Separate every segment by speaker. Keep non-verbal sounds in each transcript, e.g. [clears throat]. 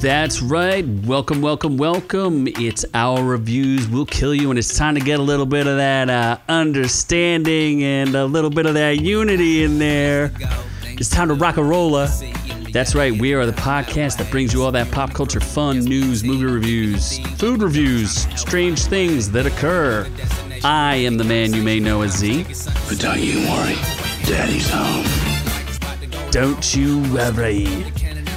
Speaker 1: That's right. Welcome, welcome, welcome. It's our reviews. We'll kill you, and it's time to get a little bit of that uh, understanding and a little bit of that unity in there. It's time to rock a roller. That's right. We are the podcast that brings you all that pop culture fun, news, movie reviews, food reviews, strange things that occur. I am the man you may know as Z.
Speaker 2: But don't you worry, Daddy's home.
Speaker 1: Don't you worry.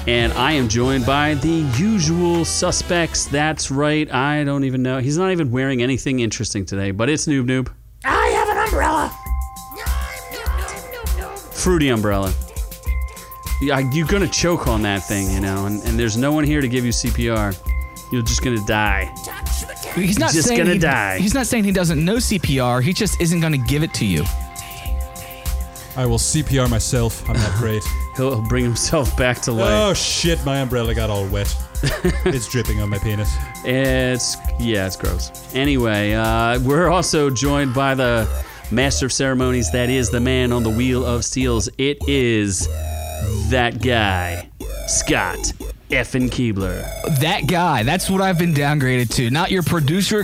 Speaker 1: And I am joined by the usual suspects. That's right. I don't even know. He's not even wearing anything interesting today, but it's Noob Noob.
Speaker 3: I have an umbrella.
Speaker 1: Fruity umbrella. Yeah, You're going to choke on that thing, you know, and, and there's no one here to give you CPR. You're just going to die.
Speaker 4: He's not
Speaker 1: just
Speaker 4: saying
Speaker 1: gonna
Speaker 4: he,
Speaker 1: die.
Speaker 4: He's not saying he doesn't know CPR. He just isn't going to give it to you.
Speaker 5: I will CPR myself. I'm not
Speaker 1: [laughs]
Speaker 5: great.
Speaker 1: He'll, he'll bring himself [laughs] back to life.
Speaker 5: oh shit, my umbrella got all wet.
Speaker 1: [laughs]
Speaker 5: it's dripping on my penis.
Speaker 1: It's yeah, it's gross. Anyway, uh, we're also joined by the master of ceremonies. That is the man on the wheel of steels. It is that guy, Scott effing Keebler.
Speaker 4: That guy, that's what I've been downgraded to. Not your producer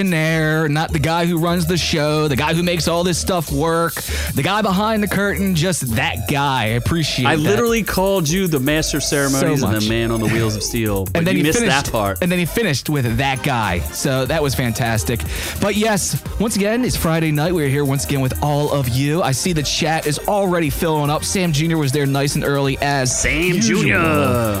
Speaker 4: extraordinaire, not the guy who runs the show, the guy who makes all this stuff work, the guy behind the curtain, just that guy. I appreciate
Speaker 1: I
Speaker 4: that.
Speaker 1: literally called you the master of ceremonies and
Speaker 4: much.
Speaker 1: the man on the wheels of steel, but
Speaker 4: [laughs] and then
Speaker 1: you
Speaker 4: he
Speaker 1: missed
Speaker 4: finished,
Speaker 1: that part.
Speaker 4: And then he finished with that guy. So that was fantastic. But yes, once again, it's Friday night. We're here once again with all of you. I see the chat is already filling up. Sam Jr. was there nice and early as
Speaker 1: Sam
Speaker 4: usual.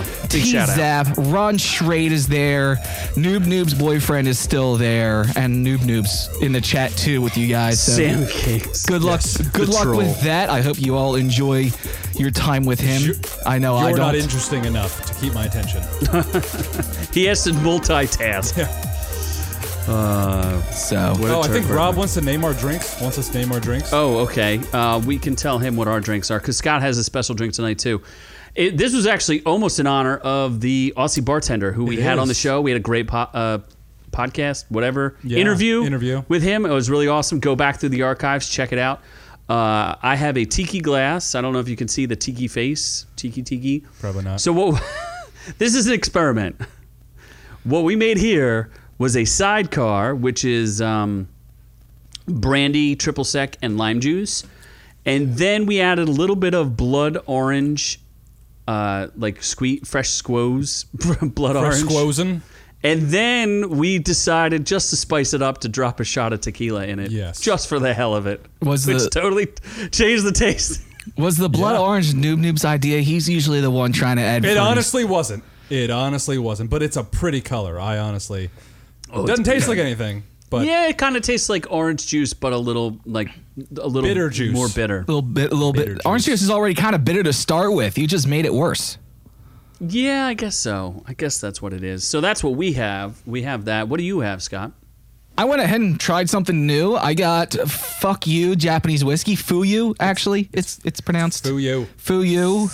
Speaker 1: Jr.. Big
Speaker 4: T
Speaker 1: shout out.
Speaker 4: Zap, Ron Schrade is there. Noob Noob's boyfriend is still there, and Noob Noob's in the chat too with you guys. So
Speaker 1: Sam Cakes.
Speaker 4: Good luck. good
Speaker 1: the
Speaker 4: luck
Speaker 1: troll.
Speaker 4: with that. I hope you all enjoy your time with him.
Speaker 5: You're-
Speaker 4: I
Speaker 1: Oh,
Speaker 4: know I
Speaker 5: You're
Speaker 4: don't.
Speaker 5: not interesting enough to keep my attention.
Speaker 1: He has to multitask. Uh,
Speaker 4: so
Speaker 1: what a
Speaker 5: Oh, I think
Speaker 1: turd
Speaker 5: Rob
Speaker 1: burner.
Speaker 5: wants to name our drinks. Wants us to name our drinks.
Speaker 1: Oh, okay. Uh, we can tell him what our drinks are because Scott has a special drink tonight too. It, this was actually almost in honor of the Aussie bartender who we
Speaker 5: It
Speaker 1: had on the
Speaker 5: is.
Speaker 1: show. We had a great po- uh, podcast, whatever
Speaker 5: Yeah,
Speaker 1: interview,
Speaker 5: interview.
Speaker 1: with him. It was really awesome. Go back through the archives, check it out. Uh, I have a tiki glass. I don't know if you can see the tiki face, tiki tiki.
Speaker 5: Probably not.
Speaker 1: So what? [laughs] this is an experiment. What we made here was a sidecar, which is. Um, brandy, triple sec, and lime juice. And then we added a little bit of blood orange, uh, like sque- fresh squoze, [laughs] blood orange.
Speaker 5: Fresh Squozen.
Speaker 1: And then we decided just to spice it up to drop a shot of tequila in it.
Speaker 5: Yes.
Speaker 1: Just for the hell of it.
Speaker 4: Was
Speaker 1: Which
Speaker 4: the-
Speaker 1: totally [laughs] changed the taste.
Speaker 4: Was the blood
Speaker 5: Yeah.
Speaker 4: orange noob noob's idea? He's usually the one trying to add.
Speaker 5: It
Speaker 4: fun.
Speaker 5: honestly wasn't. It honestly wasn't. But it's a pretty color. I honestly
Speaker 1: Oh,
Speaker 5: Oh, doesn't taste like anything. But
Speaker 1: yeah, it kind of tastes like orange juice, but a little like a little
Speaker 5: Bitter juice.
Speaker 1: more bitter.
Speaker 4: a little bit, a little bit.
Speaker 5: Bitter
Speaker 4: Orange
Speaker 5: juice.
Speaker 4: juice is already kind of bitter to start with. You just made it worse.
Speaker 1: Yeah, I guess so. I guess that's what it is. So that's what we have. We have that. What do you have, Scott?
Speaker 4: I went ahead and tried something new. I got fuck you Japanese whiskey, fuyu. Actually, it's it's pronounced
Speaker 5: boo you.
Speaker 4: fuyu.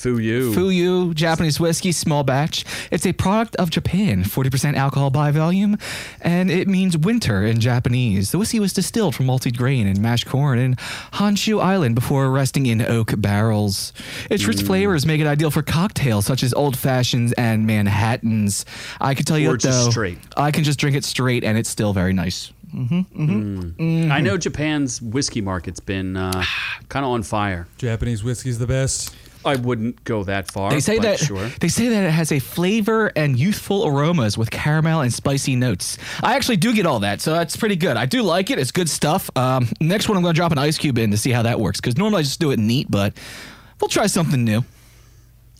Speaker 1: Fuyu.
Speaker 4: Fuyu Japanese whiskey, small batch. It's a product of Japan, 40% alcohol by volume, and it means winter in Japanese. The whiskey was distilled from malted grain and mashed corn in Honshu Island before resting in oak barrels. Its
Speaker 1: Mm.
Speaker 4: rich flavors make it ideal for cocktails such as old fashions and Manhattans. I could tell you
Speaker 1: Or
Speaker 4: that,
Speaker 1: just
Speaker 4: though,
Speaker 1: straight.
Speaker 4: I can just drink it straight, and it's still very nice.
Speaker 1: Mm. I know Japan's whiskey market's been
Speaker 4: [sighs]
Speaker 1: uh, kind of on fire.
Speaker 5: Japanese whiskey's the best.
Speaker 1: I wouldn't go that far.
Speaker 4: They say
Speaker 1: but
Speaker 4: that
Speaker 1: Sure.
Speaker 4: they say that it has a flavor and youthful aromas with caramel and spicy notes. I actually do get all that, so that's pretty good. I do like it. It's good stuff. Um, next one, I'm going to drop an ice cube in to see how that works because normally I just do it neat, but we'll try something new.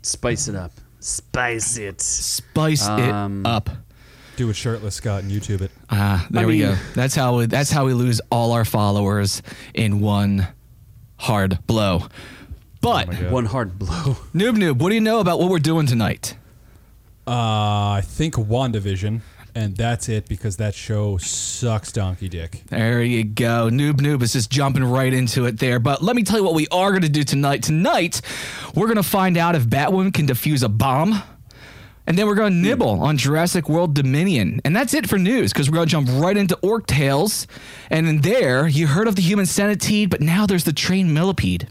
Speaker 1: Spice it up. Spice it.
Speaker 4: Spice
Speaker 1: Um,
Speaker 4: it up.
Speaker 5: Do it shirtless, Scott, and YouTube it.
Speaker 4: Ah, there we
Speaker 1: mean-
Speaker 4: go. That's how we, that's how we lose all our followers in one hard blow. But
Speaker 1: [laughs]
Speaker 5: God.
Speaker 1: One hard blow.
Speaker 4: noob noob, what do you know about what we're doing tonight?
Speaker 5: Uh, I think Wandavision, and that's it because that show sucks donkey dick.
Speaker 4: There you go. Noob Noob is just jumping right into it there. But let me tell you what we are going to do tonight. Tonight, we're going to find out if Batwoman can defuse a bomb. And then we're going to nibble on Jurassic World Dominion. And that's it for news because we're going to jump right into Orc Tales. And in there, you heard of the human centipede, but now there's the trained millipede.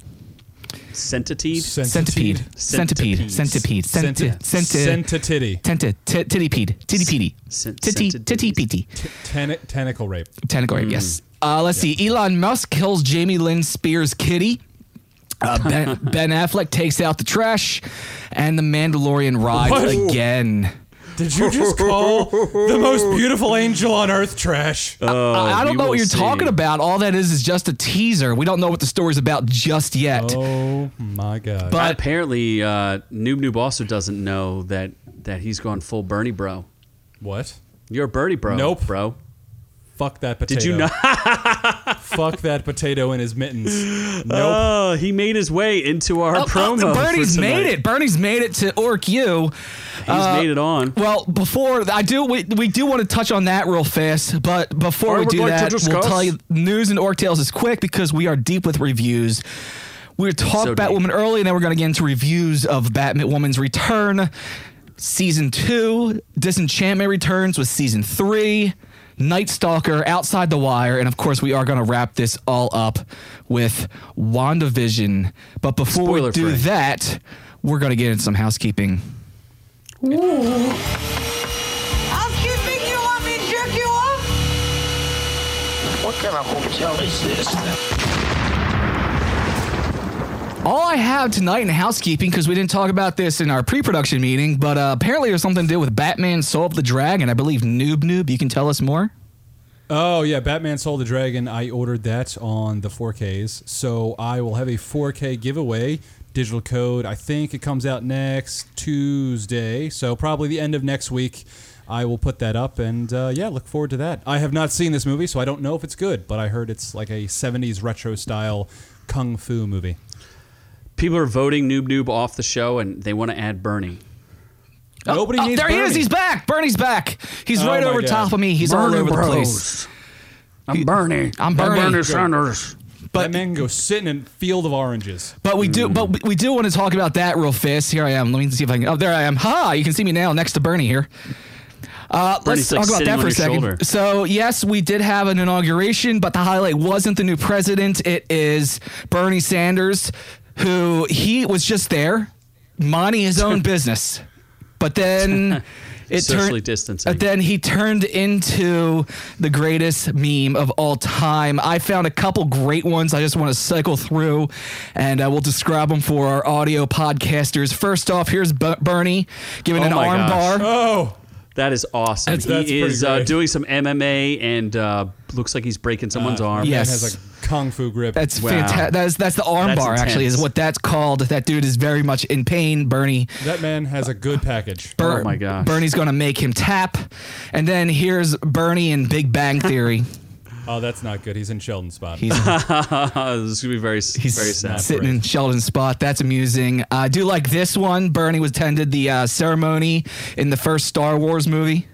Speaker 1: centipede.
Speaker 4: Centipede. Centipede.
Speaker 1: Centipede.
Speaker 4: Centipede. Centipede. Centipede.
Speaker 5: Centitity.
Speaker 4: Tenta. t- Tittipede. Tittipede.
Speaker 1: Cent-
Speaker 4: Titty.
Speaker 1: centipedes.
Speaker 4: Tittipede.
Speaker 5: Ten- tentacle rape.
Speaker 4: Tentacle. Yes.
Speaker 1: Mm.
Speaker 4: Uh, let's see. Elon Musk kills Jamie Lynn Spears' kitty. Uh,
Speaker 1: [laughs]
Speaker 4: ben, ben Affleck takes out the trash, and the Mandalorian rides
Speaker 5: What?
Speaker 4: again.
Speaker 5: Did you just call the most beautiful angel on earth trash?
Speaker 1: Uh.
Speaker 4: I I don't
Speaker 1: Oh, we
Speaker 4: know
Speaker 1: will
Speaker 4: what you're
Speaker 1: see.
Speaker 4: talking about. All that is is just a teaser. We don't know what the story's about just yet.
Speaker 5: oh my god.
Speaker 4: But
Speaker 1: Apparently, uh, Noob Noob also doesn't know that that he's gone full Bernie bro.
Speaker 5: what?
Speaker 1: You're a Bernie bro.
Speaker 5: Nope.
Speaker 1: bro.
Speaker 5: Fuck that potato.
Speaker 1: Did you not?
Speaker 5: Fuck that potato in
Speaker 1: [laughs]
Speaker 5: his mittens. Nope.
Speaker 1: Oh, he made his way into our
Speaker 4: Oh, oh,
Speaker 1: promo. for
Speaker 4: Bernie's made
Speaker 1: tonight.
Speaker 4: it. Uh, Bernie's made it to Orc U.
Speaker 1: He's made it on.
Speaker 4: Well, before I do, we, we do want to touch on that real fast. But before
Speaker 1: I
Speaker 4: we
Speaker 1: would
Speaker 4: do
Speaker 1: like to
Speaker 4: that, we'll
Speaker 1: discuss-
Speaker 4: tell you news and orc tales is quick because we are deep with reviews. We were talking
Speaker 1: So
Speaker 4: about
Speaker 1: deep.
Speaker 4: women early, and then we're going to get into reviews of Batman Woman's Return, season two. Disenchantment returns with season three. Night Stalker, Outside the Wire, and of course we are going to wrap this all up with WandaVision. But before we do
Speaker 1: Spoiler-free.
Speaker 4: that, we're going to get into some housekeeping.
Speaker 6: Housekeeping, you want me to jerk you off?
Speaker 2: What kind of hotel is this?
Speaker 4: All I have tonight in housekeeping, because we didn't talk about this in our pre-production meeting, but uh, apparently there's something to do with Batman Soul of the Dragon. I believe Noob Noob, you can tell us more.
Speaker 5: Oh yeah, Batman Soul the Dragon. I ordered that on the 4Ks, so I will have a 4K giveaway. Digital code. I think it comes out next Tuesday, so probably the end of next week. I will put that up, and uh, yeah, look forward to that. I have not seen this movie, so I don't know if it's good, but I heard it's like a 70s retro style kung fu movie.
Speaker 1: People are voting Noob Noob off the show, and they want to add Bernie.
Speaker 5: Nobody
Speaker 4: Oh,
Speaker 5: needs
Speaker 4: there he is.
Speaker 5: Bernie.
Speaker 4: He's back. Bernie's back. He's
Speaker 5: Oh
Speaker 4: right
Speaker 5: my
Speaker 4: over
Speaker 5: God.
Speaker 4: top of me. He's all over the place.
Speaker 1: I'm Bernie.
Speaker 4: I'm Bernie.
Speaker 1: Sanders.
Speaker 5: That man can go sit in a field of oranges.
Speaker 4: But we do,
Speaker 1: Hmm.
Speaker 4: but we- we do want to talk about that real fast. Here I am. Let me see if I can. Oh, there I am. Ha! You can see me now next to Bernie here. Uh, let's
Speaker 1: Bernie's, like,
Speaker 4: talk about
Speaker 1: sitting
Speaker 4: that
Speaker 1: on
Speaker 4: for a
Speaker 1: your
Speaker 4: second.
Speaker 1: shoulder.
Speaker 4: So yes, we did have an inauguration, but the highlight wasn't the new president. It is Bernie Sanders, who he was just there, minding his
Speaker 1: [laughs]
Speaker 4: own business, but then it
Speaker 1: Socially
Speaker 4: turned.
Speaker 1: distancing.
Speaker 4: But then he turned into the greatest meme of all time. I found a couple great ones. I just want to cycle through and uh, we'll describe them for our audio podcasters. First off, here's B- Bernie giving
Speaker 1: Oh
Speaker 4: an
Speaker 1: my
Speaker 4: armbar.
Speaker 5: Oh,
Speaker 1: that is awesome.
Speaker 5: That's- that's
Speaker 1: he
Speaker 5: pretty
Speaker 1: is uh,
Speaker 5: great.
Speaker 1: doing some MMA and uh, looks like he's breaking someone's arm.
Speaker 4: yeah.
Speaker 5: man
Speaker 4: Yes.
Speaker 5: has a kung fu grip.
Speaker 4: That's
Speaker 1: Wow.
Speaker 4: fantastic. That's that's the
Speaker 1: That's
Speaker 4: armbar actually is
Speaker 1: intense.
Speaker 4: what that's called. That dude is very much in pain, Bernie.
Speaker 5: that man has a good package.
Speaker 1: Oh my gosh.
Speaker 4: Bernie's gonna make him tap, and then here's Bernie in Big Bang Theory.
Speaker 5: Oh, that's not good. He's in Sheldon's spot.
Speaker 4: He's
Speaker 1: [laughs] this is gonna be very, s-
Speaker 4: He's
Speaker 1: very sad.
Speaker 4: sitting in Sheldon's spot. That's amusing. Uh, I do like this one. Bernie was attended the uh, ceremony in the first Star Wars movie,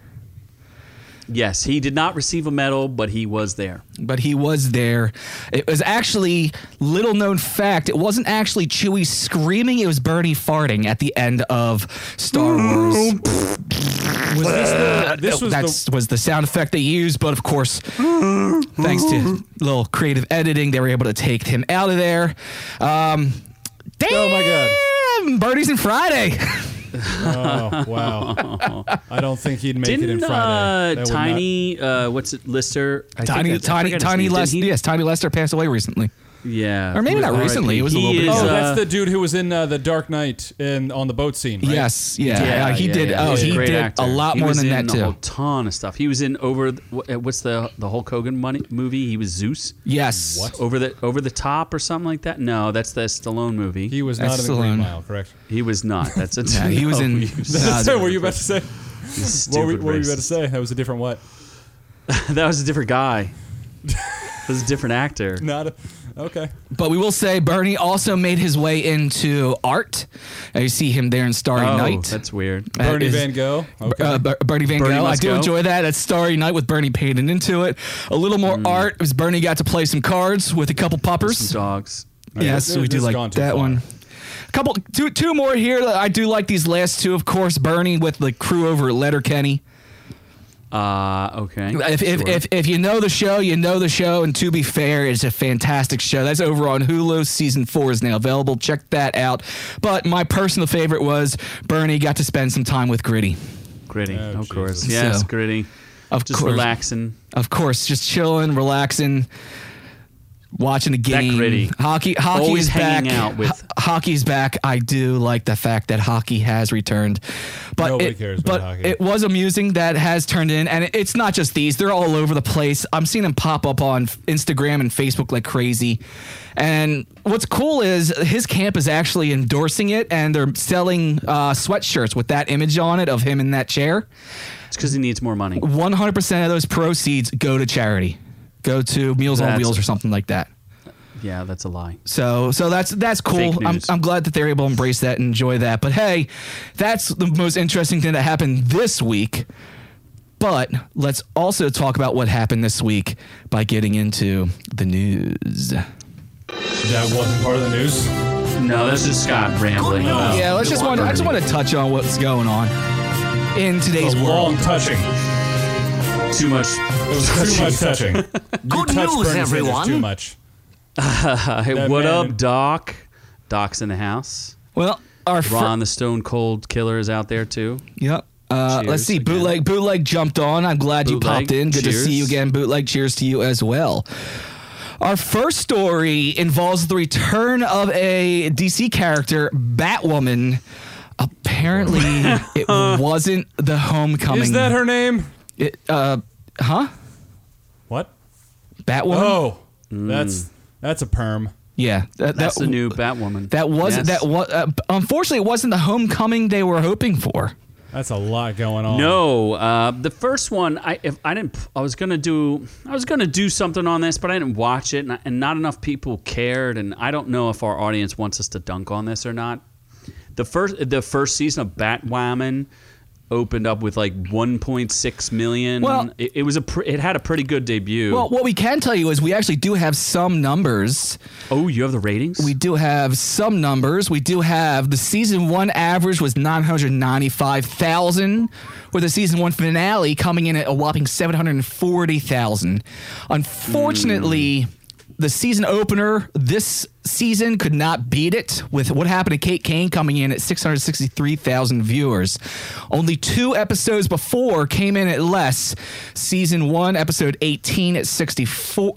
Speaker 1: Yes, he did not receive a medal, but he was there.
Speaker 4: but he was there. It was actually little known fact. It wasn't actually Chewie screaming. It was Bernie farting at the end of Star Wars.
Speaker 5: Was this
Speaker 4: [laughs]
Speaker 5: the, this was
Speaker 4: That's
Speaker 5: the,
Speaker 4: was the sound effect they used, but of
Speaker 5: [laughs]
Speaker 4: course, thanks to little creative editing, they were able to take him out of there. Um, damn,
Speaker 5: Oh my God.
Speaker 4: Bernie's Eh, in Friday.
Speaker 5: oh, wow. I don't think he'd make it in
Speaker 1: Didn't
Speaker 5: Friday.
Speaker 1: uh,
Speaker 5: That would not-
Speaker 1: Tiny, uh, what's it, Lister? I think
Speaker 4: [laughs] Tiny,
Speaker 1: that's- I
Speaker 4: tiny,
Speaker 1: forgot his
Speaker 4: tiny
Speaker 1: name.
Speaker 4: Lester.
Speaker 1: Didn't he-
Speaker 4: Yes, Tiny Lester passed away recently.
Speaker 1: Yeah.
Speaker 4: Or maybe
Speaker 1: He
Speaker 4: not
Speaker 1: was
Speaker 4: recently, it was a
Speaker 1: R.I.P.
Speaker 4: little
Speaker 1: He
Speaker 4: bit
Speaker 1: is,
Speaker 5: oh,
Speaker 4: ago.
Speaker 1: uh,
Speaker 5: that's the dude who was in uh, the Dark Knight in on the boat scene. Right?
Speaker 4: Yes, yeah,
Speaker 1: Yeah,
Speaker 4: yeah, he
Speaker 1: yeah,
Speaker 4: did.
Speaker 1: yeah,
Speaker 4: oh,
Speaker 1: he's a
Speaker 4: he
Speaker 1: great
Speaker 4: did
Speaker 1: actor.
Speaker 4: a lot
Speaker 1: He
Speaker 4: more
Speaker 1: was
Speaker 4: than
Speaker 1: in
Speaker 4: that too.
Speaker 1: A ton of stuff. He was in over. th- wh- What's the the Hulk Hogan money, movie? He was Zeus.
Speaker 4: yes,
Speaker 1: Over the over the top or something like that. No, that's the Stallone movie.
Speaker 5: He
Speaker 1: He,
Speaker 5: was
Speaker 4: That's
Speaker 5: not in the Green
Speaker 4: Stallone.
Speaker 5: Mile, correct?
Speaker 1: was not. That's a
Speaker 4: Yeah, he
Speaker 1: [laughs]
Speaker 4: was in. [laughs]
Speaker 1: no,
Speaker 4: uh,
Speaker 5: [laughs] That's what were you about to say?
Speaker 1: stupid
Speaker 5: What were, what were you about to
Speaker 1: racist.
Speaker 5: say? That was a different what?
Speaker 1: [laughs] That was a different
Speaker 4: [laughs]
Speaker 1: guy. That was a different actor.
Speaker 5: Not a, okay.
Speaker 4: but we will say Bernie also made his way into art. Uh, you see him there in Starry
Speaker 1: oh,
Speaker 4: Night.
Speaker 1: that's weird.
Speaker 4: That
Speaker 5: Bernie
Speaker 4: is-
Speaker 5: Van Gogh. Okay.
Speaker 4: Uh, Ber- Bernie Van
Speaker 1: Bernie
Speaker 4: Gogh. I
Speaker 1: must
Speaker 4: do
Speaker 1: go.
Speaker 4: enjoy that. That's Starry Night with Bernie Payton into it. A little more art as Bernie got to play some cards with a couple poppers.
Speaker 1: Hmm. Some dogs.
Speaker 4: Yes,
Speaker 5: This-
Speaker 4: we do
Speaker 5: this has
Speaker 4: like
Speaker 5: gone too
Speaker 4: that
Speaker 5: far.
Speaker 4: one. A couple, two, two more here. I do like these last two, of course. Bernie with the crew over at Letterkenny.
Speaker 1: Uh, okay.
Speaker 4: If, if,
Speaker 1: Sure.
Speaker 4: if, if you know the show, you know the show. And to be fair, it's a fantastic show. That's over on Hulu. Season four is now available. Check that out. But my personal favorite was Bernie got to spend some time with Gritty.
Speaker 1: gritty,
Speaker 5: Oh,
Speaker 1: of course.
Speaker 5: Jesus.
Speaker 1: Yes,
Speaker 4: So-
Speaker 1: gritty.
Speaker 4: Of
Speaker 1: Just
Speaker 4: course.
Speaker 1: relaxing.
Speaker 4: Of course, just chilling, relaxing, watching a game.
Speaker 1: Gritty.
Speaker 4: Hockey, hockey
Speaker 1: Always
Speaker 4: is
Speaker 1: hanging
Speaker 4: back.
Speaker 1: out with-
Speaker 4: Ho- hockey's back. I do like the fact that hockey has returned, but
Speaker 5: Nobody
Speaker 4: it,
Speaker 5: cares about
Speaker 4: but
Speaker 5: hockey.
Speaker 4: it was amusing that has turned in, and it- it's not just these. They're all over the place. I'm seeing them pop up on Instagram and Facebook like crazy. And what's cool is his camp is actually endorsing it, and they're selling uh, sweatshirts with that image on it of him in that chair.
Speaker 1: It's because he needs more money.
Speaker 4: 100% of those proceeds go to charity, go to Meals on
Speaker 1: That's-
Speaker 4: Wheels or something like that.
Speaker 1: Yeah, that's a lie.
Speaker 4: So, so that's that's cool. I'm,
Speaker 1: news.
Speaker 4: I'm glad that they're able to embrace that and enjoy that. But hey, that's the most interesting thing that happened this week. But let's also talk about what happened this week by getting into the news.
Speaker 5: That wasn't part of the news.
Speaker 1: No, this is Scott rambling. about-
Speaker 4: yeah, let's just want I just want to touch on what's going on in today's
Speaker 1: Oh,
Speaker 5: It's
Speaker 4: world.
Speaker 5: long touching.
Speaker 1: too much.
Speaker 5: It was too much touching. Good
Speaker 7: news, everyone.
Speaker 5: Too much.
Speaker 1: Uh, Hey,
Speaker 5: That
Speaker 1: what
Speaker 5: man-
Speaker 1: up, Doc? Doc's in the house.
Speaker 4: Well, our fir-
Speaker 1: Ron, the Stone Cold Killer, is out there too.
Speaker 4: Yep. Uh, let's
Speaker 1: Cheers
Speaker 4: see.
Speaker 1: again.
Speaker 4: Bootleg, bootleg jumped on. I'm glad you
Speaker 1: Bootleg,
Speaker 4: popped in. Good to
Speaker 1: cheers.
Speaker 4: see you again. Bootleg, cheers to you as well. Our first story involves the return of a DC character, Batwoman.
Speaker 1: [laughs]
Speaker 4: Apparently, it wasn't the homecoming.
Speaker 5: Is that her name?
Speaker 4: It, uh, huh?
Speaker 5: What?
Speaker 4: Batwoman.
Speaker 5: Oh,
Speaker 1: Mm.
Speaker 5: that's that's a perm.
Speaker 4: yeah. That,
Speaker 1: That's
Speaker 4: that,
Speaker 1: the new Batwoman.
Speaker 4: That wasn't
Speaker 1: Yes.
Speaker 4: that was. Uh, unfortunately, it wasn't the homecoming they were hoping for.
Speaker 5: That's a lot going
Speaker 4: Oh.
Speaker 5: on.
Speaker 1: No, uh, the first one I if I didn't I was gonna do I was gonna do something on this, but I didn't watch it, and, and not enough people cared, and I don't know if our audience wants us to dunk on this or not. The first the first season of Batwoman opened up with like 1.6 million.
Speaker 4: Well-
Speaker 1: it, it was a pr- it had a pretty good debut.
Speaker 4: Well, what we can tell you is we actually do have some numbers.
Speaker 1: oh, you have the ratings.
Speaker 4: We do have some numbers. We do have the season one average was 995,000, with the season one finale coming in at a whopping 740,000. Unfortunately, the season opener this season could not beat it, with what happened to Kate Kane coming in at 663,000 viewers. Only two episodes before came in at less. Season one, episode 18 at 64,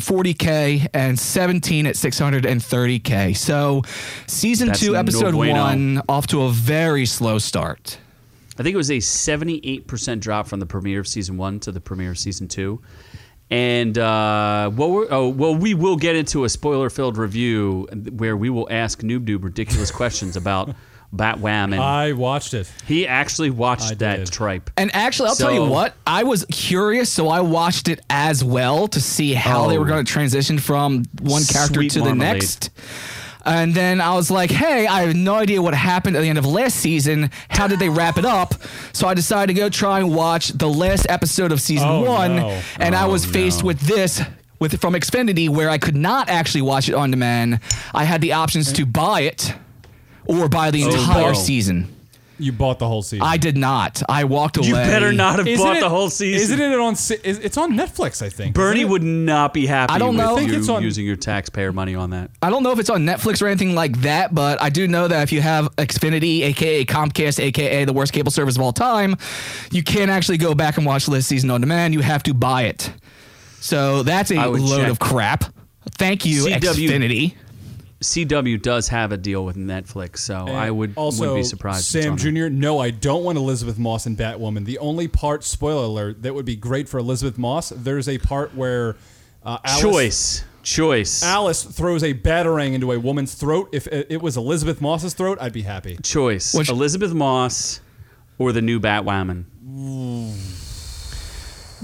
Speaker 4: 640K, and 17 at 630K. So, season
Speaker 1: That's
Speaker 4: two,
Speaker 1: no
Speaker 4: episode
Speaker 1: bueno.
Speaker 4: one, off to a very slow start.
Speaker 1: I think it was a 78% drop from the premiere of season one to the premiere of season two. And uh, what we're, oh, well, we will get into a spoiler filled review where we will ask Noob Doob ridiculous questions about [laughs] Batwham. And
Speaker 5: I watched it.
Speaker 1: he actually watched
Speaker 5: Uh, I
Speaker 1: that
Speaker 5: did.
Speaker 1: tripe.
Speaker 4: And actually, I'll tell you
Speaker 1: So-
Speaker 4: what, I was curious, so I watched it as well to see how they
Speaker 1: Oh.
Speaker 4: were going to transition from one character
Speaker 1: Sweet
Speaker 4: to the
Speaker 1: marmalade.
Speaker 4: next. And then I was like, hey, I have no idea what happened at the end of last season. How did they wrap it up? So I decided to go try and watch the last episode of season
Speaker 5: Oh,
Speaker 4: one,
Speaker 5: no.
Speaker 4: And I
Speaker 1: Oh,
Speaker 4: was faced
Speaker 1: no.
Speaker 4: with this. With from Xfinity, where I could not actually watch it on demand, I had the options to buy it or buy the entire
Speaker 1: Oh, no.
Speaker 4: season.
Speaker 5: You bought the whole season.
Speaker 4: I did not. I walked away.
Speaker 1: You better not have
Speaker 5: Isn't
Speaker 1: bought
Speaker 5: it-
Speaker 1: the whole season.
Speaker 5: Isn't it on? se- is- It's on Netflix, I think.
Speaker 1: Bernie
Speaker 5: Isn't it?
Speaker 1: would not be happy
Speaker 4: I don't
Speaker 1: with
Speaker 4: know. I
Speaker 1: you
Speaker 5: think it's on-
Speaker 1: using your taxpayer money on that.
Speaker 4: I don't know if it's on Netflix or anything like that, but I do know that if you have Xfinity, aka Comcast, aka the worst cable service of all time, you can't actually go back and watch last season on demand. You have to buy it. So that's a
Speaker 1: I would
Speaker 4: load
Speaker 1: check.
Speaker 4: of crap. Thank you,
Speaker 1: CW.
Speaker 4: Xfinity.
Speaker 1: CW does have a deal with Netflix, so I would
Speaker 5: also
Speaker 1: wouldn't be surprised. if it's
Speaker 5: Sam
Speaker 1: on there.
Speaker 5: Jr. No, I don't want Elizabeth Moss and Batwoman. The only part, spoiler alert, that would be great for Elizabeth Moss. There's a part where uh, Alice,
Speaker 1: Choice. Choice.
Speaker 5: Alice throws a batarang into a woman's throat. If it it was Elizabeth Moss's throat, I'd be happy.
Speaker 1: choice:
Speaker 4: Which-
Speaker 1: Elizabeth Moss or the new Batwoman.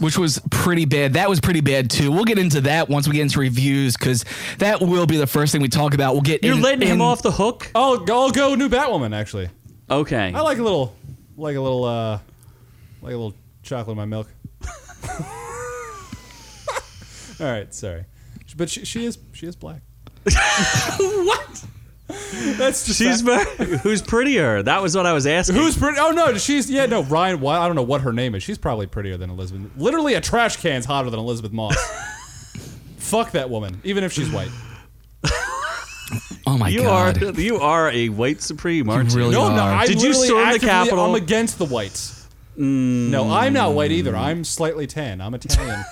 Speaker 4: Which was pretty bad. That was pretty bad too. We'll get into that once we get into reviews because that will be the first thing we talk about. We'll get
Speaker 1: You're
Speaker 4: in-
Speaker 1: letting him
Speaker 4: in-
Speaker 1: off the hook.
Speaker 5: I'll, I'll go new Batwoman. Actually,
Speaker 1: Okay.
Speaker 5: I like a little, like a little, uh, like a little chocolate in
Speaker 1: [laughs]
Speaker 5: my milk. All right, sorry, but she, she is she is black.
Speaker 1: [laughs] what?
Speaker 5: That's just
Speaker 1: She's ver- [laughs] who's prettier? That was what I was asking.
Speaker 5: Who's pretty? Oh no, she's yeah no Ryan. Why I don't know what her name is. She's probably prettier than Elizabeth. Literally, a trash can's hotter than
Speaker 1: [laughs]
Speaker 5: Elizabeth Moss. Fuck that woman, even if she's white.
Speaker 4: Oh my
Speaker 1: you
Speaker 4: god.
Speaker 1: are [laughs] you are a white supreme, aren't you?
Speaker 4: really
Speaker 5: No,
Speaker 4: are.
Speaker 5: no. I
Speaker 1: Did you
Speaker 5: literally
Speaker 1: storm the
Speaker 5: actively-
Speaker 1: Capitol?
Speaker 5: I'm against the whites. No, I'm not white
Speaker 1: Mm.
Speaker 5: either. I'm slightly tan. I'm
Speaker 1: [laughs]
Speaker 5: Italian.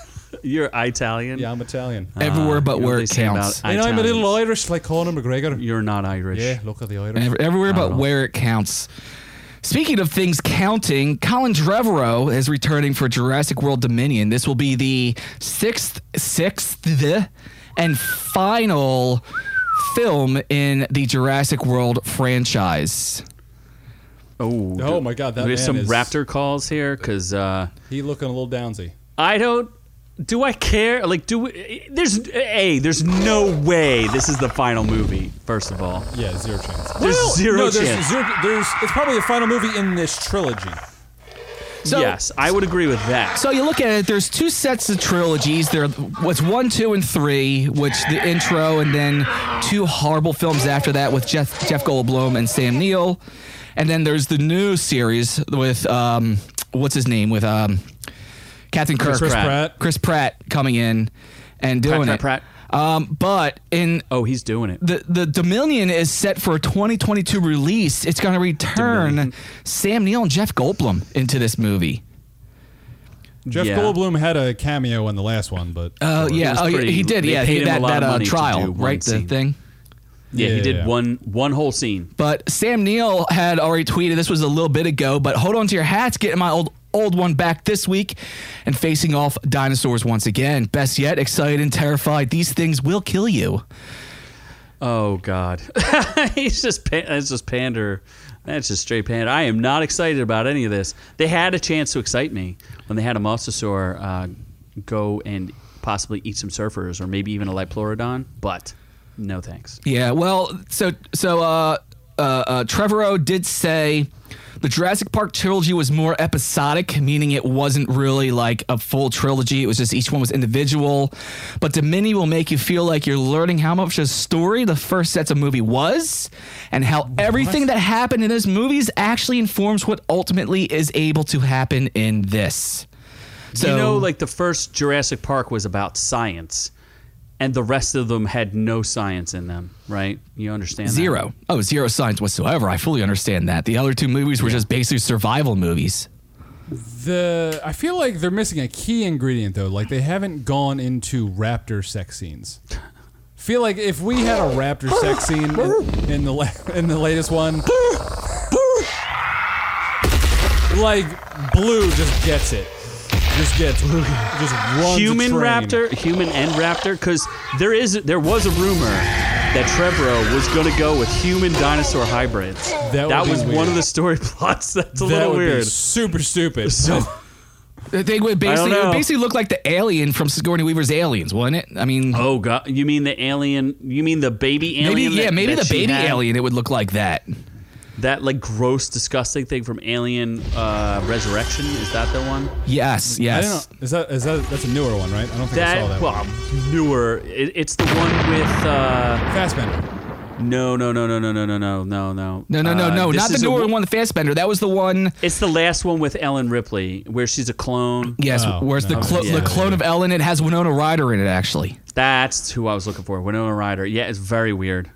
Speaker 1: You're Italian.
Speaker 5: yeah, I'm Italian.
Speaker 4: Everywhere but
Speaker 1: You know
Speaker 4: where
Speaker 1: what
Speaker 4: it
Speaker 1: they say about
Speaker 4: counts.
Speaker 5: and Uh, I'm a
Speaker 1: Italians?
Speaker 5: little Irish, like Conor McGregor.
Speaker 1: You're not Irish.
Speaker 5: Yeah, look at the Irish.
Speaker 4: Ev- everywhere
Speaker 1: at
Speaker 4: but
Speaker 1: all.
Speaker 4: where it counts. Speaking of things counting, Colin Trevorrow is returning for Jurassic World Dominion. This will be the sixth, sixth, and final film in the Jurassic World franchise.
Speaker 1: Oh,
Speaker 5: Oh
Speaker 1: d-
Speaker 5: my God, that
Speaker 1: There's
Speaker 5: man
Speaker 1: some
Speaker 5: is-
Speaker 1: raptor calls here because uh,
Speaker 5: he looking a little downsy.
Speaker 1: I don't. Do I care? Like, do we, there's a there's no way this is the final movie. First of all,
Speaker 5: Yeah, zero chance.
Speaker 1: there's zero
Speaker 7: no, there's
Speaker 1: chance.
Speaker 7: zero. There's it's probably the final movie in this trilogy.
Speaker 4: So,
Speaker 1: yes, I would agree with that.
Speaker 4: So you look at it. There's two sets of trilogies. There, what's one, two, and three, which the intro, and then two horrible films after that with Jeff Jeff Goldblum and Sam Neill, and then there's the new series with um, what's his name with um, Captain Kirk,
Speaker 5: Chris Pratt. Pratt.
Speaker 4: Chris Pratt coming in and doing
Speaker 1: Pratt,
Speaker 4: it.
Speaker 1: Pratt,
Speaker 4: Um, but in
Speaker 1: oh, he's doing it.
Speaker 4: the the Dominion is set for a 2022 release. It's going to return Sam Neill and Jeff Goldblum into this movie.
Speaker 5: Jeff
Speaker 1: Yeah.
Speaker 5: Goldblum had a cameo in the last one, but
Speaker 4: Oh
Speaker 1: It
Speaker 4: yeah,
Speaker 1: was
Speaker 4: oh, yeah,
Speaker 1: pretty-
Speaker 4: he did.
Speaker 1: they
Speaker 4: Yeah,
Speaker 1: paid
Speaker 4: he,
Speaker 1: him a
Speaker 4: that,
Speaker 1: lot of
Speaker 4: that uh,
Speaker 1: money to do
Speaker 4: trial,
Speaker 1: one
Speaker 4: right? The
Speaker 1: scene.
Speaker 4: thing.
Speaker 1: Yeah, he
Speaker 5: Yeah,
Speaker 1: did
Speaker 5: yeah.
Speaker 1: one one whole scene.
Speaker 4: But Sam Neill had already tweeted this was a little bit ago. But hold on to your hats, getting my old old one back this week, and facing off dinosaurs once again. Best yet, excited and terrified. These things will kill you.
Speaker 1: Oh God, he's just pa- that's just pander. That's just straight pander. I am not excited about any of this. They had a chance to excite me when they had a mosasaur uh, go and possibly eat some surfers or maybe even a Lypleurodon, but no thanks.
Speaker 4: Yeah. Well, so so uh, uh, uh, Trevorrow did say the Jurassic Park trilogy was more episodic, meaning it wasn't really like a full trilogy. It was just each one was individual. But Dominion will make you feel like you're learning how much a story the first sets of movie was, and how everything that happened in those movies actually informs what ultimately is able to happen in this. So
Speaker 1: you know, like the first Jurassic Park was about science, and the rest of them had no science in them, right? You understand? that?
Speaker 4: zero. Oh, zero signs whatsoever. I fully understand that. The other two movies were just basically survival movies.
Speaker 5: the I feel like they're missing a key ingredient though. Like they haven't gone into raptor sex scenes. Feel like if we had a raptor sex scene in, in the la- in the latest one, like Blue just gets it, just gets just runs. a
Speaker 1: human
Speaker 5: train.
Speaker 1: raptor, human and raptor, because there is there was a rumor that Trevorrow was going to go with human dinosaur hybrids.
Speaker 5: That would be
Speaker 1: was one
Speaker 5: weird.
Speaker 1: of the story [laughs] plots. That's a
Speaker 5: That
Speaker 1: little
Speaker 5: would be
Speaker 1: weird.
Speaker 5: super stupid.
Speaker 1: so
Speaker 4: The thing would
Speaker 1: don't
Speaker 4: basically it
Speaker 1: know.
Speaker 4: would basically look like the alien from Sigourney Weaver's Aliens, wouldn't it? I mean,
Speaker 1: oh god, you mean the alien? You mean the baby alien?
Speaker 4: maybe yeah,
Speaker 1: that-
Speaker 4: maybe
Speaker 1: that
Speaker 4: the
Speaker 1: she
Speaker 4: baby
Speaker 1: had?
Speaker 4: alien. It would look like that.
Speaker 1: That like gross, disgusting thing from Alien uh, Resurrection. Is that the one?
Speaker 4: Yes,
Speaker 5: I don't
Speaker 4: yes.
Speaker 5: know. Is that is that that's a newer one, right? I don't think I
Speaker 1: That
Speaker 5: saw that.
Speaker 1: well,
Speaker 5: one.
Speaker 1: newer. It, it's the one with. Uh,
Speaker 5: Fastbender.
Speaker 1: no, no, no, no, no, no, no, no, no, no.
Speaker 4: No, no, no,
Speaker 1: Uh,
Speaker 4: no.
Speaker 1: this
Speaker 4: Not the
Speaker 1: is a
Speaker 4: newer
Speaker 1: wo-
Speaker 4: one, the Fastbender. That was the one.
Speaker 1: It's the last one with Ellen Ripley, where she's a clone.
Speaker 4: Yes,
Speaker 5: Oh,
Speaker 4: where's the
Speaker 5: no,
Speaker 4: clo-
Speaker 1: yeah.
Speaker 4: the clone of Ellen? It has Winona Ryder in it, actually.
Speaker 1: That's who I was looking for. Winona Ryder. Yeah, it's very weird,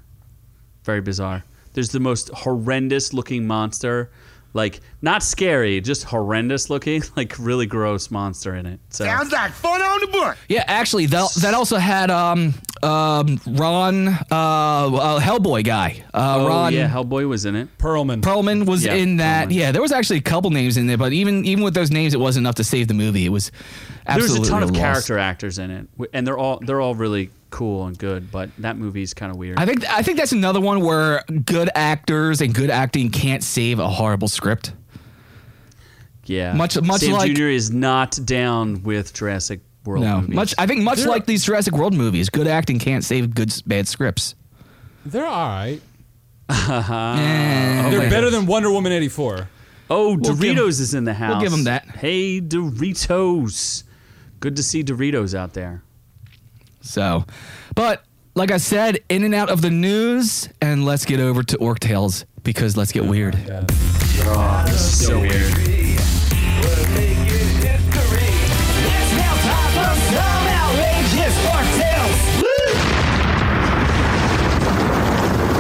Speaker 1: very bizarre. There's the most horrendous looking monster, like not scary, just horrendous looking, [laughs] like really gross monster in it. So
Speaker 2: Sounds like fun on the book.
Speaker 4: Yeah, actually, that that also had um um Ron uh, uh Hellboy guy. Uh,
Speaker 1: oh
Speaker 4: Ron
Speaker 1: yeah, Hellboy was in it.
Speaker 5: Perlman.
Speaker 4: Perlman was
Speaker 1: Yeah,
Speaker 4: in that.
Speaker 1: Perlman.
Speaker 4: Yeah, there was actually a couple names in there, but even even with those names, it wasn't enough to save the movie. It was
Speaker 1: There's
Speaker 4: absolutely
Speaker 1: a ton of
Speaker 4: lost.
Speaker 1: character actors in it, w- and they're all they're all really cool and good. But that movie's kind of weird.
Speaker 4: I think I think that's another one where good actors and good acting can't save a horrible script.
Speaker 1: yeah,
Speaker 4: much- much
Speaker 1: Sam
Speaker 4: like-
Speaker 1: Jr. is not down with Jurassic World.
Speaker 4: No,
Speaker 1: movies.
Speaker 4: much I think much like these Jurassic World movies, good acting can't save good s- bad scripts.
Speaker 5: They're all right.
Speaker 1: Ah,
Speaker 4: Eh.
Speaker 5: They're better than Wonder Woman eighty four.
Speaker 1: Oh,
Speaker 4: We'll
Speaker 1: Doritos
Speaker 4: give-
Speaker 1: is in the house.
Speaker 4: give 'em that.
Speaker 1: Hey, Doritos. Good to see Doritos out there.
Speaker 4: So, but like I said, in and out of the news, and let's get over to Orc Tales because let's get weird.
Speaker 1: So weird.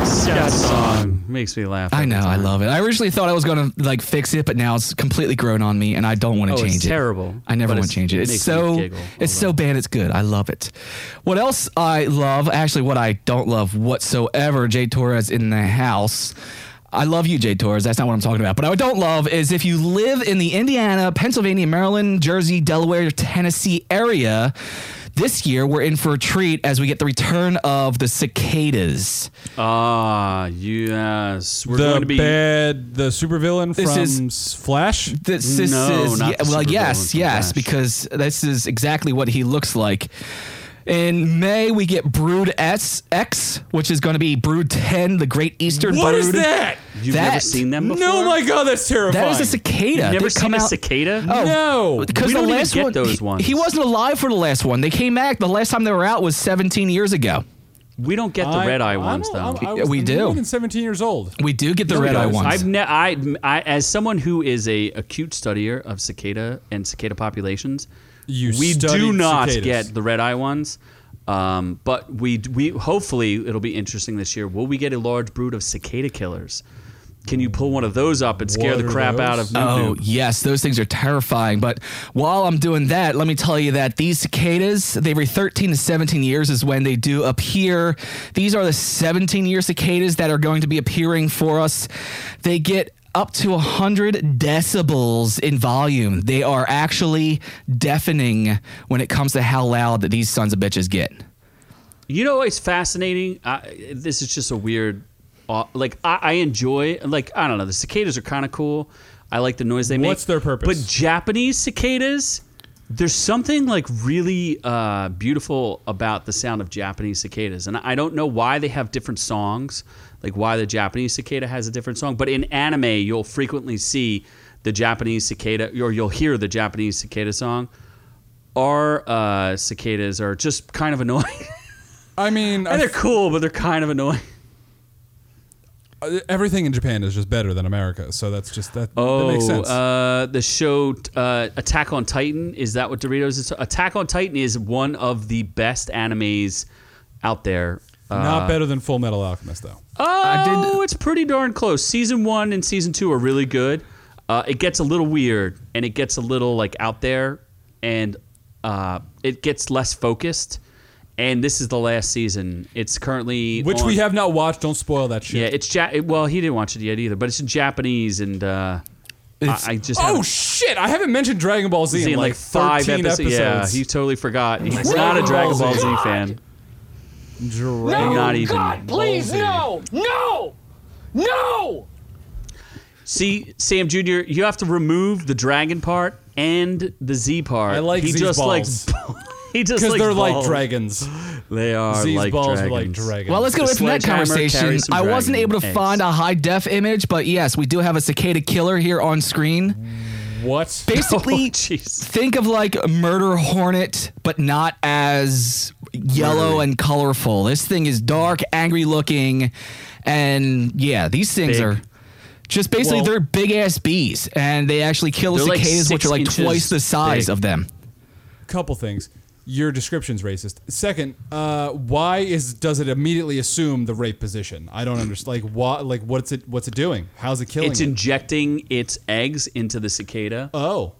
Speaker 1: Sad song makes me laugh.
Speaker 4: I
Speaker 1: every
Speaker 4: know, I
Speaker 1: time.
Speaker 4: love it. I originally thought I was gonna like fix it, but now it's completely grown on me, and I don't want to
Speaker 1: Oh,
Speaker 4: change
Speaker 1: it's
Speaker 4: it.
Speaker 1: terrible,
Speaker 4: I never
Speaker 1: but
Speaker 4: want
Speaker 1: it's-
Speaker 4: to change it.
Speaker 1: it
Speaker 4: It's
Speaker 1: makes me
Speaker 4: so
Speaker 1: giggle. I
Speaker 4: it's so
Speaker 1: love
Speaker 4: bad. It's good. I love it. What else I love? Actually, what I don't love whatsoever. Jay Torres in the house. I love you, Jay Torres. That's not what I'm talking about. But what I don't love is if you live in the Indiana, Pennsylvania, Maryland, Jersey, Delaware, Tennessee area. This year, we're in for a treat as we get the return of the cicadas.
Speaker 1: Ah, yes. We're going
Speaker 5: The
Speaker 1: to be.
Speaker 5: bad, the supervillain
Speaker 4: This
Speaker 5: from
Speaker 4: is-
Speaker 5: S- Flash.
Speaker 4: This, this
Speaker 1: No,
Speaker 4: is
Speaker 1: not
Speaker 4: yeah,
Speaker 1: the
Speaker 4: well,
Speaker 1: supervillain
Speaker 4: yes,
Speaker 1: from
Speaker 4: yes,
Speaker 1: Flash.
Speaker 4: because this is exactly what he looks like. In May, we get Brood S X, which is going to be Brood Ten, the Great Eastern
Speaker 7: What
Speaker 4: Brood.
Speaker 7: is that?
Speaker 1: You've
Speaker 4: that-
Speaker 1: never seen them before?
Speaker 7: No, my God, that's terrifying.
Speaker 4: That is a cicada.
Speaker 1: You've never
Speaker 4: They come
Speaker 1: seen a
Speaker 4: out-
Speaker 1: cicada?
Speaker 4: Oh,
Speaker 7: No.
Speaker 4: Because
Speaker 1: We
Speaker 4: the
Speaker 1: don't even
Speaker 4: last
Speaker 1: get
Speaker 4: one,
Speaker 1: those
Speaker 4: he-
Speaker 1: ones.
Speaker 4: He, wasn't alive for the last one. They came back. The last time they were out was 17 years ago.
Speaker 1: We don't get the
Speaker 5: I-
Speaker 1: red eye
Speaker 5: I'm
Speaker 1: ones,
Speaker 5: a-
Speaker 1: though.
Speaker 5: I'm- I
Speaker 4: Yeah,
Speaker 5: was
Speaker 4: we do.
Speaker 5: More than 17 years old.
Speaker 4: We do get the red eye
Speaker 5: does.
Speaker 4: ones.
Speaker 1: I've ne- I, I, as someone who is a acute studier of cicada and cicada populations,
Speaker 5: You
Speaker 1: we do
Speaker 5: studied
Speaker 1: not
Speaker 5: cicadas.
Speaker 1: get the red eye ones. Um, but we we hopefully it'll be interesting this year. Will we get a large brood of cicada killers? Can you pull one of those up and scare
Speaker 5: What
Speaker 1: the
Speaker 5: are
Speaker 1: crap out of
Speaker 5: those?
Speaker 1: Nunu?
Speaker 4: Oh, yes, those things are terrifying. But while I'm doing that, let me tell you that these cicadas, they every 13 to 17 years is when they do appear. These are the 17 year cicadas that are going to be appearing for us. They get up to 100 decibels in volume. They are actually deafening when it comes to how loud that these sons of bitches get.
Speaker 1: You know what's fascinating? I, this is just a weird, uh, like I, I enjoy, like I don't know. The cicadas are kind of cool. I like the noise they make.
Speaker 5: What's their purpose?
Speaker 1: But Japanese cicadas, there's something like really uh, beautiful about the sound of Japanese cicadas, and I don't know why they have different songs. Like why the Japanese cicada has a different song, but in anime you'll frequently see the Japanese cicada, or you'll hear the Japanese cicada song. Our uh, cicadas are just kind of [laughs] annoying.
Speaker 5: I mean, I
Speaker 1: And they're
Speaker 5: f-
Speaker 1: cool, but they're kind of annoying.
Speaker 5: uh, everything in Japan is just better than America. So that's just that.
Speaker 1: Oh,
Speaker 5: [laughs] that makes sense.
Speaker 1: Uh, the show uh, Attack on Titan is that what Doritos is? Attack on Titan is one of the best animes out there. Uh,
Speaker 5: Not better than Full Metal Alchemist, though.
Speaker 1: oh,
Speaker 4: did-
Speaker 1: it's pretty darn close. Season one and season two are really good. Uh, it gets a little weird and it gets a little like out there, and uh, it gets less focused. And this is the last season. It's currently
Speaker 5: Which
Speaker 1: on-
Speaker 5: we have not watched. Don't spoil that
Speaker 1: Yeah,
Speaker 5: shit.
Speaker 1: it's ja- it- well, he didn't watch it yet either, but it's in Japanese, and uh, I,
Speaker 4: It's-
Speaker 1: I just
Speaker 5: Oh
Speaker 1: haven't
Speaker 5: shit! I haven't mentioned Dragon Ball Z
Speaker 1: seen
Speaker 5: in
Speaker 1: like, five
Speaker 5: 13
Speaker 1: episodes. Yeah,
Speaker 5: episodes.
Speaker 1: he totally forgot. He's
Speaker 5: Dragon
Speaker 1: not a Dragon
Speaker 5: Ball
Speaker 1: Ball
Speaker 5: Z.
Speaker 1: Z fan.
Speaker 5: Dragon
Speaker 1: not even.
Speaker 2: God, please, no! No! No!
Speaker 1: See, Sam Jr., you have to remove the dragon part and the Z part.
Speaker 5: I like
Speaker 1: he
Speaker 5: Z's
Speaker 1: just
Speaker 5: balls.
Speaker 1: likes. [laughs] he just
Speaker 5: because
Speaker 1: likes
Speaker 5: they're like
Speaker 1: balls.
Speaker 5: dragons.
Speaker 1: They are
Speaker 5: Z's
Speaker 1: like
Speaker 5: balls
Speaker 1: dragons.
Speaker 5: are like dragons.
Speaker 4: Well, let's go
Speaker 1: The
Speaker 4: away from that
Speaker 1: sledgehammer
Speaker 4: conversation.
Speaker 1: carries some
Speaker 4: I wasn't
Speaker 1: dragon
Speaker 4: able to
Speaker 1: eggs.
Speaker 4: find a high def image, but yes, we do have a cicada killer here on screen.
Speaker 5: what?
Speaker 1: [laughs]
Speaker 4: Basically,
Speaker 1: Oh, jeez.
Speaker 4: think of like a murder hornet, but not as yellow and colorful. This thing is dark, angry looking, and yeah, these things
Speaker 1: Big.
Speaker 4: are just basically
Speaker 5: Well-
Speaker 4: they're big ass bees, and they actually kill
Speaker 1: They're like
Speaker 4: cicadas, which
Speaker 1: six
Speaker 4: are like
Speaker 1: inches
Speaker 4: twice the size
Speaker 1: big.
Speaker 4: of them.
Speaker 5: Couple things. Your description's racist. Second, uh, why is does it immediately assume the rape position? I don't understand. Like what? Like what's it? What's it doing? How's it killing?
Speaker 1: It's
Speaker 5: it?
Speaker 1: injecting its eggs into the cicada,
Speaker 5: oh.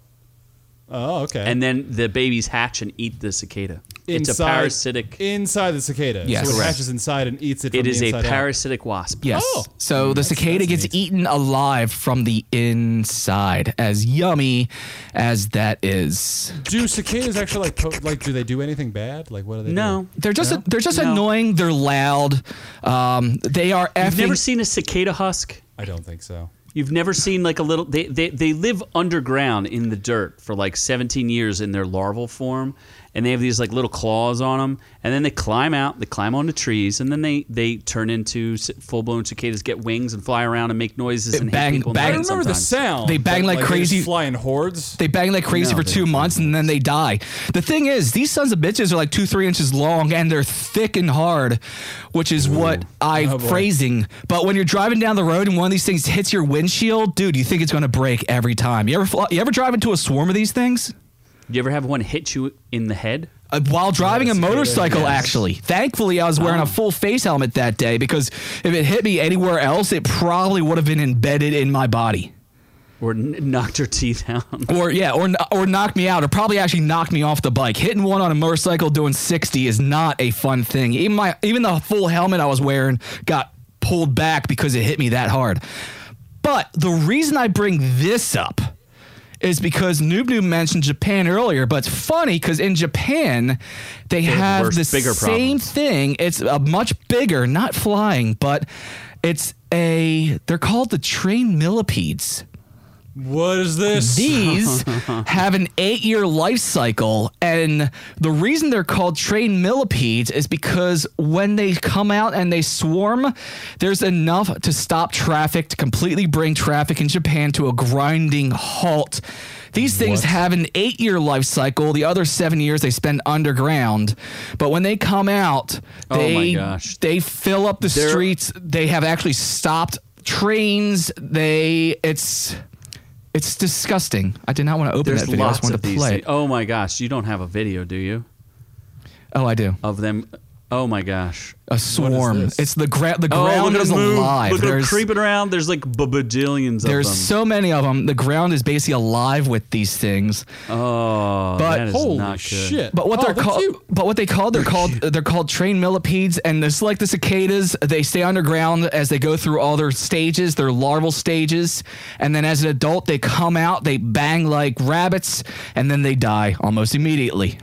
Speaker 5: Oh, okay.
Speaker 1: and then the babies hatch and eat the cicada. it's a
Speaker 5: Inside-
Speaker 1: parasitic.
Speaker 5: inside the cicada.
Speaker 4: Yes.
Speaker 5: so it
Speaker 4: Correct.
Speaker 5: hatches inside and eats it.
Speaker 1: It
Speaker 5: from
Speaker 1: is
Speaker 5: the
Speaker 1: a
Speaker 5: inside out.
Speaker 1: parasitic wasp.
Speaker 4: Yes.
Speaker 5: Oh.
Speaker 4: so the cicada
Speaker 5: that's
Speaker 4: gets
Speaker 5: neat.
Speaker 4: eaten alive from the inside. As yummy as that is.
Speaker 5: Do cicadas actually like po- like do they do anything bad? Like what do they?
Speaker 1: No.
Speaker 5: do?
Speaker 4: They're just they're just
Speaker 1: No.
Speaker 4: annoying. They're loud. Um, they are effing.
Speaker 1: You've never seen a cicada husk?
Speaker 5: I don't think so.
Speaker 1: You've never seen like a little they, they they live underground in the dirt for like 17 years in their larval form and they have these like little claws on them, and then they climb out, they climb onto trees, and then they they turn into full blown cicadas, get wings and fly around and make noises
Speaker 4: They
Speaker 1: and hit
Speaker 4: bang-
Speaker 1: people. in the
Speaker 4: bang-
Speaker 1: head
Speaker 4: I
Speaker 7: I remember the
Speaker 1: sometimes.
Speaker 7: sound.
Speaker 4: They bang
Speaker 7: but,
Speaker 4: like
Speaker 7: they just
Speaker 4: crazy-
Speaker 7: flying hordes.
Speaker 4: They bang like crazy
Speaker 1: No,
Speaker 4: for
Speaker 1: they
Speaker 4: two
Speaker 1: don't.
Speaker 4: months and then they die. The thing is, these sons of bitches are like two, three inches long and they're thick and hard, which is what I
Speaker 7: Oh, boy.
Speaker 4: phrasing. But when you're driving down the road and one of these things hits your windshield, dude, you think it's gonna break every time. You ever fly, you ever drive into a swarm of these things?
Speaker 1: You ever have one hit you in the head?
Speaker 4: Uh, while driving
Speaker 7: Yes,
Speaker 4: a
Speaker 7: it is,
Speaker 4: motorcycle,
Speaker 7: yes.
Speaker 4: actually. Thankfully, I was wearing a full face helmet that day because if it hit me anywhere else, it probably would have been embedded in my body.
Speaker 1: Or n- knocked your teeth out.
Speaker 4: Or yeah, or or knock me out, or probably actually knock me off the bike. Hitting one on a motorcycle doing sixty is not a fun thing. Even my even the full helmet I was wearing got pulled back because it hit me that hard. But the reason I bring this up is because Noob Noob mentioned Japan earlier, but it's funny because in Japan they,
Speaker 1: have
Speaker 4: have
Speaker 1: worse,
Speaker 4: the
Speaker 1: bigger
Speaker 4: same
Speaker 1: problems.
Speaker 4: thing. It's a much bigger, not flying, but it's a they're called the train millipedes.
Speaker 7: What is this?
Speaker 4: These
Speaker 1: [laughs]
Speaker 4: have an eight year life cycle. And the reason they're called train millipedes is because when they come out and they swarm, there's enough to stop traffic, to completely bring traffic in Japan to a grinding halt. These things have an eight year life cycle. The other seven years they spend underground. But when they come out,
Speaker 1: Oh my
Speaker 4: they,
Speaker 1: gosh.
Speaker 4: they fill up the
Speaker 1: They're-
Speaker 4: streets. They have actually stopped trains. They, it's. It's disgusting. I did not want to open
Speaker 1: There's
Speaker 4: that video. I just
Speaker 1: lots
Speaker 4: wanted
Speaker 1: of
Speaker 4: to
Speaker 1: these.
Speaker 4: play
Speaker 1: thi-
Speaker 4: it.
Speaker 1: Oh my gosh, you don't have a video, do you?
Speaker 4: Oh, I do.
Speaker 1: Of them. Oh my gosh.
Speaker 4: A swarm.
Speaker 7: this?
Speaker 4: It's the ground.
Speaker 1: Oh,
Speaker 4: The ground is alive.
Speaker 1: Look at 'em
Speaker 4: there's
Speaker 1: creeping around. There's like babajillions of them.
Speaker 4: there's so many of them. The ground is basically alive with these things.
Speaker 1: oh,
Speaker 4: but-
Speaker 1: that is
Speaker 7: Holy
Speaker 1: not good.
Speaker 7: shit!
Speaker 4: But what
Speaker 7: Oh,
Speaker 4: they're
Speaker 7: that's
Speaker 4: called,
Speaker 7: you.
Speaker 4: but what they called, they're called, they're called train millipedes, and it's like the cicadas. They stay underground as they go through all their stages, their larval stages, and then as an adult, they come out, they bang like rabbits, and then they die almost immediately.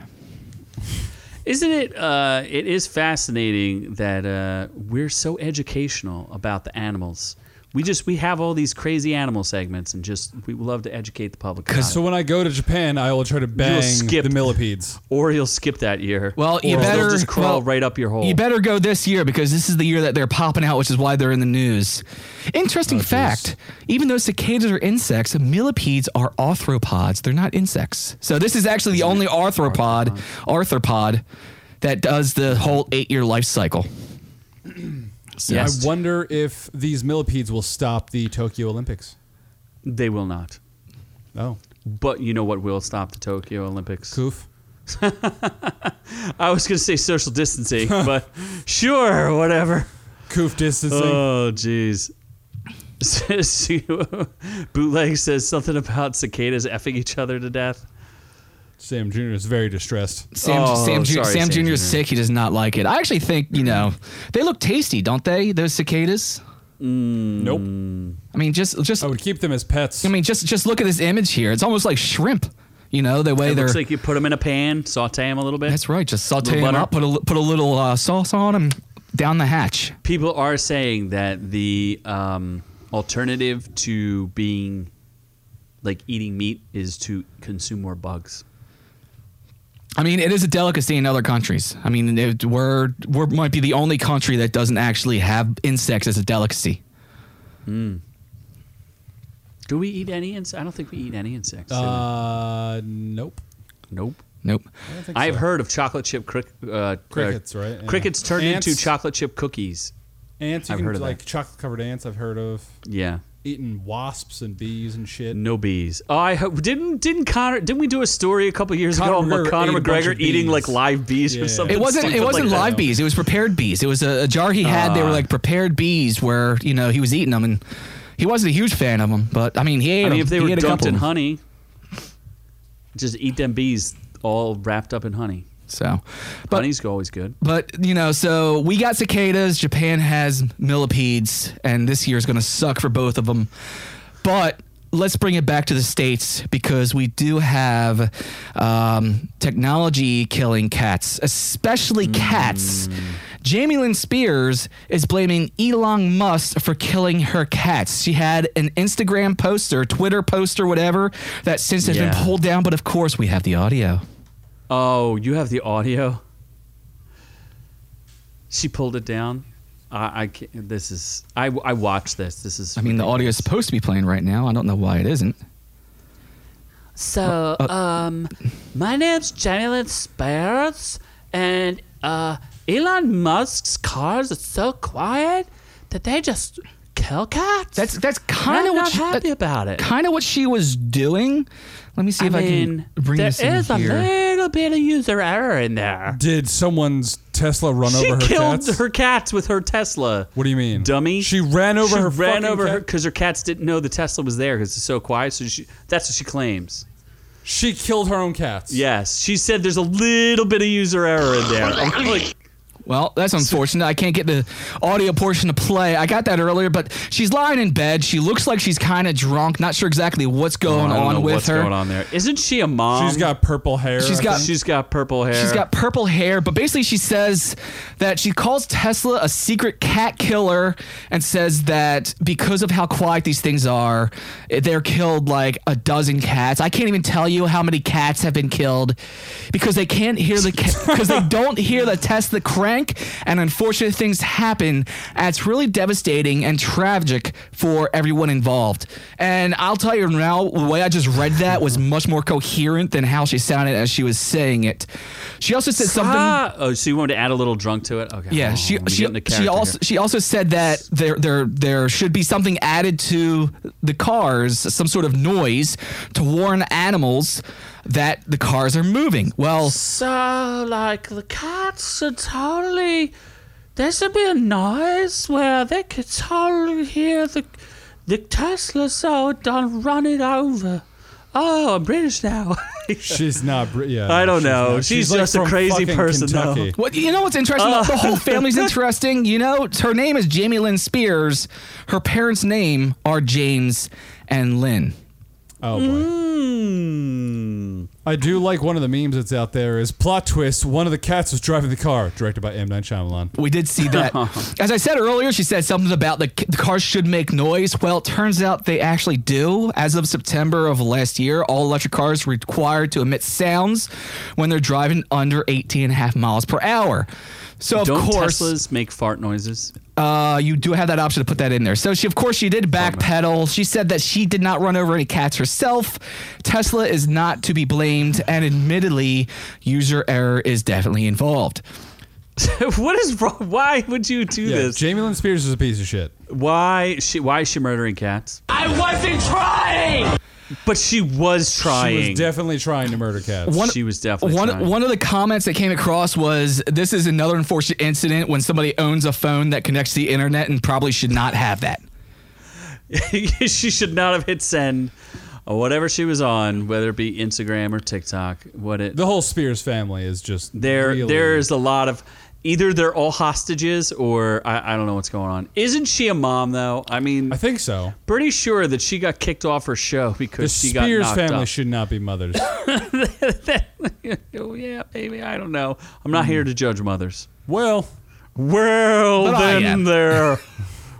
Speaker 1: Isn't it? Uh, it is fascinating that uh, we're so educational about the animals. We just we have all these crazy animal segments and just we love to educate the public. about
Speaker 7: So
Speaker 1: it.
Speaker 7: when I go to Japan, I will try to bang
Speaker 1: skip.
Speaker 7: the millipedes.
Speaker 1: or you'll skip that year.
Speaker 4: Well, you
Speaker 1: Or they'll
Speaker 4: better-
Speaker 1: just crawl
Speaker 4: well,
Speaker 1: right up your hole.
Speaker 4: You better go this year because this is the year that they're popping out, which is why they're in the news.
Speaker 1: Oh,
Speaker 4: Interesting fact even though cicadas are insects, millipedes are arthropods. They're not insects. So, this is actually the only arthropod, arthropod that does the whole eight year life cycle. So,
Speaker 1: Yes.
Speaker 7: I wonder if these millipedes will stop the Tokyo Olympics.
Speaker 1: They will not.
Speaker 7: Oh,
Speaker 1: But you know what will stop the Tokyo Olympics?
Speaker 7: poof.
Speaker 1: I was going to say social
Speaker 4: [laughs]
Speaker 1: distancing, but sure, whatever.
Speaker 7: Coof distancing.
Speaker 1: Oh, jeez. [laughs] Says you- Bootleg says something about cicadas effing each other to death.
Speaker 7: Sam Jr. is very distressed.
Speaker 4: Sam,
Speaker 1: Oh,
Speaker 4: Sam, Ju-
Speaker 1: sorry,
Speaker 4: Sam
Speaker 1: Sam
Speaker 4: Jr. is
Speaker 1: Jr..
Speaker 4: sick. He does not like it. I actually think, you know, they look tasty, don't they? Those cicadas?
Speaker 1: Mm.
Speaker 7: Nope.
Speaker 4: I mean, just, just,
Speaker 1: Oh,
Speaker 7: I would keep them as pets.
Speaker 4: I mean, just, just look at this image here. It's almost like shrimp. You know, the way
Speaker 1: It
Speaker 4: they're.
Speaker 1: looks like you put them in a pan, saute them a little bit.
Speaker 4: That's right. Just saute
Speaker 1: Little
Speaker 4: them
Speaker 1: butter.
Speaker 4: up, put a li- put a little uh, sauce on them, down the hatch.
Speaker 1: People are saying that the um, alternative to being like eating meat is to consume more bugs.
Speaker 4: I mean, it is a delicacy in other countries. I mean, it, we're we might be the only country that doesn't actually have insects as a delicacy.
Speaker 1: Do we eat any insects? I don't think we eat any insects. do we?
Speaker 7: Uh, nope.
Speaker 1: nope.
Speaker 4: Nope.
Speaker 7: I don't think
Speaker 1: I've
Speaker 7: so.
Speaker 1: heard of chocolate chip cric- uh,
Speaker 7: Crickets,
Speaker 1: uh,
Speaker 7: right? Yeah.
Speaker 1: Crickets turned into
Speaker 7: Ants.
Speaker 1: chocolate chip cookies.
Speaker 7: ants. You
Speaker 1: I've
Speaker 7: can,
Speaker 1: heard of
Speaker 7: like
Speaker 1: that.
Speaker 7: chocolate covered ants. I've heard of
Speaker 1: Yeah,
Speaker 7: eating wasps and bees and shit.
Speaker 1: no bees. Oh, I ho- didn't didn't Connor didn't we do a story a couple years
Speaker 7: Conor
Speaker 1: ago
Speaker 7: McGregor
Speaker 1: on Conor
Speaker 7: ate a bunch
Speaker 1: McGregor
Speaker 7: of
Speaker 1: eating
Speaker 7: bees.
Speaker 1: like live bees
Speaker 7: Yeah.
Speaker 1: or something?
Speaker 4: It wasn't. It
Speaker 1: stupid
Speaker 4: wasn't
Speaker 1: like Ah.
Speaker 4: live
Speaker 1: that.
Speaker 4: bees. It was prepared bees. It was a, a jar he had. they were like prepared bees, where you know he was eating them, and he wasn't a huge fan of them. But I mean, he ate
Speaker 1: I mean,
Speaker 4: 'em.
Speaker 1: if they
Speaker 4: He
Speaker 1: were
Speaker 4: ate a
Speaker 1: dumped
Speaker 4: couple
Speaker 1: in
Speaker 4: of 'em.
Speaker 1: honey, just eat them bees all wrapped up in honey.
Speaker 4: So, but
Speaker 1: Honey's always good.
Speaker 4: But you know, so we got cicadas. Japan has millipedes, and this year is going to suck for both of them. But let's bring it back to the states because we do have um, technology killing cats, especially cats. Jamie Lynn Spears is blaming Elon Musk for killing her cats. She had an Instagram poster, Twitter poster, whatever, that since has
Speaker 1: Yeah.
Speaker 4: been pulled down. But of course, we have the audio.
Speaker 1: Oh, you have the audio. She pulled it down. I, I can't, this is I, I watched this. This is
Speaker 4: I mean, the audio is supposed to be playing right now. I don't know why it isn't.
Speaker 8: So,
Speaker 4: uh,
Speaker 8: um, my name's Jamie Sparrows, and uh, Elon Musk's cars are so quiet that they just kill cats.
Speaker 4: That's that's
Speaker 8: And
Speaker 4: kind of
Speaker 8: I'm
Speaker 4: what
Speaker 8: not
Speaker 4: she,
Speaker 8: happy about it.
Speaker 4: kind of what she was doing. Let me see
Speaker 8: I
Speaker 4: if
Speaker 8: mean,
Speaker 4: I can bring
Speaker 8: there
Speaker 4: this in
Speaker 8: is a
Speaker 4: here.
Speaker 8: little bit of user error in there.
Speaker 7: Did someone's Tesla run
Speaker 1: she
Speaker 7: over her
Speaker 1: killed
Speaker 7: cats?
Speaker 1: her cats with her Tesla.
Speaker 7: What do you mean?
Speaker 1: dummy?
Speaker 7: She ran over
Speaker 1: She
Speaker 7: her
Speaker 1: ran
Speaker 7: fucking
Speaker 1: over her
Speaker 7: cat?
Speaker 1: because her cats didn't know the Tesla was there because it's so quiet. So she, that's what she claims.
Speaker 7: She killed her own cats.
Speaker 1: Yes, she said there's a little bit of user error in there.
Speaker 4: Oh,
Speaker 1: I'm like,
Speaker 4: Well, that's unfortunate. I can't get the audio portion to play. I got that earlier, but she's lying in bed. She looks like she's kind of drunk. Not sure exactly what's going
Speaker 1: I don't
Speaker 4: on
Speaker 1: know
Speaker 4: with
Speaker 1: what's
Speaker 4: her.
Speaker 1: going on there. Isn't she a mom?
Speaker 7: She's got purple hair.
Speaker 4: She's got-
Speaker 1: she's got purple hair.
Speaker 4: She's got purple hair, but basically she says that she calls Tesla a secret cat killer and says that because of how quiet these things are, eh, they're killed like a dozen cats. I can't even tell you how many cats have been killed because they can't hear the because they don't hear the Tesla crank and unfortunate things happen. And it's really devastating and tragic for everyone involved. And I'll tell you now, the way I just read that was much more coherent than how she sounded as she was saying it. She also said something.
Speaker 1: Ah, oh, so you wanted to add a little drunk to it? Okay.
Speaker 4: Yeah,
Speaker 1: Oh,
Speaker 4: she
Speaker 1: I'm
Speaker 4: she,
Speaker 1: getting the
Speaker 4: she
Speaker 1: character
Speaker 4: also
Speaker 1: here.
Speaker 4: she also said that there there there should be something added to the cars, some sort of noise to warn animals that the cars are moving. Well,
Speaker 8: So, like, the cats are totally. There should be a noise where they could totally hear the the Tesla so it don't run it over. Oh, I'm British
Speaker 1: [laughs]
Speaker 8: now.
Speaker 7: [laughs] She's not. Br- Yeah,
Speaker 1: I don't know.
Speaker 7: not.
Speaker 1: She's
Speaker 7: like,
Speaker 1: just a
Speaker 7: from
Speaker 1: crazy
Speaker 7: fucking
Speaker 1: person, though.
Speaker 7: Kentucky.
Speaker 4: What you know what's interesting?
Speaker 1: Uh.
Speaker 4: the
Speaker 1: [laughs]
Speaker 4: whole family's interesting. You know, her name is Jamie Lynn Spears. Her parents' name are James and Lynn.
Speaker 7: Oh boy.
Speaker 1: Mm-hmm. Hmm.
Speaker 7: I do like one of the memes that's out there is plot twist. One of the cats was driving the car, directed by M Night Shyamalan.
Speaker 4: We did
Speaker 1: [laughs]
Speaker 4: see that. As I said earlier, she said something about the, the cars should make noise. Well, it turns out they actually do. As of September of last year, all electric cars were required to emit sounds when they're driving under 18 and a half miles per hour. So, of
Speaker 1: Don't
Speaker 4: course,
Speaker 1: Teslas make fart noises? [laughs]
Speaker 4: Uh, you do have that option to put that in there. So she, of course, she did backpedal. She said that she did not run over any cats herself. Tesla is not to be blamed, and admittedly, user error is definitely involved.
Speaker 1: what is wrong? Why would you do
Speaker 7: Yeah,
Speaker 1: this?
Speaker 7: Jamie Lynn Spears is a piece of shit.
Speaker 1: Why she? Why is she murdering cats?
Speaker 3: I wasn't trying!
Speaker 1: But she was trying.
Speaker 7: She was definitely trying to murder cats.
Speaker 4: One,
Speaker 1: She was definitely
Speaker 4: one.
Speaker 1: trying.
Speaker 4: One of the comments that came across was, "This is another unfortunate incident when somebody owns a phone that connects to the internet and probably should not have that."
Speaker 1: [laughs] she should not have hit send or whatever she was on, whether it be Instagram or TikTok. What it
Speaker 7: The whole Spears family is just
Speaker 1: there
Speaker 7: really-
Speaker 1: there is a lot of either they're all hostages or I, I don't know what's going on. Isn't she a mom though? I mean,
Speaker 7: I think so.
Speaker 1: pretty sure that she got kicked off her show [laughs]
Speaker 7: The
Speaker 1: because she
Speaker 7: Spears
Speaker 1: got knocked
Speaker 7: family
Speaker 1: up.
Speaker 7: should not be mothers.
Speaker 1: [laughs] oh yeah, baby. I don't know. I'm not
Speaker 7: Hmm.
Speaker 1: here to judge mothers.
Speaker 7: well,
Speaker 1: Well
Speaker 4: But I
Speaker 1: [laughs]
Speaker 4: am.
Speaker 1: then, there.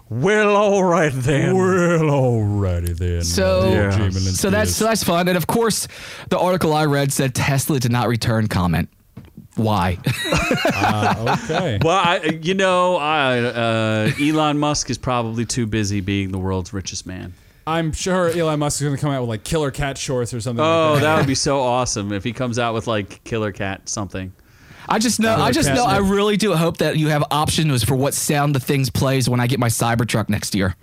Speaker 1: Well, all right then.
Speaker 7: well, alrighty then.
Speaker 4: So-
Speaker 7: Lord
Speaker 1: Yeah.
Speaker 7: Jamie Lynn
Speaker 4: So that's so [laughs]
Speaker 7: Spears.
Speaker 4: that's fun. And of course, the article I read said Tesla did not return comment. Why? [laughs]
Speaker 7: Uh, okay.
Speaker 1: Well, I, you know, I, uh, Elon Musk is probably too busy being the world's richest man.
Speaker 7: I'm sure Elon Musk is going to come out with like killer cat shorts or something.
Speaker 1: Oh,
Speaker 7: like
Speaker 1: [laughs] that would be so awesome if he comes out with like Killer Cat something.
Speaker 4: I just know. I just
Speaker 7: cat
Speaker 4: know. I
Speaker 7: sniff.
Speaker 4: really do hope that you have options for what sound the things plays when I get my Cybertruck next year.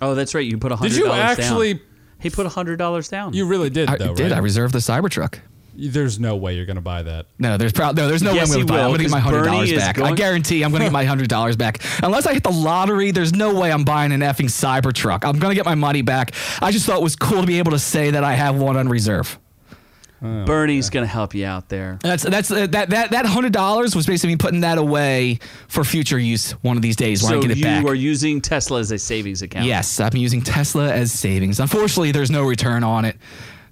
Speaker 1: Oh, that's right. You put a hundred.
Speaker 7: Did you actually?
Speaker 1: Down. He put a hundred dollars down.
Speaker 7: You really did
Speaker 4: I
Speaker 7: though,
Speaker 4: did.
Speaker 7: right?
Speaker 4: I reserved the Cybertruck.
Speaker 7: There's no way you're going to buy that.
Speaker 4: No, there's proud. No, there's no
Speaker 1: Yes,
Speaker 4: way I'm
Speaker 1: he
Speaker 4: gonna buy. it. I'm
Speaker 1: will,
Speaker 4: gonna get my
Speaker 1: 'cause
Speaker 4: hundred
Speaker 1: Bernie
Speaker 4: dollars
Speaker 1: is
Speaker 4: back. I
Speaker 1: going-
Speaker 4: guarantee I'm gonna
Speaker 1: [laughs]
Speaker 4: get my hundred dollars back. Unless I hit the lottery, there's no way I'm buying an effing Cybertruck. I'm gonna get my money back. I just thought it was cool to be able to say that I have one on reserve.
Speaker 1: Bernie's gonna help you out there.
Speaker 4: That's that's uh, that that that hundred dollars was basically me putting that away for future use one of these days when
Speaker 1: so
Speaker 4: I get it
Speaker 1: you
Speaker 4: back.
Speaker 1: are using Tesla as a savings account.
Speaker 4: Yes, I'm using Tesla as savings. Unfortunately, there's no return on it.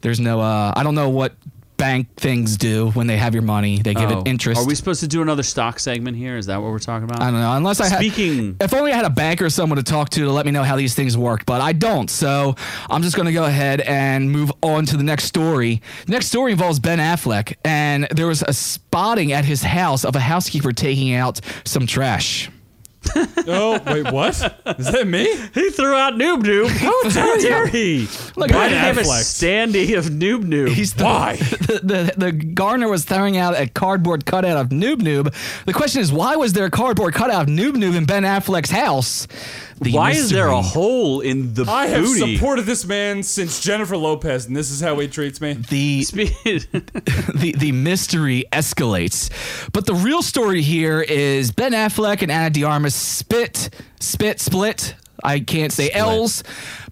Speaker 4: There's no. Uh, I don't know what bank things do when they have your money. They give
Speaker 1: Oh.
Speaker 4: it interest.
Speaker 1: Are we supposed to do another stock segment here? Is that what we're talking about?
Speaker 4: I don't know. Unless I had,
Speaker 1: Speaking-
Speaker 4: if only I had a banker or someone to talk to to let me know how these things work, but I don't. So I'm just going to go ahead and move on to the next story. The next story involves Ben Affleck, and there was a spotting at his house of a housekeeper taking out some trash.
Speaker 5: Oh, wait, what? Is that me?
Speaker 1: He threw out Noob Noob.
Speaker 4: [laughs]
Speaker 1: How dare he?
Speaker 4: Oh, Look,
Speaker 1: Why
Speaker 4: I-
Speaker 1: did he have a
Speaker 5: Affleck.
Speaker 1: standee of Noob Noob?
Speaker 4: He's the, Why? [laughs] The, the, the gardener was throwing out a cardboard cutout of Noob Noob. The question is, why was there a cardboard cutout of Noob Noob in Ben Affleck's house? The
Speaker 1: Why is there a
Speaker 4: mystery-
Speaker 1: hole in the
Speaker 5: I have
Speaker 1: booty? [laughs]
Speaker 5: supported this man since Jennifer Lopez, and this is how he treats me.
Speaker 4: the the, the mystery escalates. But the real story here is Ben Affleck and Anna Diarmas spit, spit, split. I can't say L's.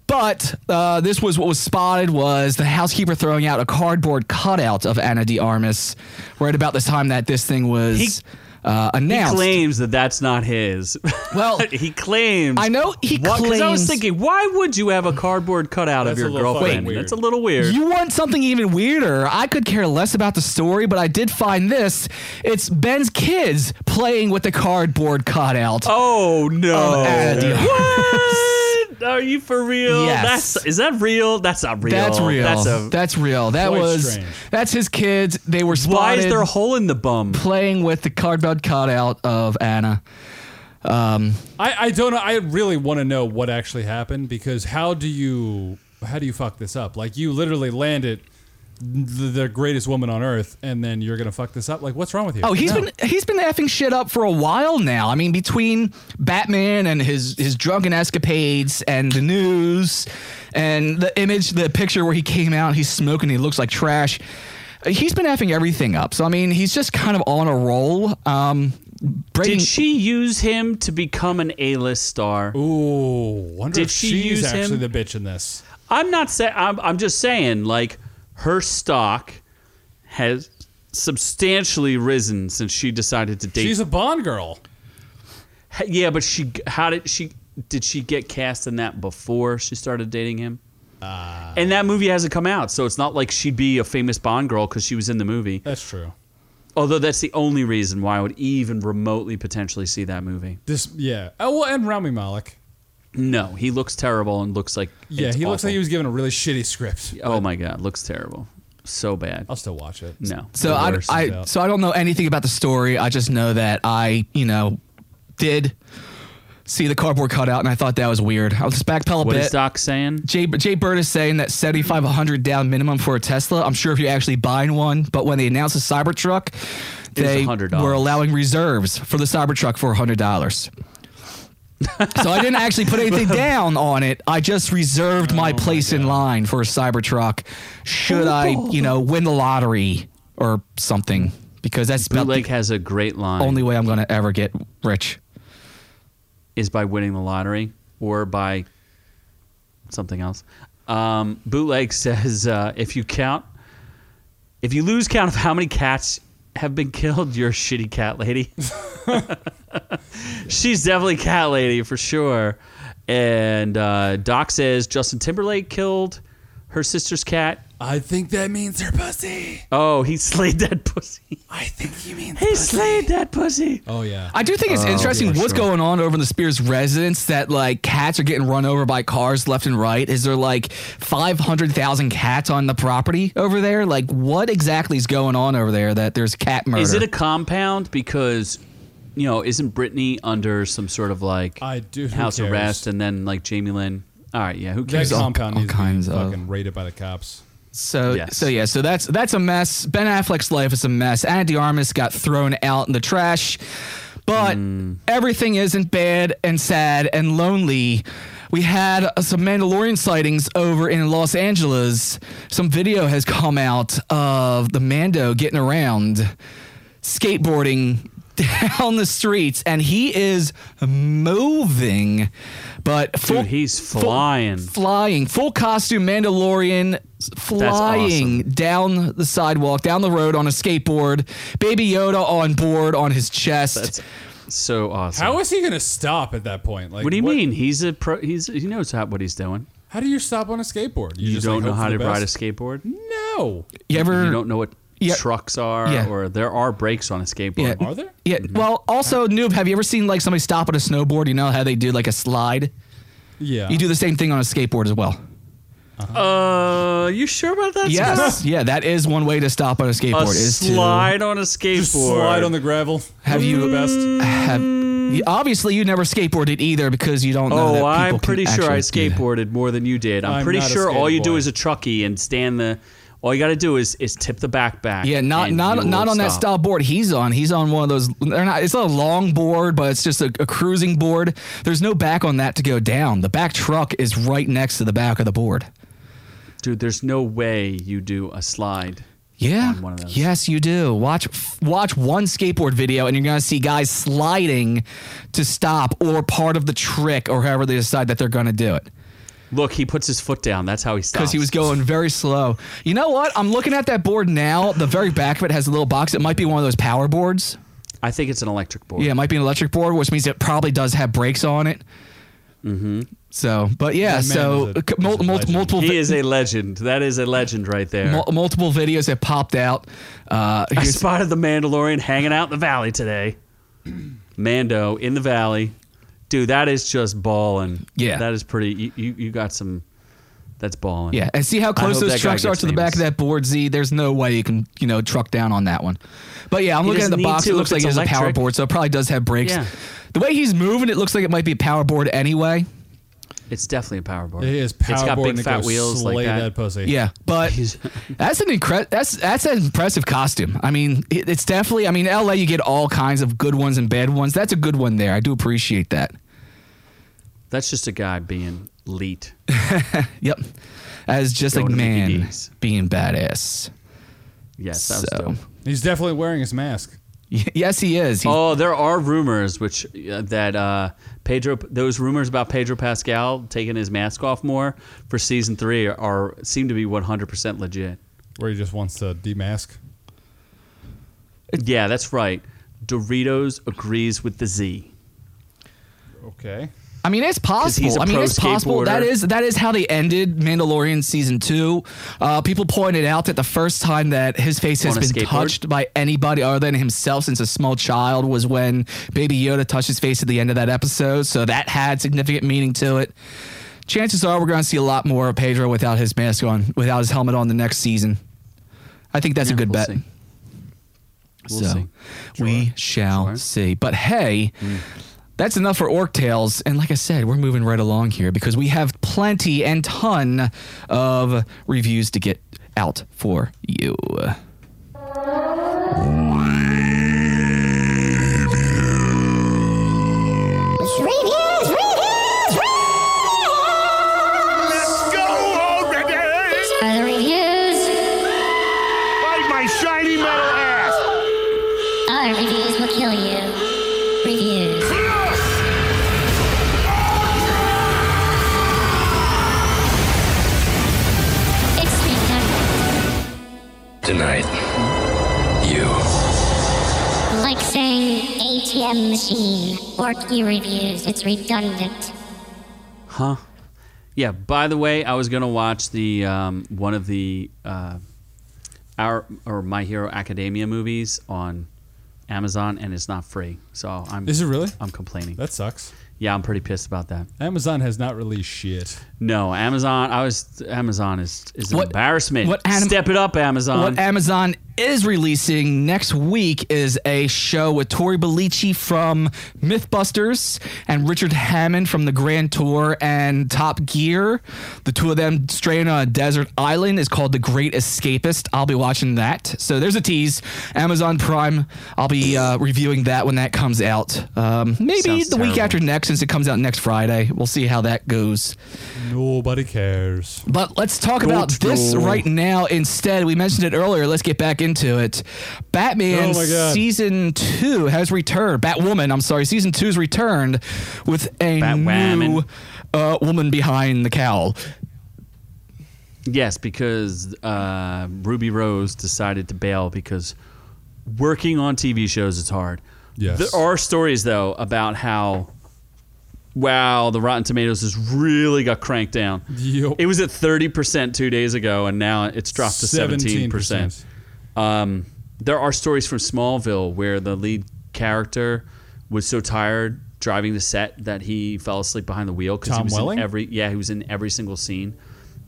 Speaker 4: But uh, this was what was spotted was the housekeeper throwing out a cardboard cutout of Anna Diarmas right about the time that this thing was
Speaker 1: He-
Speaker 4: uh,
Speaker 1: he
Speaker 4: announced.
Speaker 1: claims that that's not his. [laughs]
Speaker 4: Well,
Speaker 1: he claims.
Speaker 4: I know he
Speaker 1: What- 'cause I was
Speaker 4: claims-
Speaker 1: thinking, why would you have a cardboard cutout of
Speaker 5: That's
Speaker 1: your
Speaker 5: a little fucking
Speaker 1: girlfriend?
Speaker 5: weird.
Speaker 1: That's a little weird.
Speaker 4: You want something even weirder? I could care less about the story, but I did find this. It's Ben's kids playing with the cardboard cutout.
Speaker 1: oh no!
Speaker 4: Of Anna Diarmas.
Speaker 1: what? Are you for real?
Speaker 4: Yes.
Speaker 1: That's is that real? That's not real.
Speaker 4: That's real.
Speaker 1: That's
Speaker 4: That's,
Speaker 1: a.
Speaker 4: real. That
Speaker 5: Quite
Speaker 4: was
Speaker 5: strange.
Speaker 4: that's his kids. They were spotted
Speaker 1: why is there a hole in the bum?
Speaker 4: playing with the cardboard cutout of Anna.
Speaker 5: I, I don't know. I really want to know what actually happened because how do you how do you fuck this up? Like you literally landed the, the greatest woman on earth, and then you're gonna fuck this up. Like what's wrong with you?
Speaker 4: Oh, he's
Speaker 5: No.
Speaker 4: been he's been effing shit up for a while now. I mean, between Batman and his his drunken escapades and the news and the image, the picture where he came out, he's smoking, he looks like trash. He's been effing everything up. So I mean, he's just kind of on a roll. Um, breaking,
Speaker 1: Did she use him to become an A-list star?
Speaker 5: Ooh, wonder
Speaker 1: Did
Speaker 5: if
Speaker 1: she
Speaker 5: she's
Speaker 1: use him?
Speaker 5: actually the bitch in this.
Speaker 1: I'm not saying. I'm, I'm just saying, like, her stock has substantially risen since she decided to date.
Speaker 5: She's a Bond girl.
Speaker 1: H- yeah, but she. How did she? Did she get cast in that before she started dating him?
Speaker 5: Uh.
Speaker 1: and that movie hasn't come out, so it's not like she'd be a famous Bond girl because she was in the movie.
Speaker 5: That's true.
Speaker 1: Although that's the only reason why I would even remotely potentially see that movie.
Speaker 5: This yeah. Oh well, and Rami Malek.
Speaker 1: No, he looks terrible and looks like
Speaker 5: Yeah,
Speaker 1: it's
Speaker 5: he looks
Speaker 1: awful.
Speaker 5: like he was given a really shitty script.
Speaker 1: Oh my god, looks terrible, so bad.
Speaker 5: I'll still watch it.
Speaker 1: No.
Speaker 4: So
Speaker 5: The
Speaker 4: I,
Speaker 5: worst is
Speaker 4: I
Speaker 5: out.
Speaker 4: so I don't know anything about the story. I just know that I, you know, did see the cardboard cutout, and I thought that was weird. I'll just backpedal a
Speaker 1: What
Speaker 4: bit.
Speaker 1: is Doc saying?
Speaker 4: Jay, Jay Bird is saying that 7,500 down minimum for a Tesla. I'm sure if you're actually buying one, but when they announced the Cybertruck,
Speaker 1: was
Speaker 4: they
Speaker 1: $100.
Speaker 4: were allowing reserves for the Cybertruck for
Speaker 1: [laughs]
Speaker 4: $100. so I didn't actually put anything down on it. I just reserved
Speaker 1: Oh
Speaker 4: my place in line for a Cybertruck should I, you know, win the lottery or something because that's about
Speaker 1: Bootleg
Speaker 4: the
Speaker 1: has a great line.
Speaker 4: only way I'm going to ever get rich.
Speaker 1: is by winning the lottery or by something else. Um, Bootleg says uh, if you count, if you lose count of how many cats have been killed, you're a shitty cat lady. [laughs] She's definitely cat lady for sure. And uh, Doc says Justin Timberlake killed her sister's cat.
Speaker 5: I think that means her pussy.
Speaker 1: Oh, he [laughs] slayed that pussy.
Speaker 5: I think he means.
Speaker 1: He slayed that pussy.
Speaker 5: Oh yeah.
Speaker 4: I do think it's interesting what's going on over in the Spears residence that like cats are getting run over by cars left and right. Is there like 500,000 cats on the property over there? Like what exactly is going on over there that there's cat murder?
Speaker 1: Is it a compound? Because, you know, isn't Brittany under some sort of like
Speaker 5: I do. who
Speaker 1: house
Speaker 5: cares?
Speaker 1: arrest and then like Jamie Lynn? All right, yeah, who
Speaker 5: That
Speaker 1: cares?
Speaker 4: all-
Speaker 5: compound
Speaker 4: all
Speaker 5: needs to be
Speaker 4: kinds of-
Speaker 5: fucking raided by the cops.
Speaker 4: so
Speaker 1: Yes.
Speaker 4: so yeah, so that's that's a mess. Ben Affleck's life is a mess. Anna DiArmas got thrown out in the trash. But
Speaker 1: Mm.
Speaker 4: everything isn't bad and sad and lonely. We had uh, some Mandalorian sightings over in Los Angeles. Some video has come out of the Mando getting around, skateboarding [laughs] down the streets, and he is moving. But full,
Speaker 1: he's
Speaker 4: full-
Speaker 1: flying.
Speaker 4: flying, full costume Mandalorian, s- flying down the sidewalk, down the road on a skateboard. Baby Yoda on board on his chest.
Speaker 1: [laughs] That's so awesome.
Speaker 5: How is he gonna stop at that point? Like,
Speaker 1: what do you mean? He's a pro. He's he knows how, what he's doing.
Speaker 5: How do you stop on a skateboard?
Speaker 1: You
Speaker 5: just,
Speaker 1: don't
Speaker 5: like,
Speaker 1: know
Speaker 5: hope
Speaker 1: how
Speaker 5: for
Speaker 1: to
Speaker 5: the
Speaker 1: ride a
Speaker 5: best? Mm.
Speaker 1: skateboard?
Speaker 5: No.
Speaker 4: You ever?
Speaker 1: you don't know what
Speaker 4: Yeah.
Speaker 1: trucks are,
Speaker 4: Yeah.
Speaker 1: or there are brakes on a skateboard.
Speaker 4: Yeah.
Speaker 5: Are there?
Speaker 4: Yeah.
Speaker 1: Mm-hmm.
Speaker 4: Well, also, noob, have you ever seen like somebody stop on a snowboard? You know how they do like a slide.
Speaker 5: Yeah.
Speaker 4: You do the same thing on a skateboard as well.
Speaker 1: Uh, you sure about that? Scott?
Speaker 4: Yes. [laughs] yeah, that is one way to stop on a
Speaker 1: A
Speaker 4: skateboard. is to-
Speaker 1: slide on a skateboard.
Speaker 5: Just slide on the gravel.
Speaker 4: Have
Speaker 5: Those are
Speaker 4: you-
Speaker 5: the best?
Speaker 4: have- you- obviously, you never skateboarded either because you don't know. that
Speaker 1: Oh,
Speaker 4: people
Speaker 1: I'm
Speaker 4: can
Speaker 1: pretty sure I
Speaker 4: actually do that.
Speaker 1: skateboarded more than you did. I'm,
Speaker 5: I'm
Speaker 1: pretty
Speaker 5: not a
Speaker 1: sure all you do
Speaker 5: skateboy.
Speaker 1: is a truckie and stand the. All you got to do is is tip the backpack.
Speaker 4: Yeah, not
Speaker 1: and
Speaker 4: not
Speaker 1: you
Speaker 4: not
Speaker 1: will
Speaker 4: on that
Speaker 1: stop.
Speaker 4: style board he's on. He's on one of those. They're not. It's not a long board, but it's just a, a cruising board. There's no back on that to go down. The back truck is right next to the back of the board.
Speaker 1: dude. There's no way you do a slide.
Speaker 4: Yeah.
Speaker 1: on one of those.
Speaker 4: Yes, you do. Watch f- watch one skateboard video, and you're gonna see guys sliding to stop or part of the trick or however they decide that they're gonna do it.
Speaker 1: Look, he puts his foot down. That's how he stops.
Speaker 4: Because he was going very slow. You know what? I'm looking at that board now. The very back of it has a little box. It might be one of those power boards.
Speaker 1: I think it's an electric board.
Speaker 4: Yeah, it might be an electric board, which means it probably does have brakes on it. Mm-hmm. So, but yeah,
Speaker 5: man
Speaker 4: so
Speaker 5: is a-
Speaker 4: c-
Speaker 5: is
Speaker 4: mul-
Speaker 5: a
Speaker 4: mul-
Speaker 5: legend.
Speaker 4: multiple
Speaker 1: Mm-hmm. he
Speaker 4: vi-
Speaker 1: is a legend. That is a legend right there.
Speaker 4: mul- multiple videos have popped out. Uh,
Speaker 1: I
Speaker 4: here's-
Speaker 1: spotted the Mandalorian hanging out in the valley
Speaker 4: [clears throat]
Speaker 1: today. Mando in the valley, dude. That is just balling.
Speaker 4: Yeah.
Speaker 1: that is pretty. You you, you got some. That's balling.
Speaker 4: yeah, and see how close
Speaker 1: hope
Speaker 4: those
Speaker 1: that guy
Speaker 4: trucks are
Speaker 1: gets
Speaker 4: to the back of
Speaker 1: famous.
Speaker 4: that board. Z, there's no way you can you know truck down on that one. But yeah, I'm looking
Speaker 1: doesn't
Speaker 4: at the
Speaker 1: need
Speaker 4: box.
Speaker 1: to
Speaker 4: It
Speaker 1: if
Speaker 4: looks like
Speaker 1: it's
Speaker 4: it's a power
Speaker 1: electric.
Speaker 4: board, so it probably does have brakes.
Speaker 1: Yeah.
Speaker 4: The way he's moving, it looks like it might be a power board anyway.
Speaker 1: It's definitely a power board.
Speaker 5: It is power
Speaker 1: It's got
Speaker 5: board
Speaker 1: big
Speaker 5: and it
Speaker 1: fat
Speaker 5: goes
Speaker 1: wheels
Speaker 5: slay
Speaker 1: like that.
Speaker 5: that pussy.
Speaker 4: Yeah, but
Speaker 1: He's-
Speaker 4: that's an incre- that's that's an impressive costume. I mean, it, it's definitely. I mean, L.A. You get all kinds of good ones and bad ones. That's a good one there. I do appreciate that.
Speaker 1: That's just a guy being leet.
Speaker 4: Yep, as just
Speaker 1: Going
Speaker 4: like
Speaker 1: to
Speaker 4: man
Speaker 1: DVDs.
Speaker 4: being badass.
Speaker 1: Yes, that was
Speaker 4: So-
Speaker 1: dope.
Speaker 5: He's definitely wearing his mask.
Speaker 4: Y- yes, he is. He-
Speaker 1: Oh, there are rumors which uh, that uh, Pedro those rumors about Pedro Pascal taking his mask off more for season three are, seem to be 100 percent legit.
Speaker 5: Where he just wants to demask.
Speaker 1: Yeah, that's right. Doritos agrees with the Z.
Speaker 5: Okay.
Speaker 4: I mean, it's possible.
Speaker 1: he's a
Speaker 4: I mean,
Speaker 1: pro
Speaker 4: it's possible. That
Speaker 1: skateboarder.
Speaker 4: is that is how they ended Mandalorian season two. Uh, people pointed out that the first time that his face has
Speaker 1: On a
Speaker 4: been
Speaker 1: skateboard?
Speaker 4: touched by anybody other than himself since a small child was when Baby Yoda touched his face at the end of that episode. So that had significant meaning to it. Chances are we're going to see a lot more of Pedro without his mask on, without his helmet on the next season. I think that's a
Speaker 1: Yeah,
Speaker 4: good
Speaker 1: we'll
Speaker 4: bet.
Speaker 1: see. We'll
Speaker 4: so
Speaker 1: see.
Speaker 4: we shall
Speaker 1: Sure.
Speaker 4: see. But hey, that's enough for Orc Tales. And like I said, we're moving right along here because we have plenty and ton of reviews to get out for you.
Speaker 6: Reviews, reviews, reviews!
Speaker 2: Let's go already!
Speaker 6: Are the reviews?
Speaker 2: Bite my shiny metal ass!
Speaker 6: Our reviews will kill you. Reviews. It's spectacular.
Speaker 2: Tonight, you.
Speaker 6: Like saying ATM machine. Orky reviews. It's redundant.
Speaker 1: Huh? Yeah. By the way, I was gonna watch the um, one of the uh, our or My Hero Academia movies on Amazon, and it's not free. So I'm
Speaker 5: Is it really?
Speaker 1: I'm complaining.
Speaker 5: That sucks.
Speaker 1: Yeah, I'm pretty pissed about that.
Speaker 5: Amazon has not released shit.
Speaker 1: No, Amazon. I was Amazon is is an
Speaker 4: What-
Speaker 1: embarrassment.
Speaker 4: what anim-
Speaker 1: Step it up, Amazon.
Speaker 4: What Amazon is releasing next week is a show with Tori Belici from Mythbusters and Richard Hammond from the Grand Tour and Top Gear. The two of them straying on a desert island is called The Great Escapist. I'll be watching that. So there's a tease. Amazon Prime. I'll be uh, reviewing that when that comes out. Um, maybe
Speaker 1: Sounds
Speaker 4: the week
Speaker 1: terrible.
Speaker 4: after next, since it comes out next Friday. We'll see how that goes.
Speaker 5: Nobody cares.
Speaker 4: But let's talk about this right now instead. We mentioned it earlier. Let's get back into it. Batman
Speaker 5: Oh my God.
Speaker 4: season two has returned. Batwoman, I'm sorry, season two's returned with a new
Speaker 1: Batwoman.
Speaker 4: uh, woman behind the cowl.
Speaker 1: yes, because uh, Ruby Rose decided to bail because working on TV shows is hard.
Speaker 5: Yes.
Speaker 1: There are stories though about how wow, the Rotten Tomatoes has really got cranked down.
Speaker 5: Yup.
Speaker 1: It was at 30% two days ago, and now it's dropped to 17%.
Speaker 5: 17%.
Speaker 1: Um, there are stories from Smallville where the lead character was so tired driving the set that he fell asleep behind the wheel because he
Speaker 5: Tom
Speaker 1: was
Speaker 5: Welling?
Speaker 1: in every yeah he was in every single scene.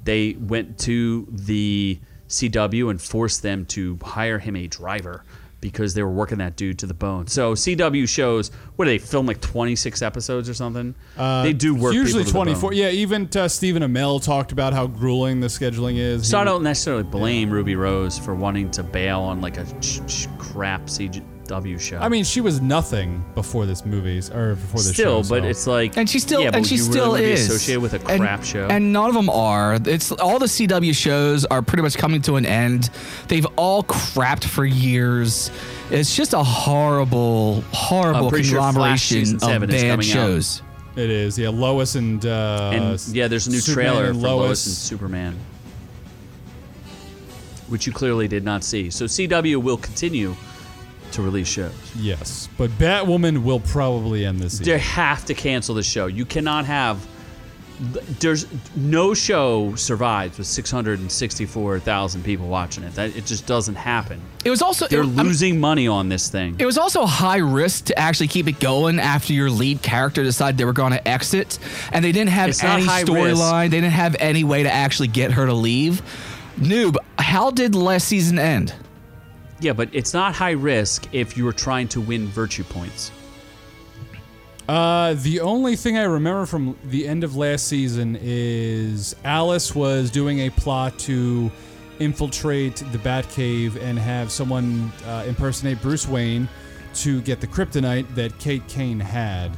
Speaker 1: They went to the CW and forced them to hire him a driver because they were working that dude to the bone. So CW shows what do they film like twenty six episodes or something? they do work
Speaker 5: Uh, Usually
Speaker 1: people to the bone.
Speaker 5: 24. Yeah, even uh, Stephen Amell talked about how grueling the scheduling is.
Speaker 1: So I
Speaker 5: He-
Speaker 1: don't necessarily blame Ruby Rose for wanting to bail on like a ch- ch- crap CW show.
Speaker 5: I mean, she was nothing before this movies or before this
Speaker 1: still,
Speaker 5: show. so-
Speaker 1: but it's like,
Speaker 4: And she still
Speaker 1: yeah, but
Speaker 4: and she
Speaker 1: you
Speaker 4: still
Speaker 1: really wanna
Speaker 4: is
Speaker 1: be associated with a
Speaker 4: And-
Speaker 1: crap show.
Speaker 4: And none of them are. It's all the CW shows are pretty much coming to an end. They've all crapped for years. It's just a horrible, horrible
Speaker 1: I'm pretty sure Flash
Speaker 4: conglomeration
Speaker 1: season
Speaker 4: of
Speaker 1: seven is
Speaker 4: bad
Speaker 1: coming out.
Speaker 4: shows.
Speaker 5: it is. Yeah, Lois and uh,
Speaker 1: And, yeah, there's a new
Speaker 5: Superman
Speaker 1: trailer
Speaker 5: and
Speaker 1: for Lois. and Superman, which you clearly did not see. So CW will continue to release shows.
Speaker 5: Yes, but Batwoman will probably end this
Speaker 1: They
Speaker 5: season.
Speaker 1: have to cancel the show. You cannot have. There's no show survives with 664,000 people watching it. That it just doesn't happen.
Speaker 4: It was also
Speaker 1: They're
Speaker 4: it- I'm-
Speaker 1: losing money on this thing.
Speaker 4: It was also high risk to actually keep it going after your lead character decided they were going to exit, and they didn't have
Speaker 1: It's not
Speaker 4: any
Speaker 1: high
Speaker 4: storyline. They didn't have any way to actually get her to leave. Noob, how did last season end?
Speaker 1: Yeah, but it's not high risk if you're trying to win virtue points.
Speaker 5: Uh, the only thing I remember from the end of last season is Alice was doing a plot to infiltrate the Batcave and have someone uh, impersonate Bruce Wayne to get the kryptonite that Kate Kane had.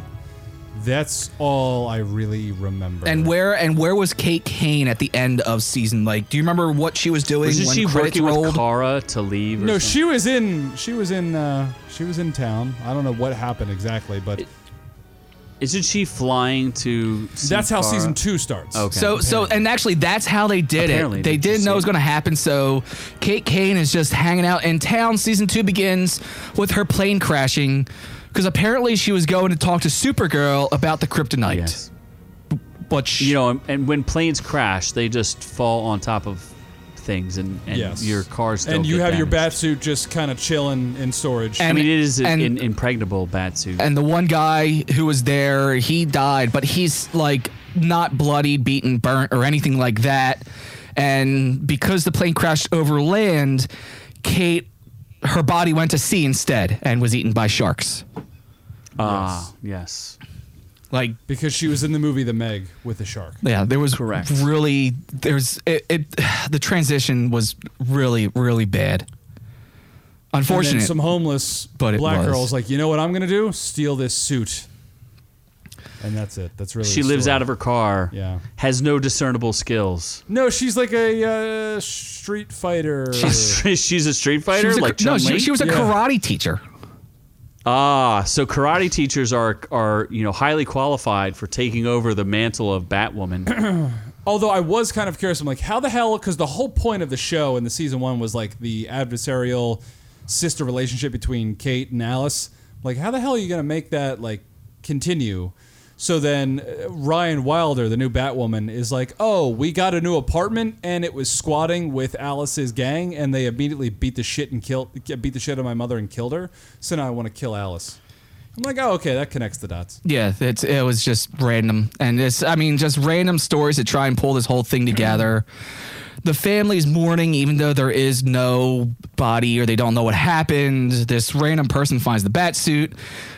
Speaker 5: That's all I really remember.
Speaker 4: And where and where was Kate Kane at the end of season? Like, do you remember what she was doing
Speaker 1: Wasn't
Speaker 4: when
Speaker 1: she
Speaker 4: credits
Speaker 1: working
Speaker 4: rolled?
Speaker 1: with Kara to leave? Or
Speaker 5: No,
Speaker 1: something?
Speaker 5: she was in. She was in. Uh, she was in town. I don't know what happened exactly, but
Speaker 1: Isn't she flying to? see
Speaker 5: that's how
Speaker 1: Kara?
Speaker 5: season two starts.
Speaker 1: Okay.
Speaker 4: So so and actually that's how they did
Speaker 1: Apparently
Speaker 4: it. They
Speaker 1: didn't you
Speaker 4: didn't know
Speaker 1: see
Speaker 4: it was
Speaker 1: it?
Speaker 4: going to happen. So Kate Kane is just hanging out in town. Season 2 begins with her plane crashing cuz apparently she was going to talk to Supergirl about the kryptonite.
Speaker 1: Yes.
Speaker 4: But sh-
Speaker 1: You know, and, and when planes crash, they just fall on top of things, and, and
Speaker 5: Yes.
Speaker 1: your cars.
Speaker 5: and you have your bat suit just kind of chilling in storage.
Speaker 1: I
Speaker 4: And-
Speaker 1: mean, it is an
Speaker 4: and-
Speaker 1: an impregnable bat suit.
Speaker 4: and the one guy who was there, he died, but he's like not bloodied, beaten, burnt, or anything like that. And because the plane crashed over land, Kate, her body went to sea instead and was eaten by sharks.
Speaker 1: Ah, yes.
Speaker 4: Like,
Speaker 5: because she was in the movie The Meg with the shark.
Speaker 4: yeah, there was
Speaker 1: Correct.
Speaker 4: really there's it, it. [sighs] The transition was really, really bad.
Speaker 5: And
Speaker 4: Unfortunate.
Speaker 5: then some homeless
Speaker 4: But it
Speaker 5: black
Speaker 4: was.
Speaker 5: girl's like, you know what I'm gonna do? Steal this suit. And that's it. That's really.
Speaker 1: She
Speaker 5: the
Speaker 1: lives
Speaker 5: story.
Speaker 1: out of her car.
Speaker 5: Yeah.
Speaker 1: Has no discernible skills.
Speaker 5: No, she's like a uh, street fighter.
Speaker 1: [laughs] She's a street
Speaker 4: she
Speaker 1: fighter,
Speaker 4: was a,
Speaker 1: like
Speaker 4: no,
Speaker 1: Chun
Speaker 4: she,
Speaker 1: Li?
Speaker 4: she was a
Speaker 5: Yeah.
Speaker 4: karate teacher.
Speaker 1: Ah, so karate teachers are are you know highly qualified for taking over the mantle of Batwoman.
Speaker 5: Although I was kind of curious, I'm like, how the hell? Because the whole point of the show in the season one was like the adversarial sister relationship between Kate and Alice. Like, how the hell are you going to make that like continue? So then uh, Ryan Wilder, the new Batwoman, is like, oh, we got a new apartment and it was squatting with Alice's gang, and they immediately beat the shit and killed beat the shit out of my mother and killed her. So now I want to kill Alice. I'm like, oh, okay, that connects the dots.
Speaker 4: Yeah, it's it was just random, and it's I mean just random stories that try and pull this whole thing together. The family's mourning, even though there is no body or they don't know what happened. This random person finds the bat suit.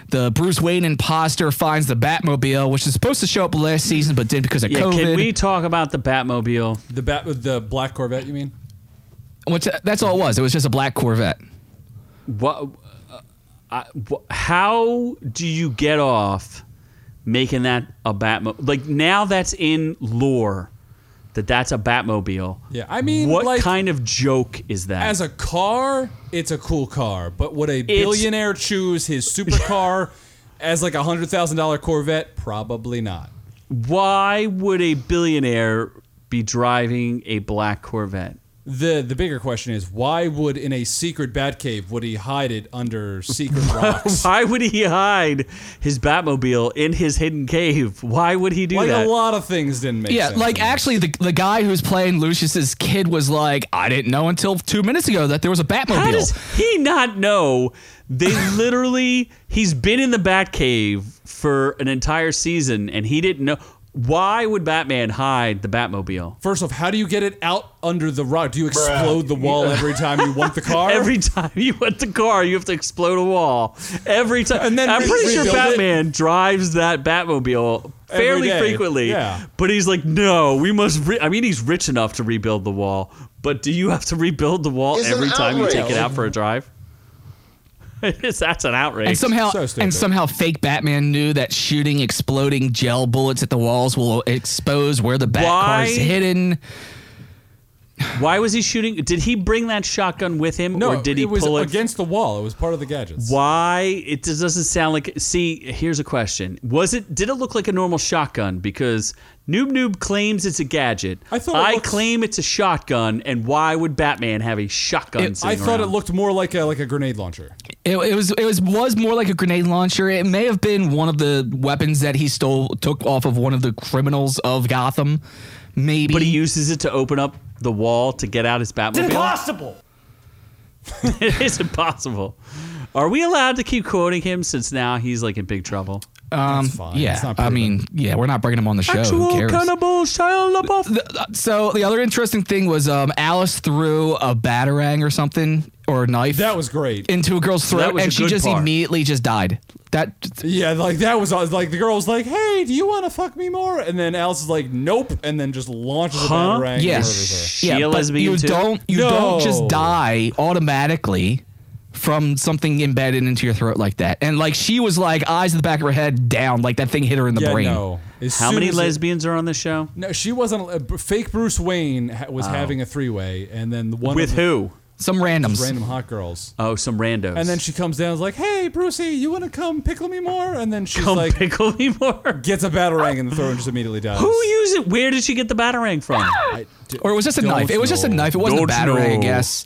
Speaker 4: The Bruce Wayne imposter finds the Batmobile, which is supposed to show up last season but did because of
Speaker 1: yeah,
Speaker 4: COVID.
Speaker 1: can we talk about the Batmobile?
Speaker 5: The bat, the black Corvette, you mean?
Speaker 4: which that's all it was. It was just a black Corvette.
Speaker 1: What? uh, I- wh- how do you get off making that a Batmobile? Like now that's in lore that that's a Batmobile.
Speaker 5: Yeah, I mean,
Speaker 1: what
Speaker 5: like-
Speaker 1: kind of joke is that?
Speaker 5: As a car, it's a cool car, but would a billionaire choose his
Speaker 1: [laughs]
Speaker 5: supercar as like a hundred thousand dollar Corvette? Probably not.
Speaker 1: Why would a billionaire be driving a black Corvette?
Speaker 5: the the bigger question is why would in a secret bat cave would he hide it under secret
Speaker 1: [laughs]
Speaker 5: rocks?
Speaker 1: Why would he hide his Batmobile in his hidden cave? Why would he do
Speaker 5: like
Speaker 1: that?
Speaker 5: a lot of things didn't make
Speaker 4: Yeah,
Speaker 5: sense.
Speaker 4: like
Speaker 5: to me.
Speaker 4: actually, the, the guy who's playing Lucius's kid was like, I didn't know until two minutes ago that there was a Batmobile.
Speaker 1: How does he not know? They literally, he's been in the Batcave for an entire season and he didn't know. Why would Batman hide the Batmobile?
Speaker 5: First off, how do you get it out under the rock? Do you explode the wall every time you
Speaker 1: [laughs]
Speaker 5: want the car?
Speaker 1: Every time you want the car, you have to explode a wall. Every time.
Speaker 5: And then
Speaker 1: I'm
Speaker 5: re-
Speaker 1: pretty sure
Speaker 5: rebuild it.
Speaker 1: Batman drives that Batmobile
Speaker 5: Every
Speaker 1: fairly
Speaker 5: day,
Speaker 1: frequently.
Speaker 5: yeah.
Speaker 1: But he's like, no, we must. Re-. I mean, he's rich enough to rebuild the wall, but do you have to rebuild the wall
Speaker 9: It's an
Speaker 1: every time you take
Speaker 9: outrage.
Speaker 1: it out for a drive? [laughs] It's- That's an outrage.
Speaker 4: and somehow,
Speaker 5: so stupid.
Speaker 4: and somehow, fake Batman knew that shooting exploding gel bullets at the walls will expose where the Bat car is
Speaker 1: Why?
Speaker 4: hidden.
Speaker 1: Why was he shooting? Did he bring that shotgun with him,
Speaker 5: [laughs] no,
Speaker 1: or did he
Speaker 5: it was
Speaker 1: pull it?
Speaker 5: against the wall. It was part of the gadgets.
Speaker 1: Why it just doesn't sound like? See, here's a question: Was it? Did it look like a normal shotgun? Because Noob Noob claims it's a gadget.
Speaker 5: I thought it looked-
Speaker 1: claim it's a shotgun, and why would Batman have a shotgun?
Speaker 4: It-
Speaker 5: I
Speaker 1: sitting
Speaker 5: thought it
Speaker 1: around?
Speaker 5: looked more like a like a grenade launcher.
Speaker 4: It, it was it was was more like a grenade launcher. It may have been one of the weapons that he stole took off of one of the criminals of Gotham. Maybe,
Speaker 1: but he uses it to open up the wall to get out his Batmobile.
Speaker 10: Impossible!
Speaker 1: [laughs] it is impossible. Are we allowed to keep quoting him since now he's like in big trouble?
Speaker 4: um,
Speaker 5: That's fine. It's
Speaker 4: yeah.
Speaker 5: not
Speaker 4: I
Speaker 5: proven.
Speaker 4: mean, yeah, we're not bringing him on the show. Who cares?
Speaker 1: cannibal Shia LaBeouf.
Speaker 4: so the other interesting thing was um, Alice threw a batarang or something or a knife
Speaker 5: That was great.
Speaker 4: into a girl's throat,
Speaker 1: was
Speaker 4: and
Speaker 1: a
Speaker 4: she
Speaker 1: good
Speaker 4: just
Speaker 1: part.
Speaker 4: immediately just died. That
Speaker 5: yeah, like that was like the girl was like, "Hey, do you want to fuck me more?" And then Alice is like, "Nope," and then just launches
Speaker 1: Huh?
Speaker 5: a batarang.
Speaker 4: Yeah.
Speaker 5: and murders
Speaker 1: She a
Speaker 4: but
Speaker 1: lesbian
Speaker 4: you
Speaker 1: too?
Speaker 4: don't you
Speaker 5: No.
Speaker 4: don't just die automatically from something embedded into your throat like that. And like she was like eyes in the back of her head down, like that thing hit her in the
Speaker 5: her. Yeah,
Speaker 4: brain.
Speaker 5: no. As
Speaker 1: How
Speaker 5: soon
Speaker 1: many
Speaker 5: as it-
Speaker 1: lesbians are on this show?
Speaker 5: No, she wasn't. Uh, fake Bruce Wayne ha- was having a three-way, and then the one
Speaker 1: Oh. With
Speaker 5: of the
Speaker 1: who?
Speaker 4: Some randoms.
Speaker 5: random hot girls.
Speaker 1: Oh, some randos.
Speaker 5: And
Speaker 1: [laughs]
Speaker 5: then she comes down and is like, "Hey, Brucey, you want to come pickle me more?" And then she's
Speaker 1: Don't
Speaker 5: like,
Speaker 1: pickle [laughs] me more.
Speaker 5: gets a batarang in the throat and just immediately dies.
Speaker 1: Who used it? Where did she get the batarang from?
Speaker 5: I d-
Speaker 4: Or it was just a
Speaker 5: don't
Speaker 4: knife. It was just a
Speaker 5: know.
Speaker 4: knife. It wasn't a
Speaker 1: Don't
Speaker 4: batarang, I
Speaker 1: know.
Speaker 4: guess.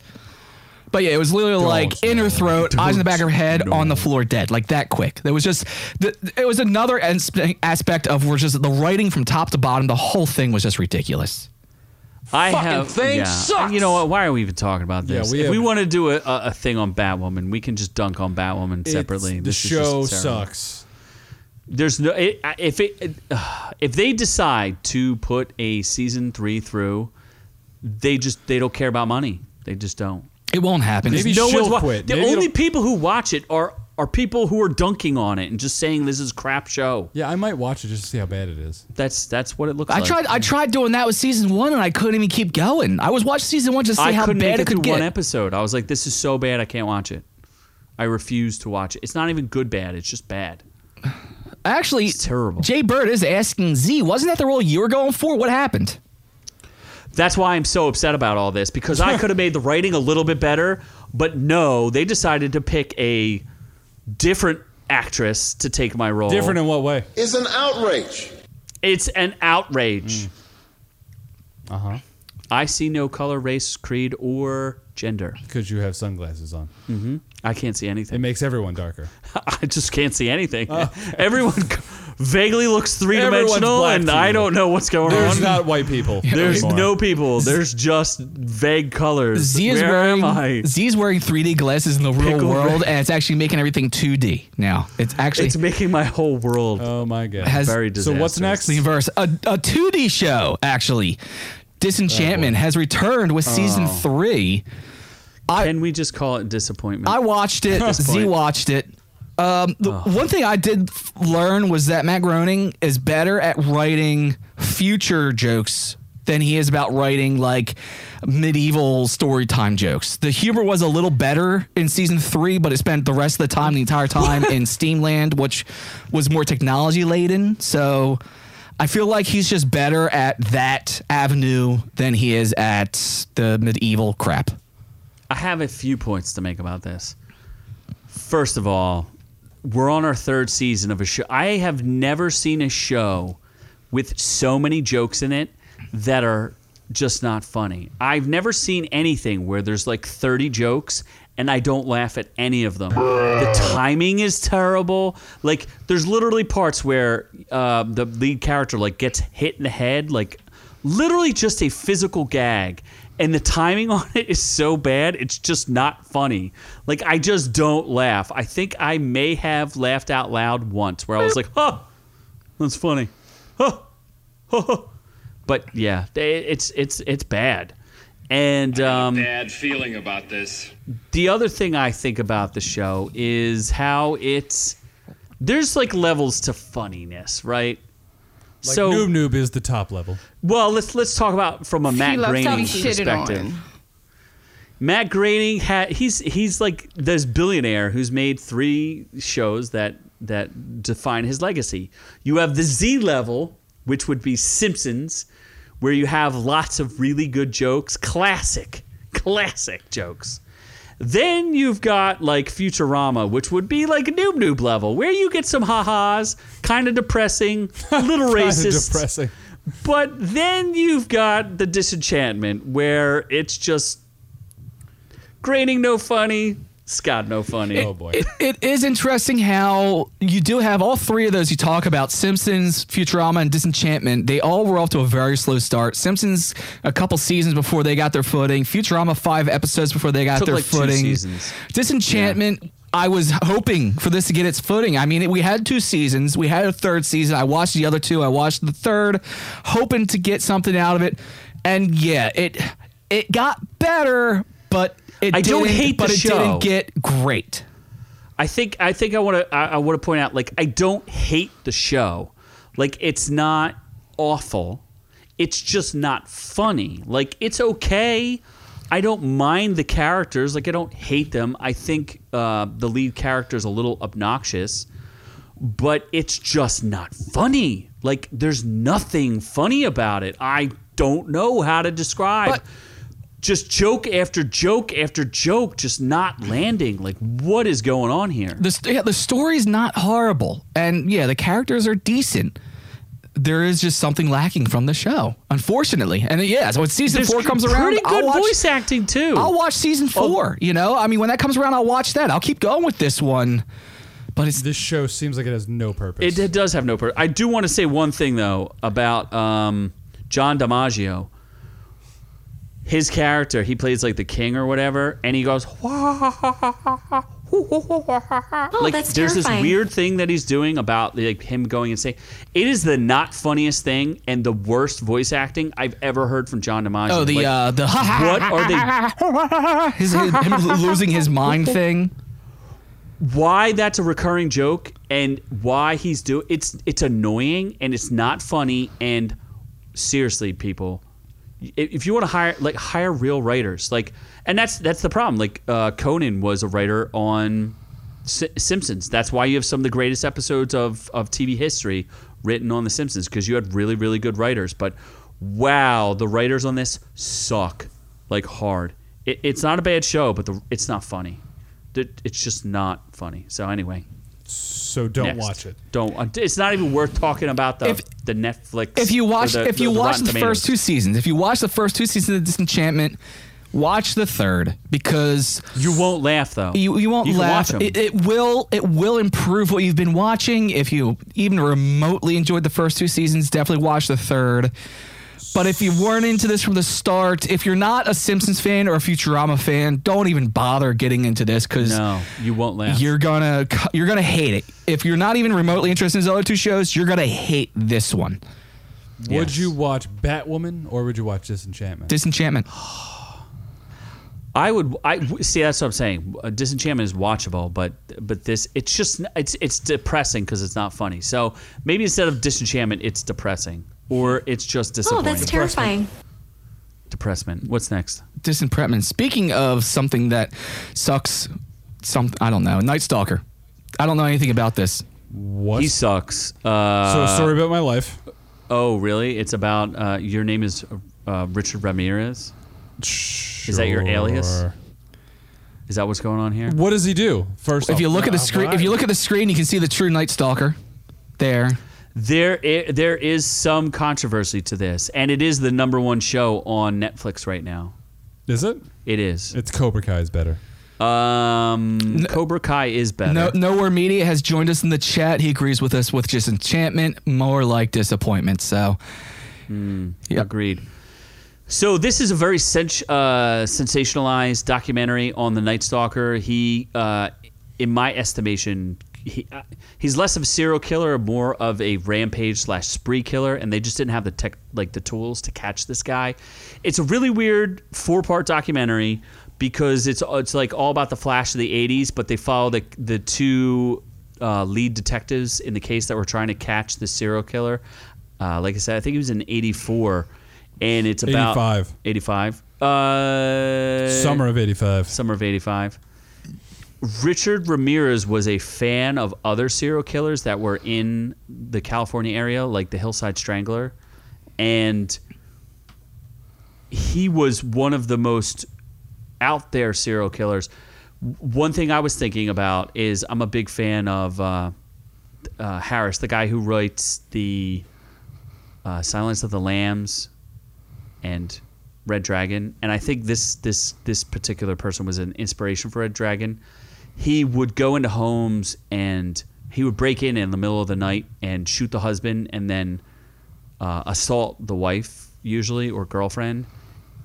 Speaker 4: But yeah, it was literally like in her throat, eyes in the back of her head, on the floor, dead, like that quick. There was just, the, it was another as- aspect of where just the writing from top to bottom, the whole thing was just ridiculous.
Speaker 1: I
Speaker 10: Fucking
Speaker 1: have.
Speaker 10: thing
Speaker 1: yeah.
Speaker 10: sucks.
Speaker 1: You know what? Why are we even talking about
Speaker 5: Yeah,
Speaker 1: this?
Speaker 5: we
Speaker 1: if
Speaker 5: have-
Speaker 1: we want to do a, a, a thing on Batwoman, we can just dunk on Batwoman
Speaker 5: It's-
Speaker 1: separately.
Speaker 5: The
Speaker 1: This is
Speaker 5: show
Speaker 1: just terrible.
Speaker 5: sucks.
Speaker 1: There's no. It, I- if it, it- [sighs] uh, if they decide to put a season three through, they just they don't care about money. They just don't.
Speaker 4: It won't happen.
Speaker 5: Maybe
Speaker 4: It's-
Speaker 1: no
Speaker 5: she'll
Speaker 1: one's wa-
Speaker 5: quit.
Speaker 1: The
Speaker 5: Maybe
Speaker 1: only
Speaker 5: it'll-
Speaker 1: people who watch it are are people who are dunking on it and just saying this is crap show.
Speaker 5: Yeah, I might watch it just to see how bad it is.
Speaker 1: That's that's what it looks
Speaker 4: I
Speaker 1: like.
Speaker 4: tried, I tried doing that with season one, and I couldn't even keep going. I was watching season one just to see
Speaker 1: I
Speaker 4: how
Speaker 1: couldn't make
Speaker 4: bad
Speaker 1: it,
Speaker 4: it could
Speaker 1: through one
Speaker 4: get.
Speaker 1: episode. I was like, this is so bad, I can't watch it. I refuse to watch it. It's not even good bad. It's just bad.
Speaker 4: Actually,
Speaker 1: It's terrible.
Speaker 4: Jay Bird is asking Z, wasn't that the role you were going for? What happened?
Speaker 1: That's why I'm so upset about all this because I could have
Speaker 4: [laughs]
Speaker 1: made the writing a little bit better, but no, they decided to pick a different actress to take my role.
Speaker 5: Different in what way?
Speaker 9: It's an outrage.
Speaker 1: It's an outrage. Uh huh. I see no color, race, creed, or gender.
Speaker 5: Because you have sunglasses on.
Speaker 1: Hmm. I can't see
Speaker 5: It
Speaker 1: anything.
Speaker 5: makes everyone
Speaker 4: [laughs]
Speaker 5: darker.
Speaker 1: [laughs] I just can't see anything. [laughs] Everyone vaguely looks three dimensional,
Speaker 5: black
Speaker 1: and
Speaker 5: to
Speaker 1: I
Speaker 5: you.
Speaker 1: don't know what's going
Speaker 5: There's
Speaker 1: on.
Speaker 5: not white people.
Speaker 1: There's
Speaker 5: anymore.
Speaker 1: no people. There's just vague colors.
Speaker 4: Z is
Speaker 1: Where
Speaker 4: wearing
Speaker 1: am I?
Speaker 4: Z is wearing 3D glasses in the real
Speaker 1: Pickle
Speaker 4: world,
Speaker 1: Rick.
Speaker 4: and it's actually making everything 2D now. It's actually
Speaker 1: It's making my whole world
Speaker 5: Oh my god.
Speaker 4: Has-
Speaker 1: very
Speaker 5: so
Speaker 1: disastrous.
Speaker 5: what's next?
Speaker 4: the inverse. A, a 2D show actually.
Speaker 1: Oh,
Speaker 4: Disenchantment has returned with season three.
Speaker 1: Can we just call it disappointment?
Speaker 4: I watched it. Z
Speaker 1: point.
Speaker 4: watched it. Um, the one thing I did f- learn was that Matt Groening is better at writing future jokes than he is about writing like medieval story time jokes. The humor was a little better in season three, but it spent the rest of the time, the entire time, in Steamland, which was more technology laden. So I feel like he's just better at that avenue than he is at the medieval crap.
Speaker 1: I have a few points to make about this. First of all, we're on our third season of a show. I have never seen a show with so many jokes in it that are just not funny. I've never seen anything where there's like 30 jokes and I don't laugh at any of them. The timing is terrible. Like there's literally parts where uh, the lead character like gets hit in the head, like literally just a physical gag, and the timing [laughs] on it is so bad. It's just not funny. Like I just don't laugh. I think I may have laughed out loud once, where I was like, "Huh, that's funny." Huh, huh, huh. But yeah, they- it's it's it's bad. And um,
Speaker 11: Bad feeling about this.
Speaker 1: the other thing I think about the show is how it's there's like levels to funniness, right? so
Speaker 7: Noob Noob is the top
Speaker 4: [laughs]
Speaker 7: level.
Speaker 1: well, let's let's talk about from a Matt
Speaker 12: loves how
Speaker 1: Groening
Speaker 12: he's shitted
Speaker 1: perspective.
Speaker 12: on.
Speaker 1: Matt Groening had he's he's like this billionaire who's made three shows that that define his legacy. You have the Z level, which would be Simpsons, where you have lots of really good jokes, classic, classic jokes. Then you've got like Futurama, which would be like a noob noob level, where you get some ha-has, kind of depressing, a little racist.
Speaker 7: Depressing.
Speaker 1: But then you've got the disenchantment where it's just Graining no funny, Scott no funny.
Speaker 7: Oh boy.
Speaker 4: It, it is interesting how you do have all three of those you talk about Simpsons, Futurama, and Disenchantment. They all were off to a very slow start. Simpsons, a couple seasons before they got their footing. Futurama, five episodes before they got
Speaker 1: Took
Speaker 4: their
Speaker 1: like two
Speaker 4: footing.
Speaker 1: seasons.
Speaker 4: Disenchantment. I was hoping for this to get its footing. I mean, we had two seasons. We had a third season. I watched the other two. I watched the third, hoping to get something out of it. And yeah, it it got better, but it
Speaker 1: I don't
Speaker 4: didn't-
Speaker 1: hate
Speaker 4: but
Speaker 1: the
Speaker 4: it
Speaker 1: show.
Speaker 4: didn't get great.
Speaker 1: I think I think I want to I, I want to point out like I don't hate the show, like it's not awful, it's just not funny. Like it's okay. I don't mind the characters. Like I don't hate them. I think uh, the lead character is a little obnoxious, but it's just not funny. Like there's nothing funny about it. I don't know how to describe.
Speaker 4: But-
Speaker 1: just joke after joke after joke, just not landing. Like, what is going on here?
Speaker 4: the st- yeah, the story's not horrible, and yeah, the characters are decent. There is just something lacking from the show, unfortunately. And yeah, so when season
Speaker 1: There's
Speaker 4: four comes
Speaker 1: pretty
Speaker 4: around,
Speaker 1: good
Speaker 4: I'll watch,
Speaker 1: voice acting too.
Speaker 4: I'll watch season four. you know, I mean, when that comes around, I'll watch that. I'll keep going with this one. But it's
Speaker 7: This show seems like it has no purpose.
Speaker 1: it, it does have no purpose. I do want to say one thing though about um, John DiMaggio. His character, he plays like the king or whatever, and he goes. like
Speaker 13: Oh, that's
Speaker 1: there's
Speaker 13: terrifying.
Speaker 1: this weird thing that he's doing about like him going and saying it is the not funniest thing and the worst voice acting I've ever heard from John DiMaggio.
Speaker 4: oh, the
Speaker 1: Like,
Speaker 4: uh, the [laughs]
Speaker 1: what are they
Speaker 4: his, his, him losing his mind thing.
Speaker 1: why that's a recurring joke and why he's do it's it's annoying and it's not funny and seriously people i- if you want to hire like hire real writers like and that's that's the problem like uh, conan was a writer on S- simpsons that's why you have some of the greatest episodes of of tv history written on the simpsons because you had really really good writers but wow the writers on this suck like hard it, it's not a bad show but the, it's not funny that it's just not funny. So anyway,
Speaker 7: so don't
Speaker 1: next.
Speaker 7: watch it.
Speaker 1: Don't. uh, It's not even worth talking about the
Speaker 4: If-
Speaker 1: the Netflix.
Speaker 4: If you
Speaker 1: or
Speaker 4: watch,
Speaker 1: the-
Speaker 4: if you watch
Speaker 1: Rotten
Speaker 4: the
Speaker 1: Tomatoes.
Speaker 4: first two seasons, if you watch the first two seasons of Disenchantment, watch the third because
Speaker 1: you won't laugh though.
Speaker 4: You, you won't
Speaker 1: can
Speaker 4: laugh.
Speaker 1: watch 'em.
Speaker 4: It, it will it will improve what you've been watching. If you even remotely enjoyed the first two seasons, definitely watch the third. But if you weren't into this from the start, if you're not a Simpsons fan or a Futurama fan, don't even bother getting into this because
Speaker 1: no, you won't laugh.
Speaker 4: you're gonna cu- you're gonna hate it. If you're not even remotely interested in these other two shows, you're gonna hate this one.
Speaker 7: Would
Speaker 1: Yes.
Speaker 7: you watch Batwoman or would you watch Disenchantment?
Speaker 4: Disenchantment.
Speaker 1: I would. I w- see. That's what I'm saying. Uh, Disenchantment is watchable, but but this it's just n- it's it's depressing because it's not funny. So maybe instead of disenchantment, it's depressing or it's just
Speaker 13: Oh,
Speaker 1: disappointing.
Speaker 13: that's terrifying.
Speaker 1: Depressment. What's next?
Speaker 4: Disenchantment. Speaking of something that sucks, some I don't know. Night Stalker. I don't know anything about this.
Speaker 7: what?
Speaker 1: He sucks. Uh,
Speaker 7: so a story about my life.
Speaker 1: Oh, really? It's about uh, your name is uh, Richard Ramirez. Is that your alias?
Speaker 7: Sure.
Speaker 1: Is that what's going on here?
Speaker 7: What does he do? First,
Speaker 4: If
Speaker 7: off-
Speaker 4: you look at the
Speaker 7: Uh,
Speaker 4: screen,
Speaker 7: why?
Speaker 4: if you look at the screen, you can see the true Night Stalker there.
Speaker 1: there i- there is some controversy to this, and it is the number one show on Netflix right now.
Speaker 7: Is it?
Speaker 1: It is.
Speaker 7: It's Cobra Kai is better.
Speaker 1: Um, Cobra Kai is better.
Speaker 4: No, Nowhere Media has joined us in the chat. He agrees with us with just enchantment, more like disappointment. So, yeah.
Speaker 1: Agreed. So this is a very sens- uh, sensationalized documentary on the Night Stalker. He, uh, in my estimation, he uh, he's less of a serial killer, more of a rampage slash spree killer, and they just didn't have the tech like the tools to catch this guy. It's a really weird four part documentary because it's it's like all about the Flash of the '80s, but they follow the the two uh, lead detectives in the case that were trying to catch the serial killer. Uh, like I said, I think he was in '84, and it's about
Speaker 7: 85.
Speaker 1: 85. Uh,
Speaker 7: Summer of '85.
Speaker 1: summer of 85. Richard Ramirez was a fan of other serial killers that were in the California area, like the Hillside Strangler. And he was one of the most out there serial killers. W- One thing I was thinking about is I'm a big fan of uh, uh, Harris, the guy who writes the uh, Silence of the Lambs and Red Dragon, and I think this this this particular person was an inspiration for Red Dragon. He would go into homes and he would break in in the middle of the night and shoot the husband, and then uh, assault the wife usually or girlfriend.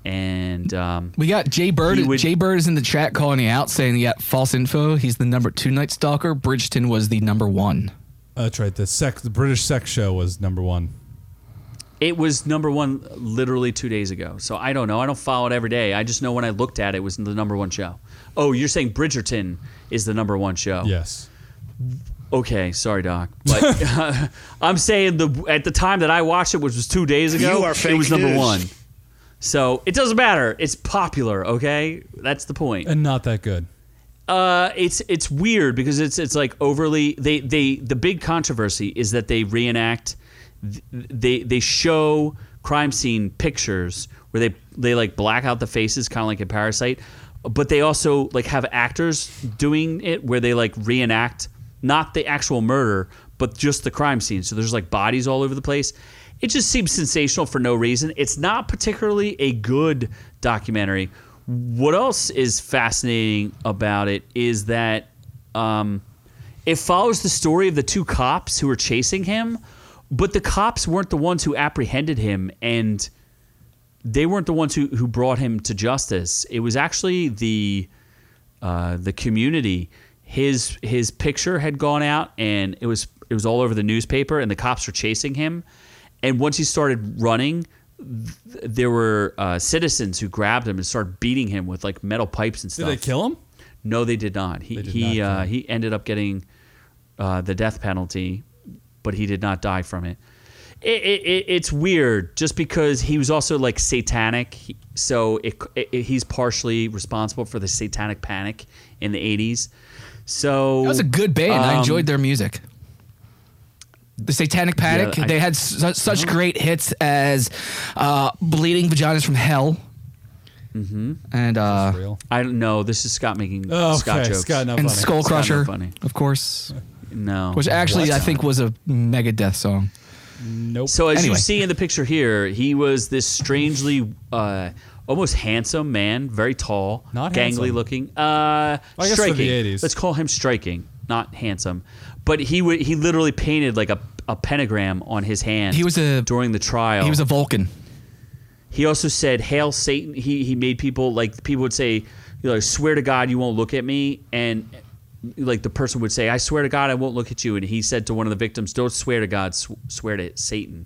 Speaker 1: And um,
Speaker 4: We got Jay Bird.
Speaker 1: He would-
Speaker 4: Jay Bird is in the chat calling you out, saying you got false info. He's the number two Night Stalker. Bridgeton was the number one.
Speaker 7: That's right. The sex, the British sex show was number one.
Speaker 1: it was number one literally two days ago. So I don't know. I don't follow it every day. I just know when I looked at it, it was the number one show. Oh, you're saying Bridgerton is the number one show?
Speaker 7: Yes.
Speaker 1: Okay, sorry, Doc, but [laughs] uh, I'm saying the at the time that I watched it, which was two days ago,
Speaker 12: You are
Speaker 1: it
Speaker 12: fake
Speaker 1: was number
Speaker 12: news.
Speaker 1: one. So it doesn't matter. It's popular. Okay, that's the point.
Speaker 7: And not that good.
Speaker 1: Uh, it's it's weird because it's it's like overly they they the big controversy is that they reenact th- they they show crime scene pictures where they they like black out the faces kind of like in Parasite, but they also like have actors doing it where they like reenact not the actual murder but just the crime scene. So there's like bodies all over the place. It just seems sensational for no reason. It's not particularly a good documentary. What else is fascinating about it is that um, it follows the story of the two cops who were chasing him, but the cops weren't the ones who apprehended him, and they weren't the ones who, who brought him to justice. It was actually the uh, the community. His his picture had gone out, and it was it was all over the newspaper, and the cops were chasing him. And once he started running, th- there were uh, citizens who grabbed him and started beating him with like metal pipes and
Speaker 7: Did
Speaker 1: stuff.
Speaker 7: they kill him?
Speaker 1: No, they did not. He
Speaker 7: did
Speaker 1: he
Speaker 7: not kill
Speaker 1: uh, he ended up getting uh, the death penalty, but he did not die from it. It, it, it. It's weird, just because he was also like satanic, he- so it, it, he's partially responsible for the satanic panic in the '80s. So
Speaker 4: That was a good band. I
Speaker 1: um,
Speaker 4: enjoyed their music. The Satanic Panic.
Speaker 1: I-
Speaker 4: they had su- such great hits as uh, "Bleeding Vaginas from Hell," mm-hmm. and uh,
Speaker 7: Real.
Speaker 1: I don't know. This is Scott making
Speaker 7: Oh,
Speaker 1: Scott
Speaker 7: okay.
Speaker 1: jokes.
Speaker 7: Scott, not
Speaker 4: and
Speaker 7: funny.
Speaker 4: "Skull
Speaker 1: It's kinda
Speaker 4: Crusher,"
Speaker 1: funny.
Speaker 4: of course,
Speaker 1: no,
Speaker 4: which actually I think was a mega death song.
Speaker 7: Nope.
Speaker 1: So as you
Speaker 4: Anyway.
Speaker 1: see in the picture here, he was this strangely, uh, almost handsome man, very tall,
Speaker 7: Not
Speaker 1: gangly
Speaker 7: handsome.
Speaker 1: looking. Uh,
Speaker 7: I guess for
Speaker 1: striking.
Speaker 7: the 80s.
Speaker 1: Let's call him striking, not handsome. But he w- he literally painted like a, a pentagram on his hand.
Speaker 4: He was a-
Speaker 1: during the trial.
Speaker 4: He was a Vulcan.
Speaker 1: He also said, "Hail Satan!" He he made people like people would say, you know, "Swear to God, you won't look at me," and like the person would say, "I swear to God, I won't look at you." And he said to one of the victims, "Don't swear to God, sw- swear to Satan."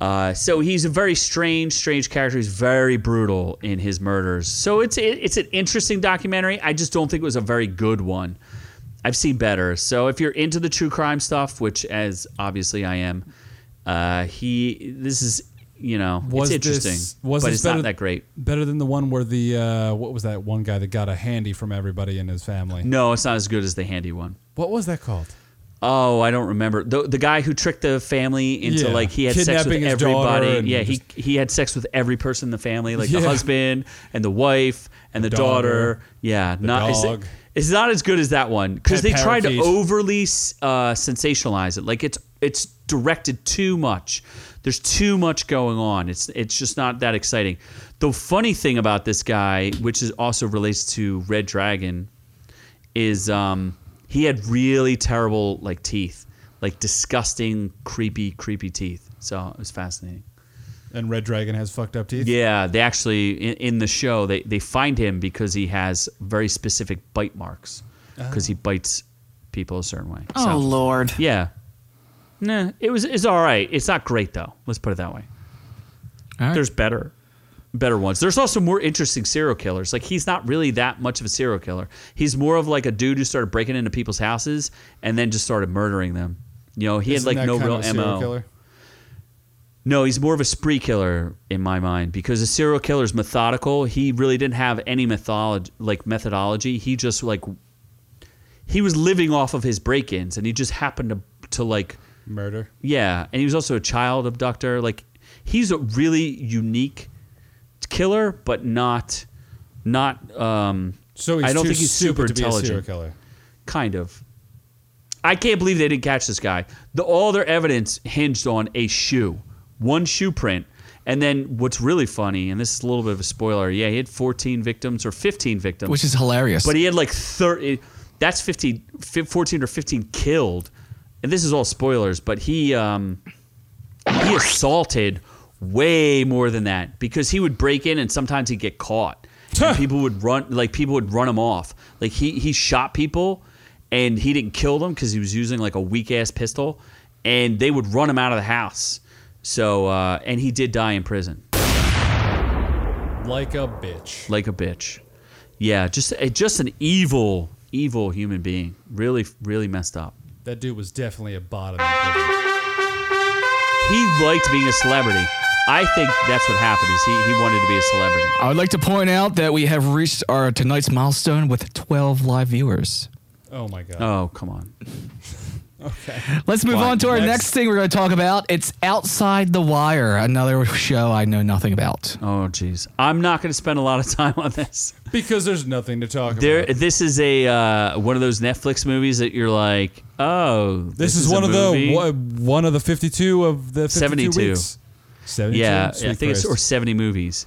Speaker 1: Uh, so he's a very strange, strange character. He's very brutal in his murders. So it's it, it's an interesting documentary. I just don't think it was a very good one. I've seen better. So if you're into the true crime stuff, which as obviously I am, uh, he this is you know
Speaker 7: Was
Speaker 1: it's interesting,
Speaker 7: this- was
Speaker 1: but
Speaker 7: this
Speaker 1: it's
Speaker 7: better-
Speaker 1: not that great.
Speaker 7: Better than the one where the uh, what was that one guy that got a handy from everybody in his family?
Speaker 1: No, it's not as good as the handy one.
Speaker 7: What was that called?
Speaker 1: Oh, I don't remember the the guy who tricked the family into
Speaker 7: Yeah.
Speaker 1: like he had sex with
Speaker 7: Kidnapping his daughter
Speaker 1: everybody.
Speaker 7: and
Speaker 1: Yeah,
Speaker 7: just-
Speaker 1: he he had sex with every person in the family, like the
Speaker 7: Yeah.
Speaker 1: husband and the wife and the, daughter.
Speaker 7: daughter,
Speaker 1: Yeah, not it's-
Speaker 7: dog.
Speaker 1: It's, not as good as that one because
Speaker 7: That
Speaker 1: they tried to
Speaker 7: parakeet.
Speaker 1: overly uh, sensationalize it. Like it's it's directed too much. There's too much going on. It's it's just not that exciting. The funny thing about this guy, which is also relates to Red Dragon, is um, he had really terrible like teeth, like disgusting, creepy, creepy teeth. So it was fascinating.
Speaker 7: And Red Dragon has fucked up teeth.
Speaker 1: Yeah, they actually in, in the show they they find him because he has very specific bite marks
Speaker 7: Uh-huh.
Speaker 1: because he bites people a certain way.
Speaker 12: Oh, Lord.
Speaker 1: Yeah. Nah, it was it's all right. It's not great though. Let's put it that way.
Speaker 4: All right.
Speaker 1: There's better better ones. There's also more interesting serial killers. Like he's not really that much of a serial killer. He's more of like a dude who started breaking into people's houses and then just started murdering them. You know, he
Speaker 7: Isn't
Speaker 1: had
Speaker 7: that
Speaker 1: like no
Speaker 7: kind
Speaker 1: real
Speaker 7: of a serial
Speaker 1: MO.
Speaker 7: killer?
Speaker 1: No, he's more of a spree killer in my mind because a serial killer is methodical. He really didn't have any method like methodology. He just like he was living off of his break-ins and he just happened to to like
Speaker 7: Murder.
Speaker 1: yeah, and he was also a child abductor. Like he's a really unique killer, but not not um
Speaker 7: So he's
Speaker 1: I don't
Speaker 7: too
Speaker 1: think he's super
Speaker 7: stupid to be a serial
Speaker 1: intelligent.
Speaker 7: killer.
Speaker 1: Kind of. I can't believe they didn't catch this guy. The, all their evidence hinged on a shoe, one shoe print. And then what's really funny, and this is a little bit of a spoiler, yeah, he had 14 victims or 15 victims.
Speaker 4: which is hilarious.
Speaker 1: But he had like 30. That's 15, fif- 14 or 15 killed. And this is all spoilers, but he um, he assaulted way more than that because he would break in and sometimes he'd get caught. And people would run like people would run him off. Like he he shot people and he didn't kill them because he was using like a weak ass pistol, and they would run him out of the house. So uh, and he did die in prison
Speaker 7: Like a bitch.
Speaker 1: like a bitch. Yeah, just eh, just an evil, evil human being. Really, really messed up.
Speaker 7: That dude was definitely a bottom.
Speaker 1: He liked being a celebrity. I think that's what happened. Is he, he wanted to be a celebrity?
Speaker 4: I would like to point out that we have reached our tonight's milestone with 12 live viewers.
Speaker 7: Oh my god.
Speaker 1: Oh come on.
Speaker 4: Let's move
Speaker 1: Why?
Speaker 4: on to our
Speaker 1: Next.
Speaker 4: next, thing we're going to talk about. It's Outside the Wire, another show I know nothing about.
Speaker 1: Oh jeez. I'm not going to spend a lot of [laughs] time on this.
Speaker 7: Because there's nothing to talk
Speaker 1: There,
Speaker 7: about.
Speaker 1: this is a uh, one of those Netflix movies that you're like, oh,
Speaker 7: This,
Speaker 1: this,
Speaker 7: is, one
Speaker 1: a
Speaker 7: of the
Speaker 1: movie.
Speaker 7: one, one of the 52 of the 52
Speaker 1: 72.
Speaker 7: weeks. 72.
Speaker 1: Yeah,
Speaker 7: Sweet
Speaker 1: I think it's or
Speaker 7: Christ.
Speaker 1: 70 movies.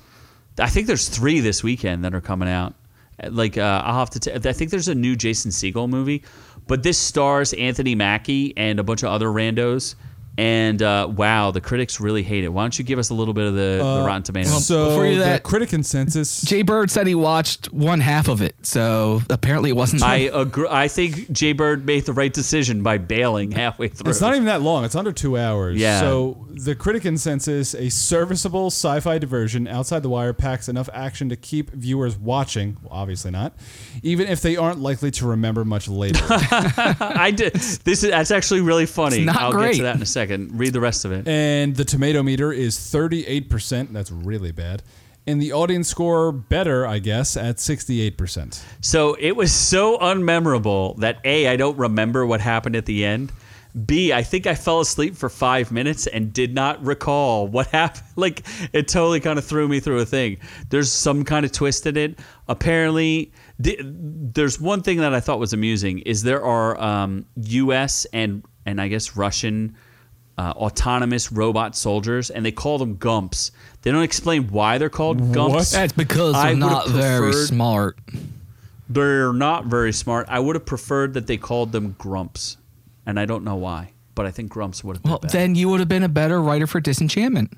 Speaker 1: I think there's three this weekend that are coming out. Like uh, I'll have to. T- I think there's a new Jason Segel movie, but this stars Anthony Mackie and a bunch of other randos. And uh, wow, the critics really hate it. Why don't you give us a little bit of the, the Rotten Tomatoes?
Speaker 7: Uh, so
Speaker 4: Before you do
Speaker 7: the
Speaker 4: that-
Speaker 7: critic [laughs] consensus
Speaker 4: Jay Bird said he watched one half of it, so apparently it wasn't.
Speaker 1: I agree. I think Jay Bird made the right decision by bailing halfway through.
Speaker 7: It's not even that long. It's under two hours.
Speaker 1: Yeah.
Speaker 7: So the critic consensus: a serviceable sci-fi diversion outside the wire packs enough action to keep viewers watching. Well, obviously not, even if they aren't likely to remember much
Speaker 1: [laughs]
Speaker 7: later.
Speaker 1: [laughs] I did. This is that's actually really funny.
Speaker 4: It's not
Speaker 1: I'll get
Speaker 4: great.
Speaker 1: to that in a second. Read the rest of it.
Speaker 7: and the tomato meter is thirty-eight percent. That's really bad. And the audience score better, I guess, at sixty-eight percent.
Speaker 1: So it was so unmemorable that A, I don't remember what happened at the end. B, I think I fell asleep for five minutes and did not recall what [laughs] happened. Like it totally kind of threw me through a thing. There's some kind of twist in it. Apparently, th- there's one thing that I thought was amusing is there are um, U.S. and and I guess Russian uh, autonomous robot soldiers, and they call them Gumps. They don't explain why they're called Gumps.
Speaker 4: [laughs] That's because
Speaker 1: I
Speaker 4: they're
Speaker 1: would've
Speaker 4: not very
Speaker 1: preferred-
Speaker 4: smart.
Speaker 1: they're not very smart. I would have preferred that they called them grumps, and I don't know why, but I think grumps would have been
Speaker 4: Well,
Speaker 1: better.
Speaker 4: then you would have been a better writer for Disenchantment.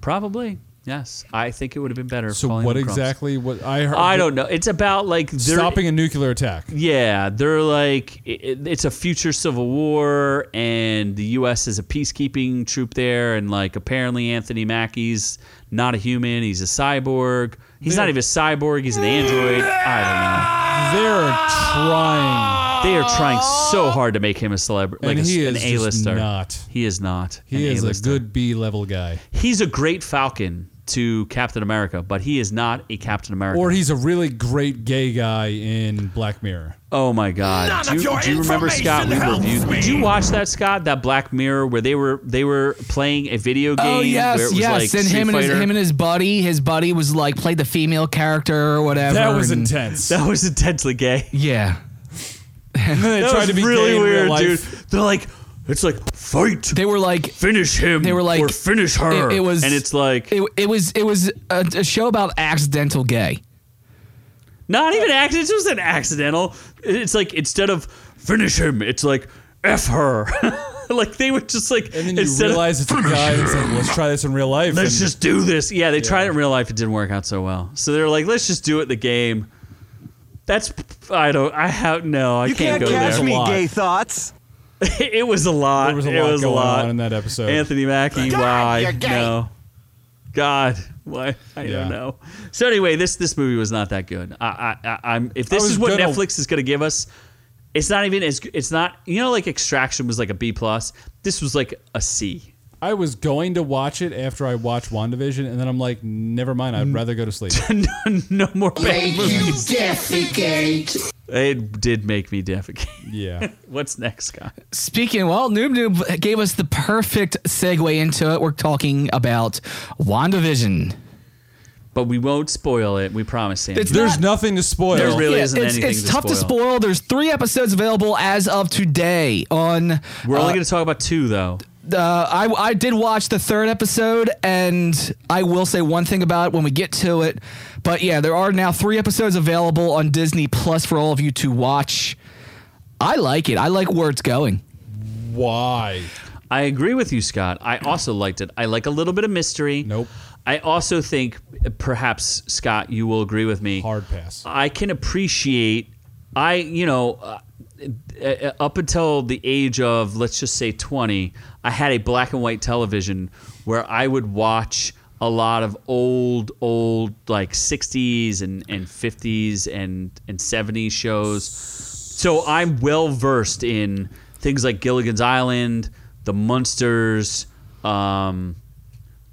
Speaker 1: Probably yes. I think it would have been better.
Speaker 7: So
Speaker 1: calling
Speaker 7: what
Speaker 1: them grumps.
Speaker 7: exactly? What I heard?
Speaker 1: I don't know. It's about like they're,
Speaker 7: Stopping a nuclear attack.
Speaker 1: Yeah, they're like it, it's a future civil war, and the U.S. is a peacekeeping troop there, and like apparently Anthony Mackie's not a human; he's a cyborg. He's not even a cyborg; he's an android. I don't know.
Speaker 7: They're trying.
Speaker 1: They are trying so hard to make him a celebrity, like
Speaker 7: And
Speaker 1: a s-
Speaker 7: he
Speaker 1: an
Speaker 7: is just
Speaker 1: A-lister.
Speaker 7: not.
Speaker 1: He is not.
Speaker 7: He
Speaker 1: an
Speaker 7: is a
Speaker 1: A-lister.
Speaker 7: good B-level guy.
Speaker 1: He's a great Falcon to Captain America, but he is not a Captain America.
Speaker 7: Or he's a really great gay guy in Black Mirror.
Speaker 1: oh my God! do you, do you remember Scott? We reviewed. Did you watch that Scott? That Black Mirror where they were they were playing a video game.
Speaker 4: Oh
Speaker 1: where it
Speaker 4: yes,
Speaker 1: was
Speaker 4: yes.
Speaker 1: Like
Speaker 4: and
Speaker 1: Street
Speaker 4: him and his,
Speaker 1: Fighter?
Speaker 4: him and his buddy, his buddy was like played the female character or whatever.
Speaker 7: That was
Speaker 4: and-
Speaker 7: intense.
Speaker 1: that was intensely gay.
Speaker 4: Yeah.
Speaker 7: [laughs] And then they
Speaker 1: That
Speaker 7: tried
Speaker 1: was
Speaker 7: to be
Speaker 1: really
Speaker 7: gay in real
Speaker 1: weird,
Speaker 7: life.
Speaker 1: dude. They're like, It's like fight.
Speaker 4: [laughs] They were like
Speaker 1: finish him.
Speaker 4: They were like
Speaker 1: or finish her.
Speaker 4: It, it was
Speaker 1: and it's like
Speaker 4: it, it was it was a, a show about accidental gay.
Speaker 1: not even accident. It's just an accidental. It's like instead of finish him, it's like f her. [laughs] like they would just like
Speaker 7: And then you
Speaker 1: instead of-
Speaker 7: realize it's a guy that's like, let's try this in real life.
Speaker 1: let's
Speaker 7: and
Speaker 1: just do this. Yeah, they tried it in real life. It didn't work out so well. So they're like, let's just do it in the game. That's I don't I have no I
Speaker 12: You can't,
Speaker 1: go
Speaker 12: catch
Speaker 1: there.
Speaker 12: me,
Speaker 7: There's a lot.
Speaker 12: gay thoughts.
Speaker 1: [laughs] it was a lot.
Speaker 7: there was a
Speaker 1: it
Speaker 7: lot
Speaker 1: was
Speaker 7: going
Speaker 1: a lot.
Speaker 7: on in that episode.
Speaker 1: Anthony Mackie,
Speaker 2: God,
Speaker 1: why?
Speaker 2: you're gay.
Speaker 1: No. God, why? I
Speaker 7: Yeah.
Speaker 1: don't know. So anyway, this this movie was not that good. I, I, I I'm if this
Speaker 7: was
Speaker 1: is what
Speaker 7: gonna-
Speaker 1: Netflix is going to give us, it's not even as it's not you know like Extraction was like a B plus. This was like a C. [laughs]
Speaker 7: I was going to watch it after I watched WandaVision, and then I'm like, never mind.
Speaker 1: Mm.
Speaker 7: I'd rather go to
Speaker 1: [laughs]
Speaker 7: sleep.
Speaker 1: no more bad movies.
Speaker 2: defecate.
Speaker 1: It did make me defecate. [laughs]
Speaker 7: yeah.
Speaker 1: What's next, guy?
Speaker 4: Speaking, well, Noob Noob gave us the perfect segue into it. We're talking about WandaVision.
Speaker 1: But we won't spoil it. We promise, Sam.
Speaker 4: It's
Speaker 7: There's
Speaker 4: not-
Speaker 7: nothing to spoil.
Speaker 1: There really
Speaker 4: Yeah,
Speaker 1: isn't
Speaker 4: it's,
Speaker 1: anything
Speaker 4: it's
Speaker 1: to
Speaker 4: tough to
Speaker 1: spoil.
Speaker 4: spoil. There's three episodes available as of today. On
Speaker 1: We're
Speaker 4: uh,
Speaker 1: only going to talk about two though.
Speaker 4: uh, I I did watch the third episode, and I will say one thing about it when we get to it. But yeah, there are now three episodes available on Disney Plus for all of you to watch. I like it. I like where it's going.
Speaker 7: Why?
Speaker 1: I agree with you, Scott. I also liked it. I like a little bit of mystery.
Speaker 7: Nope.
Speaker 1: I also think perhaps Scott, you will agree with me.
Speaker 7: Hard pass.
Speaker 1: I can appreciate. I you know, uh, uh, up until the age of let's just say twenty, I had a black and white television where I would watch a lot of old old like sixties and and fifties and and seventies shows. So I'm well versed in things like Gilligan's Island, The Munsters. Um,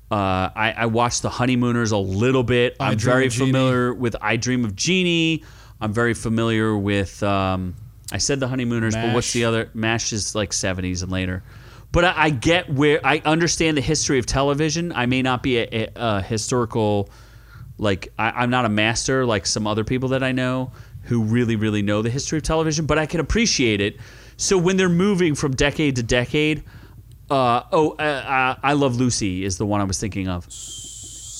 Speaker 1: uh, I, I watched The Honeymooners a little bit.
Speaker 7: I
Speaker 1: I'm
Speaker 7: Dream
Speaker 1: very
Speaker 7: of Jeannie.
Speaker 1: familiar with I Dream of Jeannie. I'm very familiar with. Um, I said The Honeymooners, but what's
Speaker 7: MASH.
Speaker 1: the other? Mash is like 70s and later. But I, I get where I understand the history of television. I may not be a, a, a historical like I, I'm not a master like some other people that I know who really, really know the history of television, but I can appreciate it. So when they're moving from decade to decade, uh, oh, uh, uh, I Love Lucy is the one I was thinking of.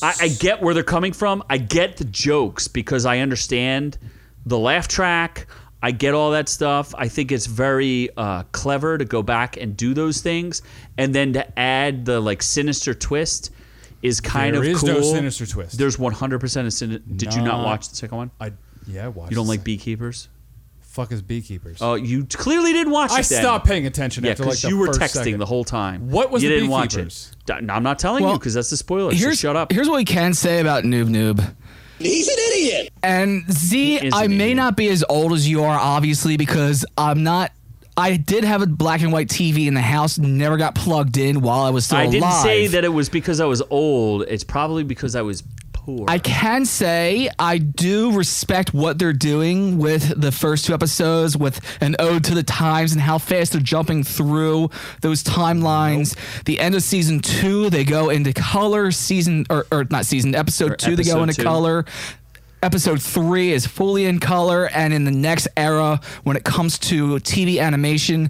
Speaker 1: I, I get where they're coming from. I get the jokes because I understand the laugh track. I get all that stuff. I think it's very uh, clever to go back and do those things, and then to add the like sinister twist is kind
Speaker 7: There
Speaker 1: of
Speaker 7: is
Speaker 1: cool.
Speaker 7: no sinister twist.
Speaker 1: There's 100 percent of sin. Did you not
Speaker 7: Nah.
Speaker 1: watch the second one?
Speaker 7: I yeah. Watch
Speaker 1: You don't like beekeepers?
Speaker 7: fuck is beekeepers.
Speaker 1: Oh, you t- clearly didn't watch it.
Speaker 7: I
Speaker 1: then.
Speaker 7: stopped paying attention
Speaker 1: Yeah,
Speaker 7: after like
Speaker 1: because
Speaker 7: the
Speaker 1: you were
Speaker 7: first
Speaker 1: texting
Speaker 7: second.
Speaker 1: the whole time.
Speaker 7: What was
Speaker 1: you
Speaker 7: the
Speaker 1: didn't watch
Speaker 7: Beekeepers?
Speaker 1: it? D- no, I'm not telling you
Speaker 4: Well,
Speaker 1: because that's the spoiler. So
Speaker 4: here's
Speaker 1: shut up.
Speaker 4: Here's what we can say about Noob Noob.
Speaker 2: He's an idiot.
Speaker 4: And Z,
Speaker 1: He is
Speaker 4: I
Speaker 1: an
Speaker 4: may
Speaker 1: idiot.
Speaker 4: not be as old as you are, obviously, because I'm not. I did have a black and white TV in the house, never got plugged in while I was still
Speaker 1: I
Speaker 4: alive.
Speaker 1: didn't say that it was because I was old. It's probably because I was poor.
Speaker 4: I can say I do respect what they're doing with the first two episodes, with an ode to the times and how fast they're jumping through those timelines. The end of season two, they go into color. Season or, or not season episode
Speaker 1: Or
Speaker 4: two, they go
Speaker 1: episode
Speaker 4: into
Speaker 1: two.
Speaker 4: color. Episode three is fully in color, and in the next era, when it comes to TV animation,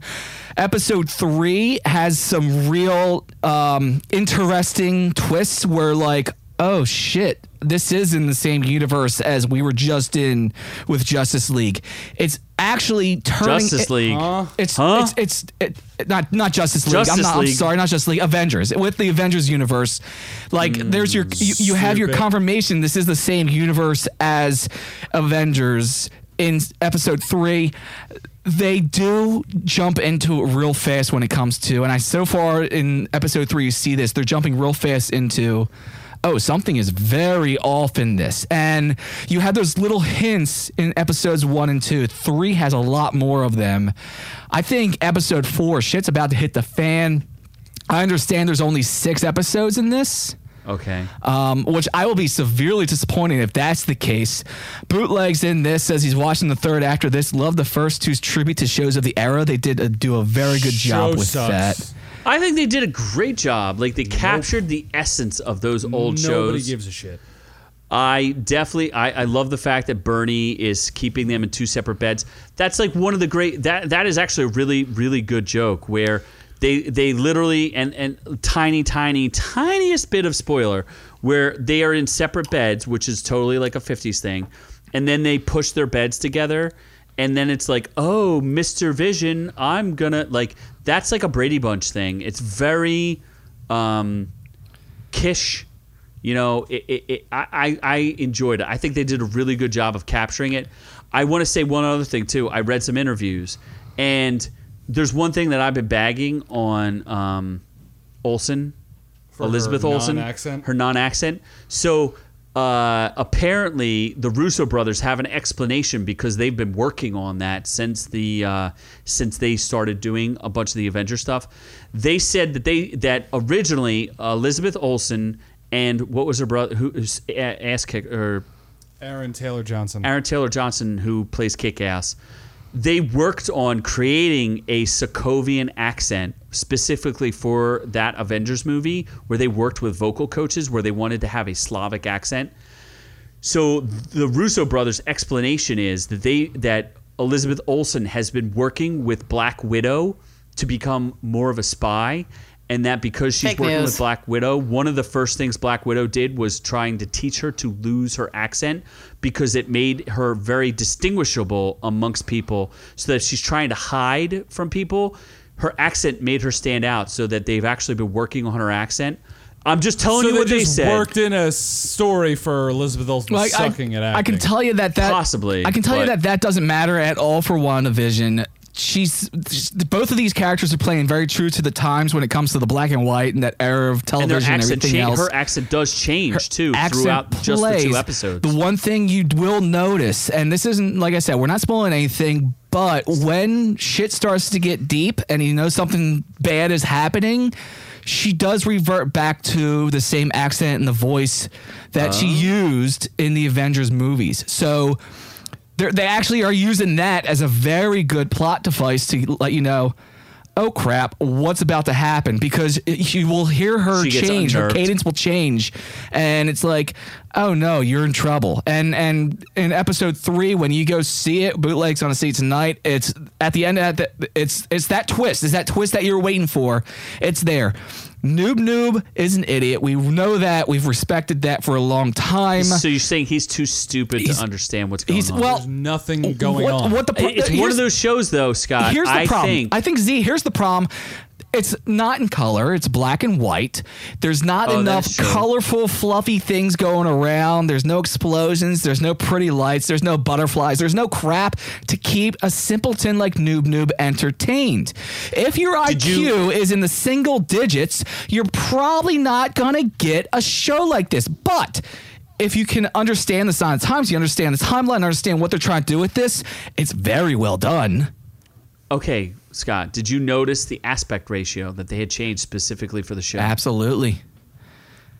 Speaker 4: episode three has some real um, interesting twists where, like, oh shit, this is in the same universe as we were just in with Justice League. It's actually turning
Speaker 1: Justice
Speaker 4: it-
Speaker 1: League.
Speaker 4: It's,
Speaker 1: Huh?
Speaker 4: it's it's it, not not Justice League.
Speaker 1: Justice
Speaker 4: I'm not.
Speaker 1: League.
Speaker 4: I'm sorry, not Justice League. Avengers with the Avengers universe. Like there's your you, you have your
Speaker 7: stupid.
Speaker 4: confirmation. This is the same universe as Avengers in Episode Three. They do jump into it real fast when it comes to, and I so far in Episode Three you see this. They're jumping real fast into. Oh, something is very off in this. And you have those little hints in episodes one and two. Three has a lot more of them. I think episode four, shit's about to hit the fan. I understand there's only six episodes in this,
Speaker 1: okay.
Speaker 4: um, which I will be severely disappointed if that's the case. Bootlegs in this says he's watching the third after this. Love the first two's tribute to shows of the era. They did a, do a very good job
Speaker 7: Show
Speaker 4: with
Speaker 7: sucks.
Speaker 4: that.
Speaker 1: I think they did a great job. Like they captured the essence of those old
Speaker 7: Nobody
Speaker 1: shows.
Speaker 7: gives a shit.
Speaker 1: I definitely I, I love the fact that Bernie is keeping them in two separate beds. That's like one of the great that that is actually a really really good joke where They they literally and and tiny tiny tiniest bit of spoiler where they are in separate beds, which is totally like a 50s thing. And then they push their beds together and then it's like, "Oh, Mr. Vision, I'm going to like that's like a Brady Bunch thing. It's very um Kish. You know, it, it, it, I, I I enjoyed it. I think they did a really good job of capturing it. I want to say one other thing too. I read some interviews, and there's one thing that I've been bagging on um, Olsen, Elizabeth
Speaker 7: her
Speaker 1: Olsen,
Speaker 7: non-accent?
Speaker 1: her non-accent. So uh, apparently, the Russo brothers have an explanation because they've been working on that since the uh, since they started doing a bunch of the Avenger stuff. They said that they that originally Elizabeth Olsen and what was her brother who who's a- ass kick or
Speaker 7: Aaron Taylor Johnson.
Speaker 1: Aaron Taylor Johnson, who plays Kick Ass, they worked on creating a Sokovian accent specifically for that Avengers movie, where they worked with vocal coaches, where they wanted to have a Slavic accent. So the Russo brothers' explanation is that they that Elizabeth Olsen has been working with Black Widow to become more of a spy, and that because she's
Speaker 12: Fake
Speaker 1: working
Speaker 12: news.
Speaker 1: with Black Widow, one of the first things Black Widow did was trying to teach her to lose her accent because it made her very distinguishable amongst people. So that if she's trying to hide from people, her accent made her stand out. So that they've actually been working on her accent. I'm just telling
Speaker 7: so
Speaker 1: you
Speaker 7: they
Speaker 1: what they
Speaker 7: just
Speaker 1: said.
Speaker 7: worked in a story for Elizabeth Olsen
Speaker 4: Like,
Speaker 7: sucking
Speaker 4: I,
Speaker 7: at acting.
Speaker 4: I can tell you that that
Speaker 1: Possibly,
Speaker 4: I can tell you
Speaker 1: but-
Speaker 4: that that doesn't matter at all for one vision. She's both of these characters are playing very true to the times when it comes to the black and white and that era of
Speaker 1: and their
Speaker 4: television and,
Speaker 1: accent
Speaker 4: everything
Speaker 1: change,
Speaker 4: else.
Speaker 1: her accent does change too
Speaker 4: accent
Speaker 1: throughout just the two
Speaker 4: plays.
Speaker 1: episodes.
Speaker 4: The one thing you will notice, and this isn't like I said, we're not spoiling anything, but when shit starts to get deep and you know something bad is happening, she does revert back to the same accent and the voice that she
Speaker 1: Oh.
Speaker 4: used in the Avengers movies. So they're- they actually are using that as a very good plot device to let you know. Oh crap! What's about to happen? Because it- you will hear her
Speaker 1: She gets
Speaker 4: change, her
Speaker 1: unnerved.
Speaker 4: cadence cadence will change and it's like oh no you're in trouble and and in episode three when you go see it bootlegs on a seat tonight it's at the end of that it's it's that twist it's that twist that you're waiting for it's there noob noob is an idiot we know that we've respected that for a long time
Speaker 1: so you're saying he's too stupid to
Speaker 4: He's-
Speaker 1: understand what's going
Speaker 4: he's
Speaker 1: on.
Speaker 4: well
Speaker 7: There's nothing going
Speaker 4: what,
Speaker 7: on.
Speaker 4: what the pro-
Speaker 1: it's one
Speaker 4: here's-
Speaker 1: of those shows though, Scott.
Speaker 4: Here's the
Speaker 1: I
Speaker 4: problem.
Speaker 1: think
Speaker 4: I think Z. Here's the problem. It's not in color. It's black and white. There's not
Speaker 1: Oh, that is
Speaker 4: enough
Speaker 1: true.
Speaker 4: colorful, fluffy things going around. There's no explosions. There's no pretty lights. There's no butterflies. There's no crap to keep a simpleton like Noob Noob entertained. If your IQ
Speaker 1: you-
Speaker 4: is in the single digits, you're probably not going to get a show like this. But if you can understand the sign of the times, you understand the timeline, understand what they're trying to do with this, it's very well done.
Speaker 1: okay, Scott, did you notice the aspect ratio that they had changed specifically for the show?
Speaker 4: Absolutely.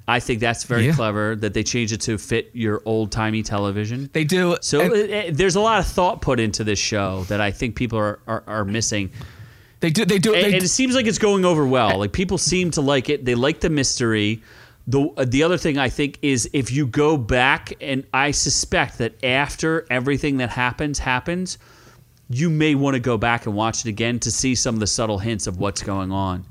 Speaker 1: I think that's very
Speaker 4: Yeah.
Speaker 1: clever that they changed it to fit your old timey television.
Speaker 4: They do.
Speaker 1: So
Speaker 4: and
Speaker 1: it, it- there's a lot of thought put into this show that I think people are, are, are missing.
Speaker 4: they do. They do.
Speaker 1: and,
Speaker 4: They,
Speaker 1: and it seems like it's going over well. Like people seem to like it. They like the mystery. The uh, the other thing I think is if you go back and I suspect that after everything that happens happens, you may want to go back and watch it again to see some of the subtle hints of what's going on.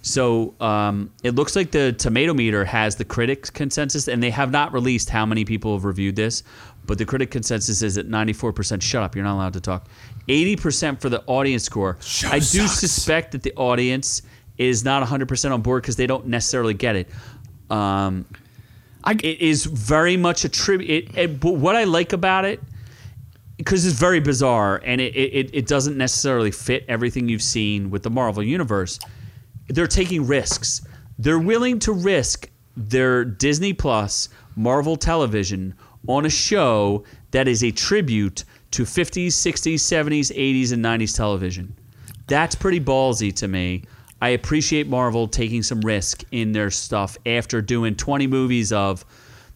Speaker 1: So um, it looks like the tomato meter has the critics consensus, and they have not released how many people have reviewed this, but the critic consensus is at 94%. Shut up, you're not allowed to talk. 80% for the audience score. I do suspect that the audience is not 100% on board because they don't necessarily get it. Um,
Speaker 4: I-
Speaker 1: it is very much a tribute. It, it, but what I like about it because it's very bizarre and it, it, it doesn't necessarily fit everything you've seen with the Marvel Universe. They're taking risks. They're willing to risk their Disney Plus, Marvel television on a show that is a tribute to 50s, 60s, 70s, 80s, and 90s television. That's pretty ballsy to me. I appreciate Marvel taking some risk in their stuff after doing 20 movies of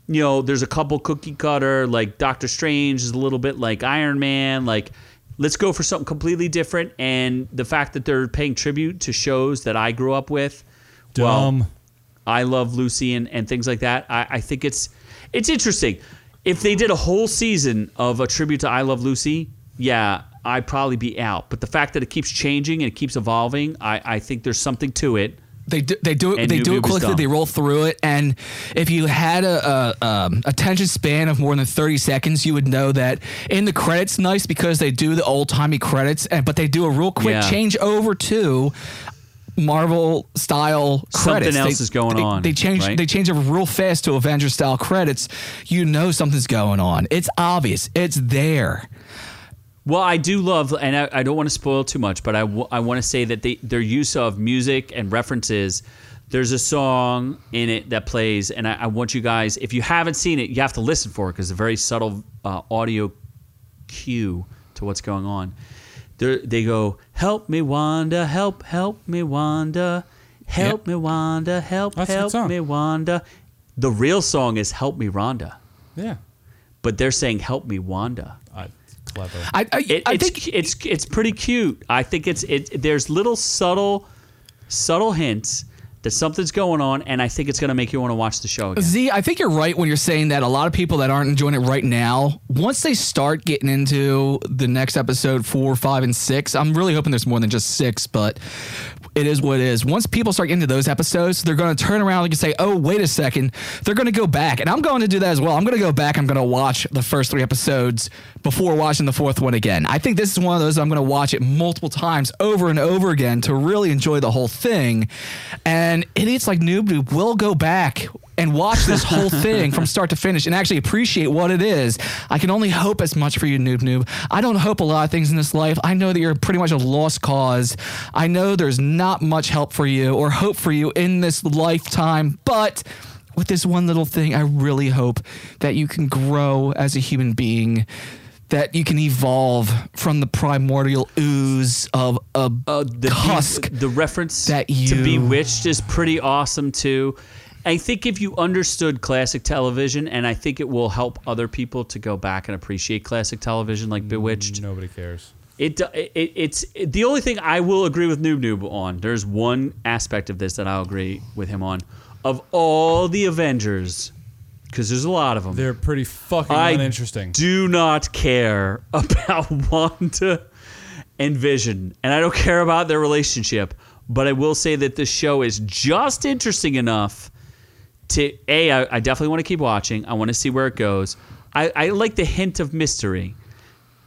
Speaker 1: you know, there's a couple cookie cutter, like Doctor Strange is a little bit like Iron Man. Like, let's go for something completely different. And the fact that they're paying tribute to shows that I grew up with,
Speaker 7: Dumb.
Speaker 1: well, I love Lucy and, and things like that. I, I think it's it's interesting. If they did a whole season of a tribute to I Love Lucy, yeah, I'd probably be out. But the fact that it keeps changing and it keeps evolving, I, I think there's something to it.
Speaker 4: They do, they do it.
Speaker 1: And
Speaker 4: They do
Speaker 1: Noob
Speaker 4: it
Speaker 1: Noob is
Speaker 4: quickly.
Speaker 1: dumb.
Speaker 4: They roll through it, and if you had a, a um, attention span of more than thirty seconds, you would know that in the credits. Nice because they do the old timey credits, and but they do a real quick
Speaker 1: Yeah.
Speaker 4: change over to Marvel style
Speaker 1: Something
Speaker 4: credits.
Speaker 1: else
Speaker 4: They-
Speaker 1: is going
Speaker 4: they-
Speaker 1: on,
Speaker 4: They change.
Speaker 1: right?
Speaker 4: They change it real fast to Avengers style credits. You know something's going on. It's obvious. It's there.
Speaker 1: Well, I do love, and I, I don't want to spoil too much, but I, w- I want to say that they, their use of music and references. There's a song in it that plays, and I, I want you guys, if you haven't seen it, you have to listen for it because it's a very subtle uh, audio cue to what's going on. They're, they go, "Help me, Wanda! Help, help me, Wanda! Help me, Wanda! Help,
Speaker 5: That's a good
Speaker 1: help
Speaker 5: song.
Speaker 1: me, Wanda!" The real song is "Help me, Rhonda,"
Speaker 5: Yeah.
Speaker 1: but they're saying "Help me, Wanda."
Speaker 5: I, clever.
Speaker 4: I I,
Speaker 1: It,
Speaker 4: I
Speaker 1: it's,
Speaker 4: think
Speaker 1: it's it's pretty cute. I think it's it. There's little subtle, subtle hints that something's going on, and I think it's gonna make you want to watch the show again.
Speaker 4: Z, I think you're right when you're saying that a lot of people that aren't enjoying it right now, once they start getting into the next episode four, five, and six, I'm really hoping there's more than just six, but it is what it is. Once people start getting to those episodes, they're going to turn around and say, oh, wait a second. They're going to go back. And I'm going to do that as well. I'm going to go back. I'm going to watch the first three episodes before watching the fourth one again. I think this is one of those I'm going to watch it multiple times over and over again to really enjoy the whole thing. And idiots like Noob Noob will go back and watch this whole thing from start to finish and actually appreciate what it is. I can only hope as much for you, Noob Noob. I don't hope a lot of things in this life. I know that you're pretty much a lost cause. I know there's not much help for you or hope for you in this lifetime, but with this one little thing, I really hope that you can grow as a human being. That you can evolve from the primordial ooze of a
Speaker 1: the be-
Speaker 4: husk.
Speaker 1: the reference
Speaker 4: that
Speaker 1: to
Speaker 4: you-
Speaker 1: Bewitched is pretty awesome too. I think if you understood classic television, and I think it will help other people to go back and appreciate classic television, like Bewitched.
Speaker 5: Nobody cares.
Speaker 1: It, do- it it's it, the only thing I will agree with Noob Noob on. There's one aspect of this that I'll agree with him on. Of all the Avengers, because there's a lot of them.
Speaker 5: They're pretty fucking
Speaker 1: I
Speaker 5: uninteresting.
Speaker 1: do not care [laughs] about Wanda and Vision, and I don't care about their relationship. But I will say that this show is just interesting enough to a. I, I definitely want to keep watching. I want to see where it goes. I, I like the hint of mystery,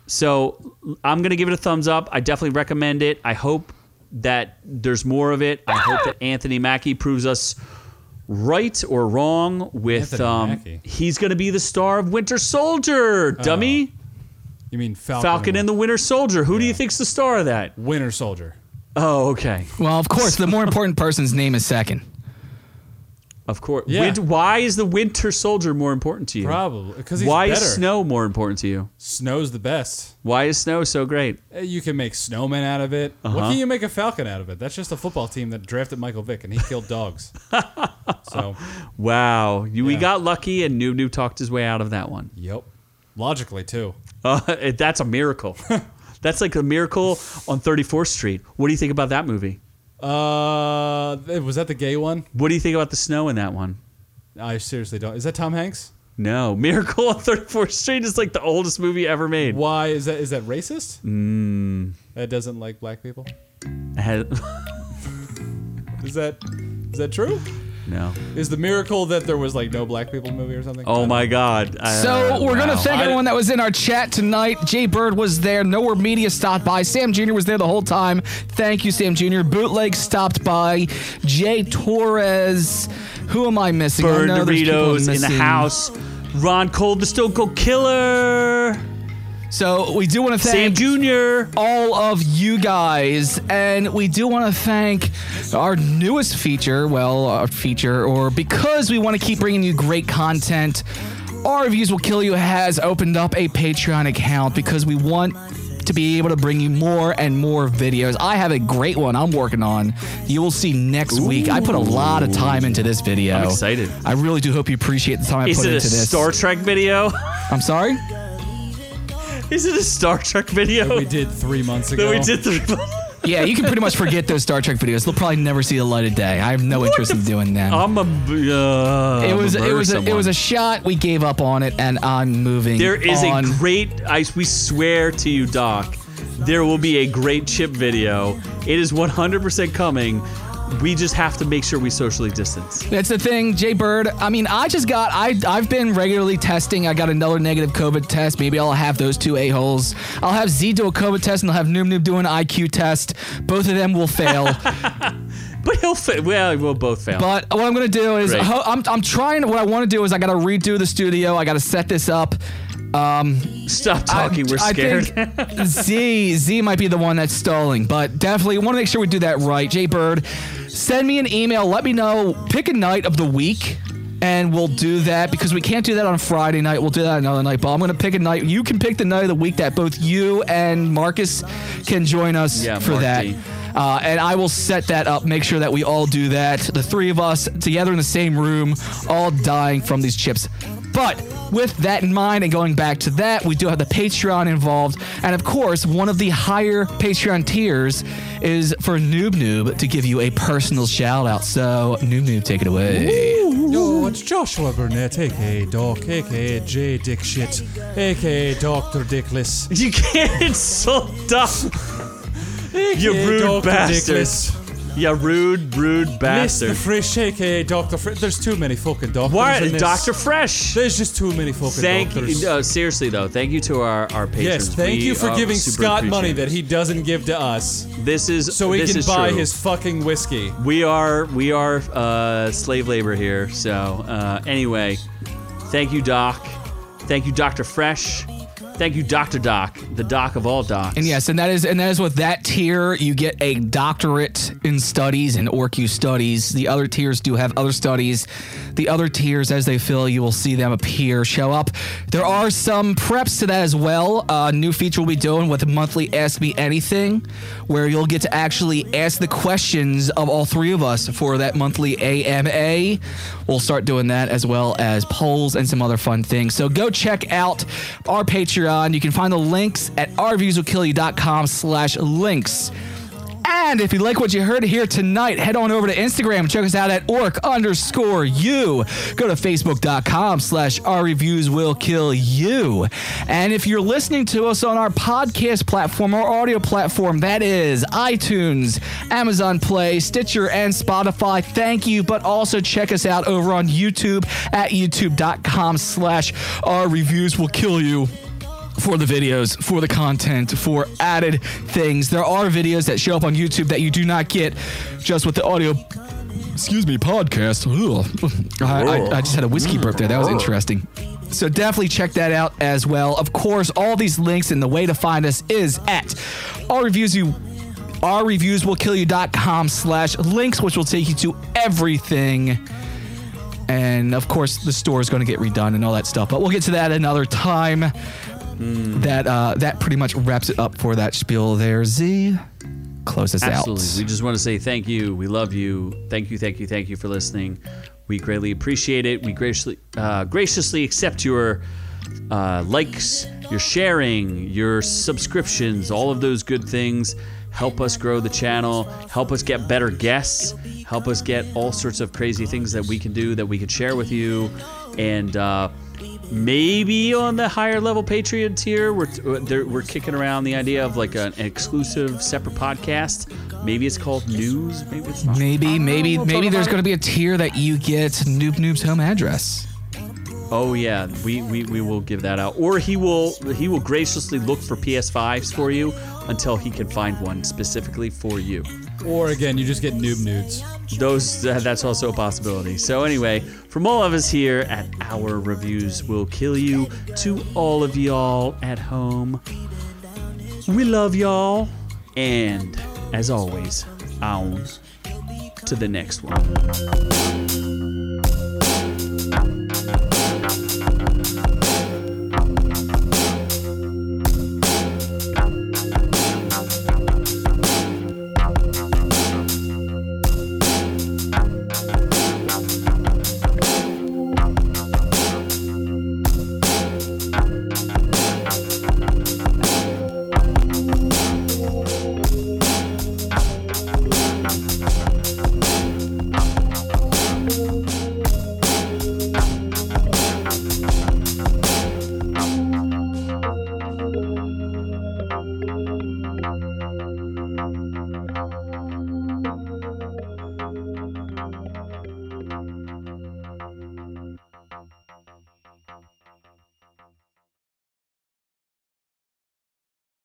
Speaker 1: so I'm gonna give it a thumbs up. I definitely recommend it. I hope that there's more of it. I hope that Anthony Mackie proves us right or wrong with
Speaker 5: Anthony
Speaker 1: um,
Speaker 5: Mackie. Oh,
Speaker 1: he's going to be the star of Winter Soldier, dummy.
Speaker 5: You mean Falcon,
Speaker 1: Falcon and the Winter Soldier. Who do you think's the star of that?
Speaker 5: Winter Soldier?
Speaker 1: Oh, okay.
Speaker 4: well, of course, the more important person's name is second.
Speaker 1: Of course.
Speaker 5: Yeah.
Speaker 1: Win- why is the Winter Soldier more important to you?
Speaker 5: Probably because he's
Speaker 1: Why
Speaker 5: better.
Speaker 1: is snow more important to you?
Speaker 5: Snow's the best.
Speaker 1: Why is snow so great?
Speaker 5: Uh, You can make snowmen out of it.
Speaker 1: Uh-huh.
Speaker 5: What can you make a falcon out of it? That's just a football team that drafted Michael Vick and he killed dogs.
Speaker 1: [laughs]
Speaker 5: so,
Speaker 1: Wow. You, We
Speaker 5: Yeah.
Speaker 1: got lucky and Noob Noob talked his way out of that one.
Speaker 5: yep. Logically too.
Speaker 1: Uh, [laughs] that's a
Speaker 4: [laughs]
Speaker 1: miracle. that's like a miracle on 34th Street. What do you think about that movie?
Speaker 5: Uh, was that the gay one?
Speaker 1: What do you think about the snow in that one?
Speaker 5: I seriously don't. Is that Tom Hanks?
Speaker 1: No. [laughs] Miracle on 34th Street is like the oldest movie ever made.
Speaker 5: Why is that? Is that racist? Mm.
Speaker 1: Hmm.
Speaker 5: That doesn't like black people.
Speaker 1: I had- [laughs]
Speaker 5: Is that? Is that true?
Speaker 1: no.
Speaker 5: Is the miracle that there was like no black people movie or something?
Speaker 1: Oh my God. I-
Speaker 4: So we're gonna
Speaker 1: Uh, wow.
Speaker 4: thank everyone that was in our chat tonight. Jay Bird was there. Nowhere Media stopped by. Sam Jr. was there the whole time. Thank you, Sam Jr. Bootleg stopped by. Jay Torres. Who am I missing? I
Speaker 1: Burn
Speaker 4: know there's people
Speaker 1: Doritos in the
Speaker 4: missing.
Speaker 1: house. Ron Cold, the Stone Cold Killer.
Speaker 4: So we do want to
Speaker 1: Sam
Speaker 4: thank
Speaker 1: Jr.
Speaker 4: all of you guys. And we do want to thank our newest feature, well, our feature, or because we want to keep bringing you great content, Our Reviews Will Kill You has opened up a Patreon account because we want to be able to bring you more and more videos. I have a great one I'm working on. You will see next week. I put a lot of time into this video.
Speaker 1: I'm excited.
Speaker 4: I really do hope you appreciate the time I
Speaker 1: Is
Speaker 4: put
Speaker 1: it a
Speaker 4: into this.
Speaker 1: Star Trek video? [laughs]
Speaker 4: I'm sorry?
Speaker 1: Is it a Star Trek video
Speaker 5: We did three months ago.
Speaker 1: that we did three
Speaker 4: Yeah, you can pretty much forget those Star Trek videos. They'll probably never see the light of day. I have no interest in doing them.
Speaker 1: I'm a. b- Uh,
Speaker 4: it was it was a,
Speaker 1: Oh, someone.
Speaker 4: it was a shot. We gave up on it, and I'm moving.
Speaker 1: There is
Speaker 4: on.
Speaker 1: a great. I, we swear to you, Doc. there will be a great chip video. It is 100% coming. We just have to make sure we socially distance.
Speaker 4: That's the thing, Jay Bird. I mean, I just got I I've been regularly testing. I got another negative COVID test. Maybe I'll have those two a holes. I'll have Z do a COVID test, and I'll have Noob Noob do an IQ test. Both of them
Speaker 1: [laughs]
Speaker 4: will fail.
Speaker 1: But he'll fa- well, we'll both fail.
Speaker 4: But what I'm gonna do is
Speaker 1: Great.
Speaker 4: ho- I'm, I'm trying. What I want to do is I gotta redo the studio. I gotta set this up. Um,
Speaker 1: Stop talking.
Speaker 4: I-
Speaker 1: We're scared. [laughs]
Speaker 4: I think Z Z might be the one that's stalling, but definitely want to make sure we do that right. Jay Bird, send me an email. Let me know. Pick a night of the week. And we'll do that because we can't do that on Friday night. We'll do that another night. But I'm going to pick a night. You can pick the night of the week that both you and Marcus can join us
Speaker 1: Yeah,
Speaker 4: for
Speaker 1: Mark
Speaker 4: that.
Speaker 1: D.
Speaker 4: Uh, and I will set that up, make sure that we all do that. The three of us together in the same room, all dying from these chips. But with that in mind and going back to that, we do have the Patreon involved. And of course, one of the higher Patreon tiers is for Noob Noob to give you a personal shout out. So, Noob Noob, take it away.
Speaker 7: Yo, it's Joshua Burnett, aka Doc, aka J Dick Shit, aka Doctor Dickless.
Speaker 1: you can't insult Doc. you
Speaker 7: aka
Speaker 1: rude
Speaker 7: Dr.
Speaker 1: bastards.
Speaker 7: Dickless.
Speaker 1: You rude, rude
Speaker 7: Miss the
Speaker 1: bastard.
Speaker 7: Frisch, aka Doctor Frisch. There's too many fucking doctors.
Speaker 1: Why,
Speaker 7: in this.
Speaker 1: Doctor Fresh?
Speaker 7: There's just too many fucking
Speaker 1: Thank
Speaker 7: doctors.
Speaker 1: you. uh, seriously though, thank you to our our patrons.
Speaker 7: Yes, thank
Speaker 1: We
Speaker 7: you for
Speaker 1: are
Speaker 7: giving
Speaker 1: super
Speaker 7: Scott money that
Speaker 1: appreciative.
Speaker 7: he doesn't give to us,
Speaker 1: this is
Speaker 7: so he
Speaker 1: this
Speaker 7: can
Speaker 1: is
Speaker 7: buy
Speaker 1: true.
Speaker 7: his fucking whiskey.
Speaker 1: We are we are uh, slave labor here. So uh, anyway, thank you, Doc. Thank you, Doctor Fresh. Thank you, Doctor Doc, the doc of all docs.
Speaker 4: And yes, and that is and that is with that tier you get a doctorate in studies and OrQ studies. The other tiers do have other studies. The other tiers, as they fill, you will see them appear, show up. There are some preps to that as well. Uh, new feature we'll be doing with monthly Ask Me Anything, where you'll get to actually ask the questions of all three of us for that monthly AMA. We'll start doing that as well as polls and some other fun things. So go check out our Patreon. You can find the links at ourviewswillkillyou.com slash links. And if you like what you heard here tonight, head on over to Instagram. Check us out at orc underscore you. Go to facebook.com slash our reviews will kill you. And if you're listening to us on our podcast platform or audio platform, that is iTunes, Amazon Play, Stitcher, and Spotify, thank you. But also check us out over on YouTube at youtube.com slash our reviews will kill you for the videos, for the content, for added things. There are videos that show up on YouTube that you do not get just with the audio. Excuse me, podcast. Ugh. I, I, I just had a whiskey burp there. That was interesting. So definitely check that out as well. Of course, all these links and the way to find us is at our reviews you our reviews will kill you.com slash links, which will take you to everything and of course the store is going to get redone and all that stuff but we'll get to that another time
Speaker 1: Hmm.
Speaker 4: that uh, that pretty much wraps it up for that spiel there z close us
Speaker 1: Absolutely. We
Speaker 4: out
Speaker 1: just want to say thank you. We love you. Thank you, thank you, thank you for listening. We greatly appreciate it. We graciously, uh, graciously accept your uh, likes, your sharing, your subscriptions, all of those good things. Help us grow the channel. Help us get better guests. Help us get all sorts of crazy things that we can do that we can share with you. And uh, maybe on the higher level Patreon tier, we're uh, there, we're kicking around the idea of like an exclusive separate podcast. Maybe it's called News. Maybe it's not.
Speaker 4: maybe maybe maybe there's going to be a tier that you get noob noob's home address
Speaker 1: Oh yeah, we, we we will give that out. Or he will he will graciously look for PS5s for you until he can find one specifically for you.
Speaker 7: Or again, you just get noob nudes.
Speaker 1: Those uh, that's also a possibility. So anyway, from all of us here at Our Reviews Will Kill You to all of y'all at home, we love y'all, and as always, on to the next one.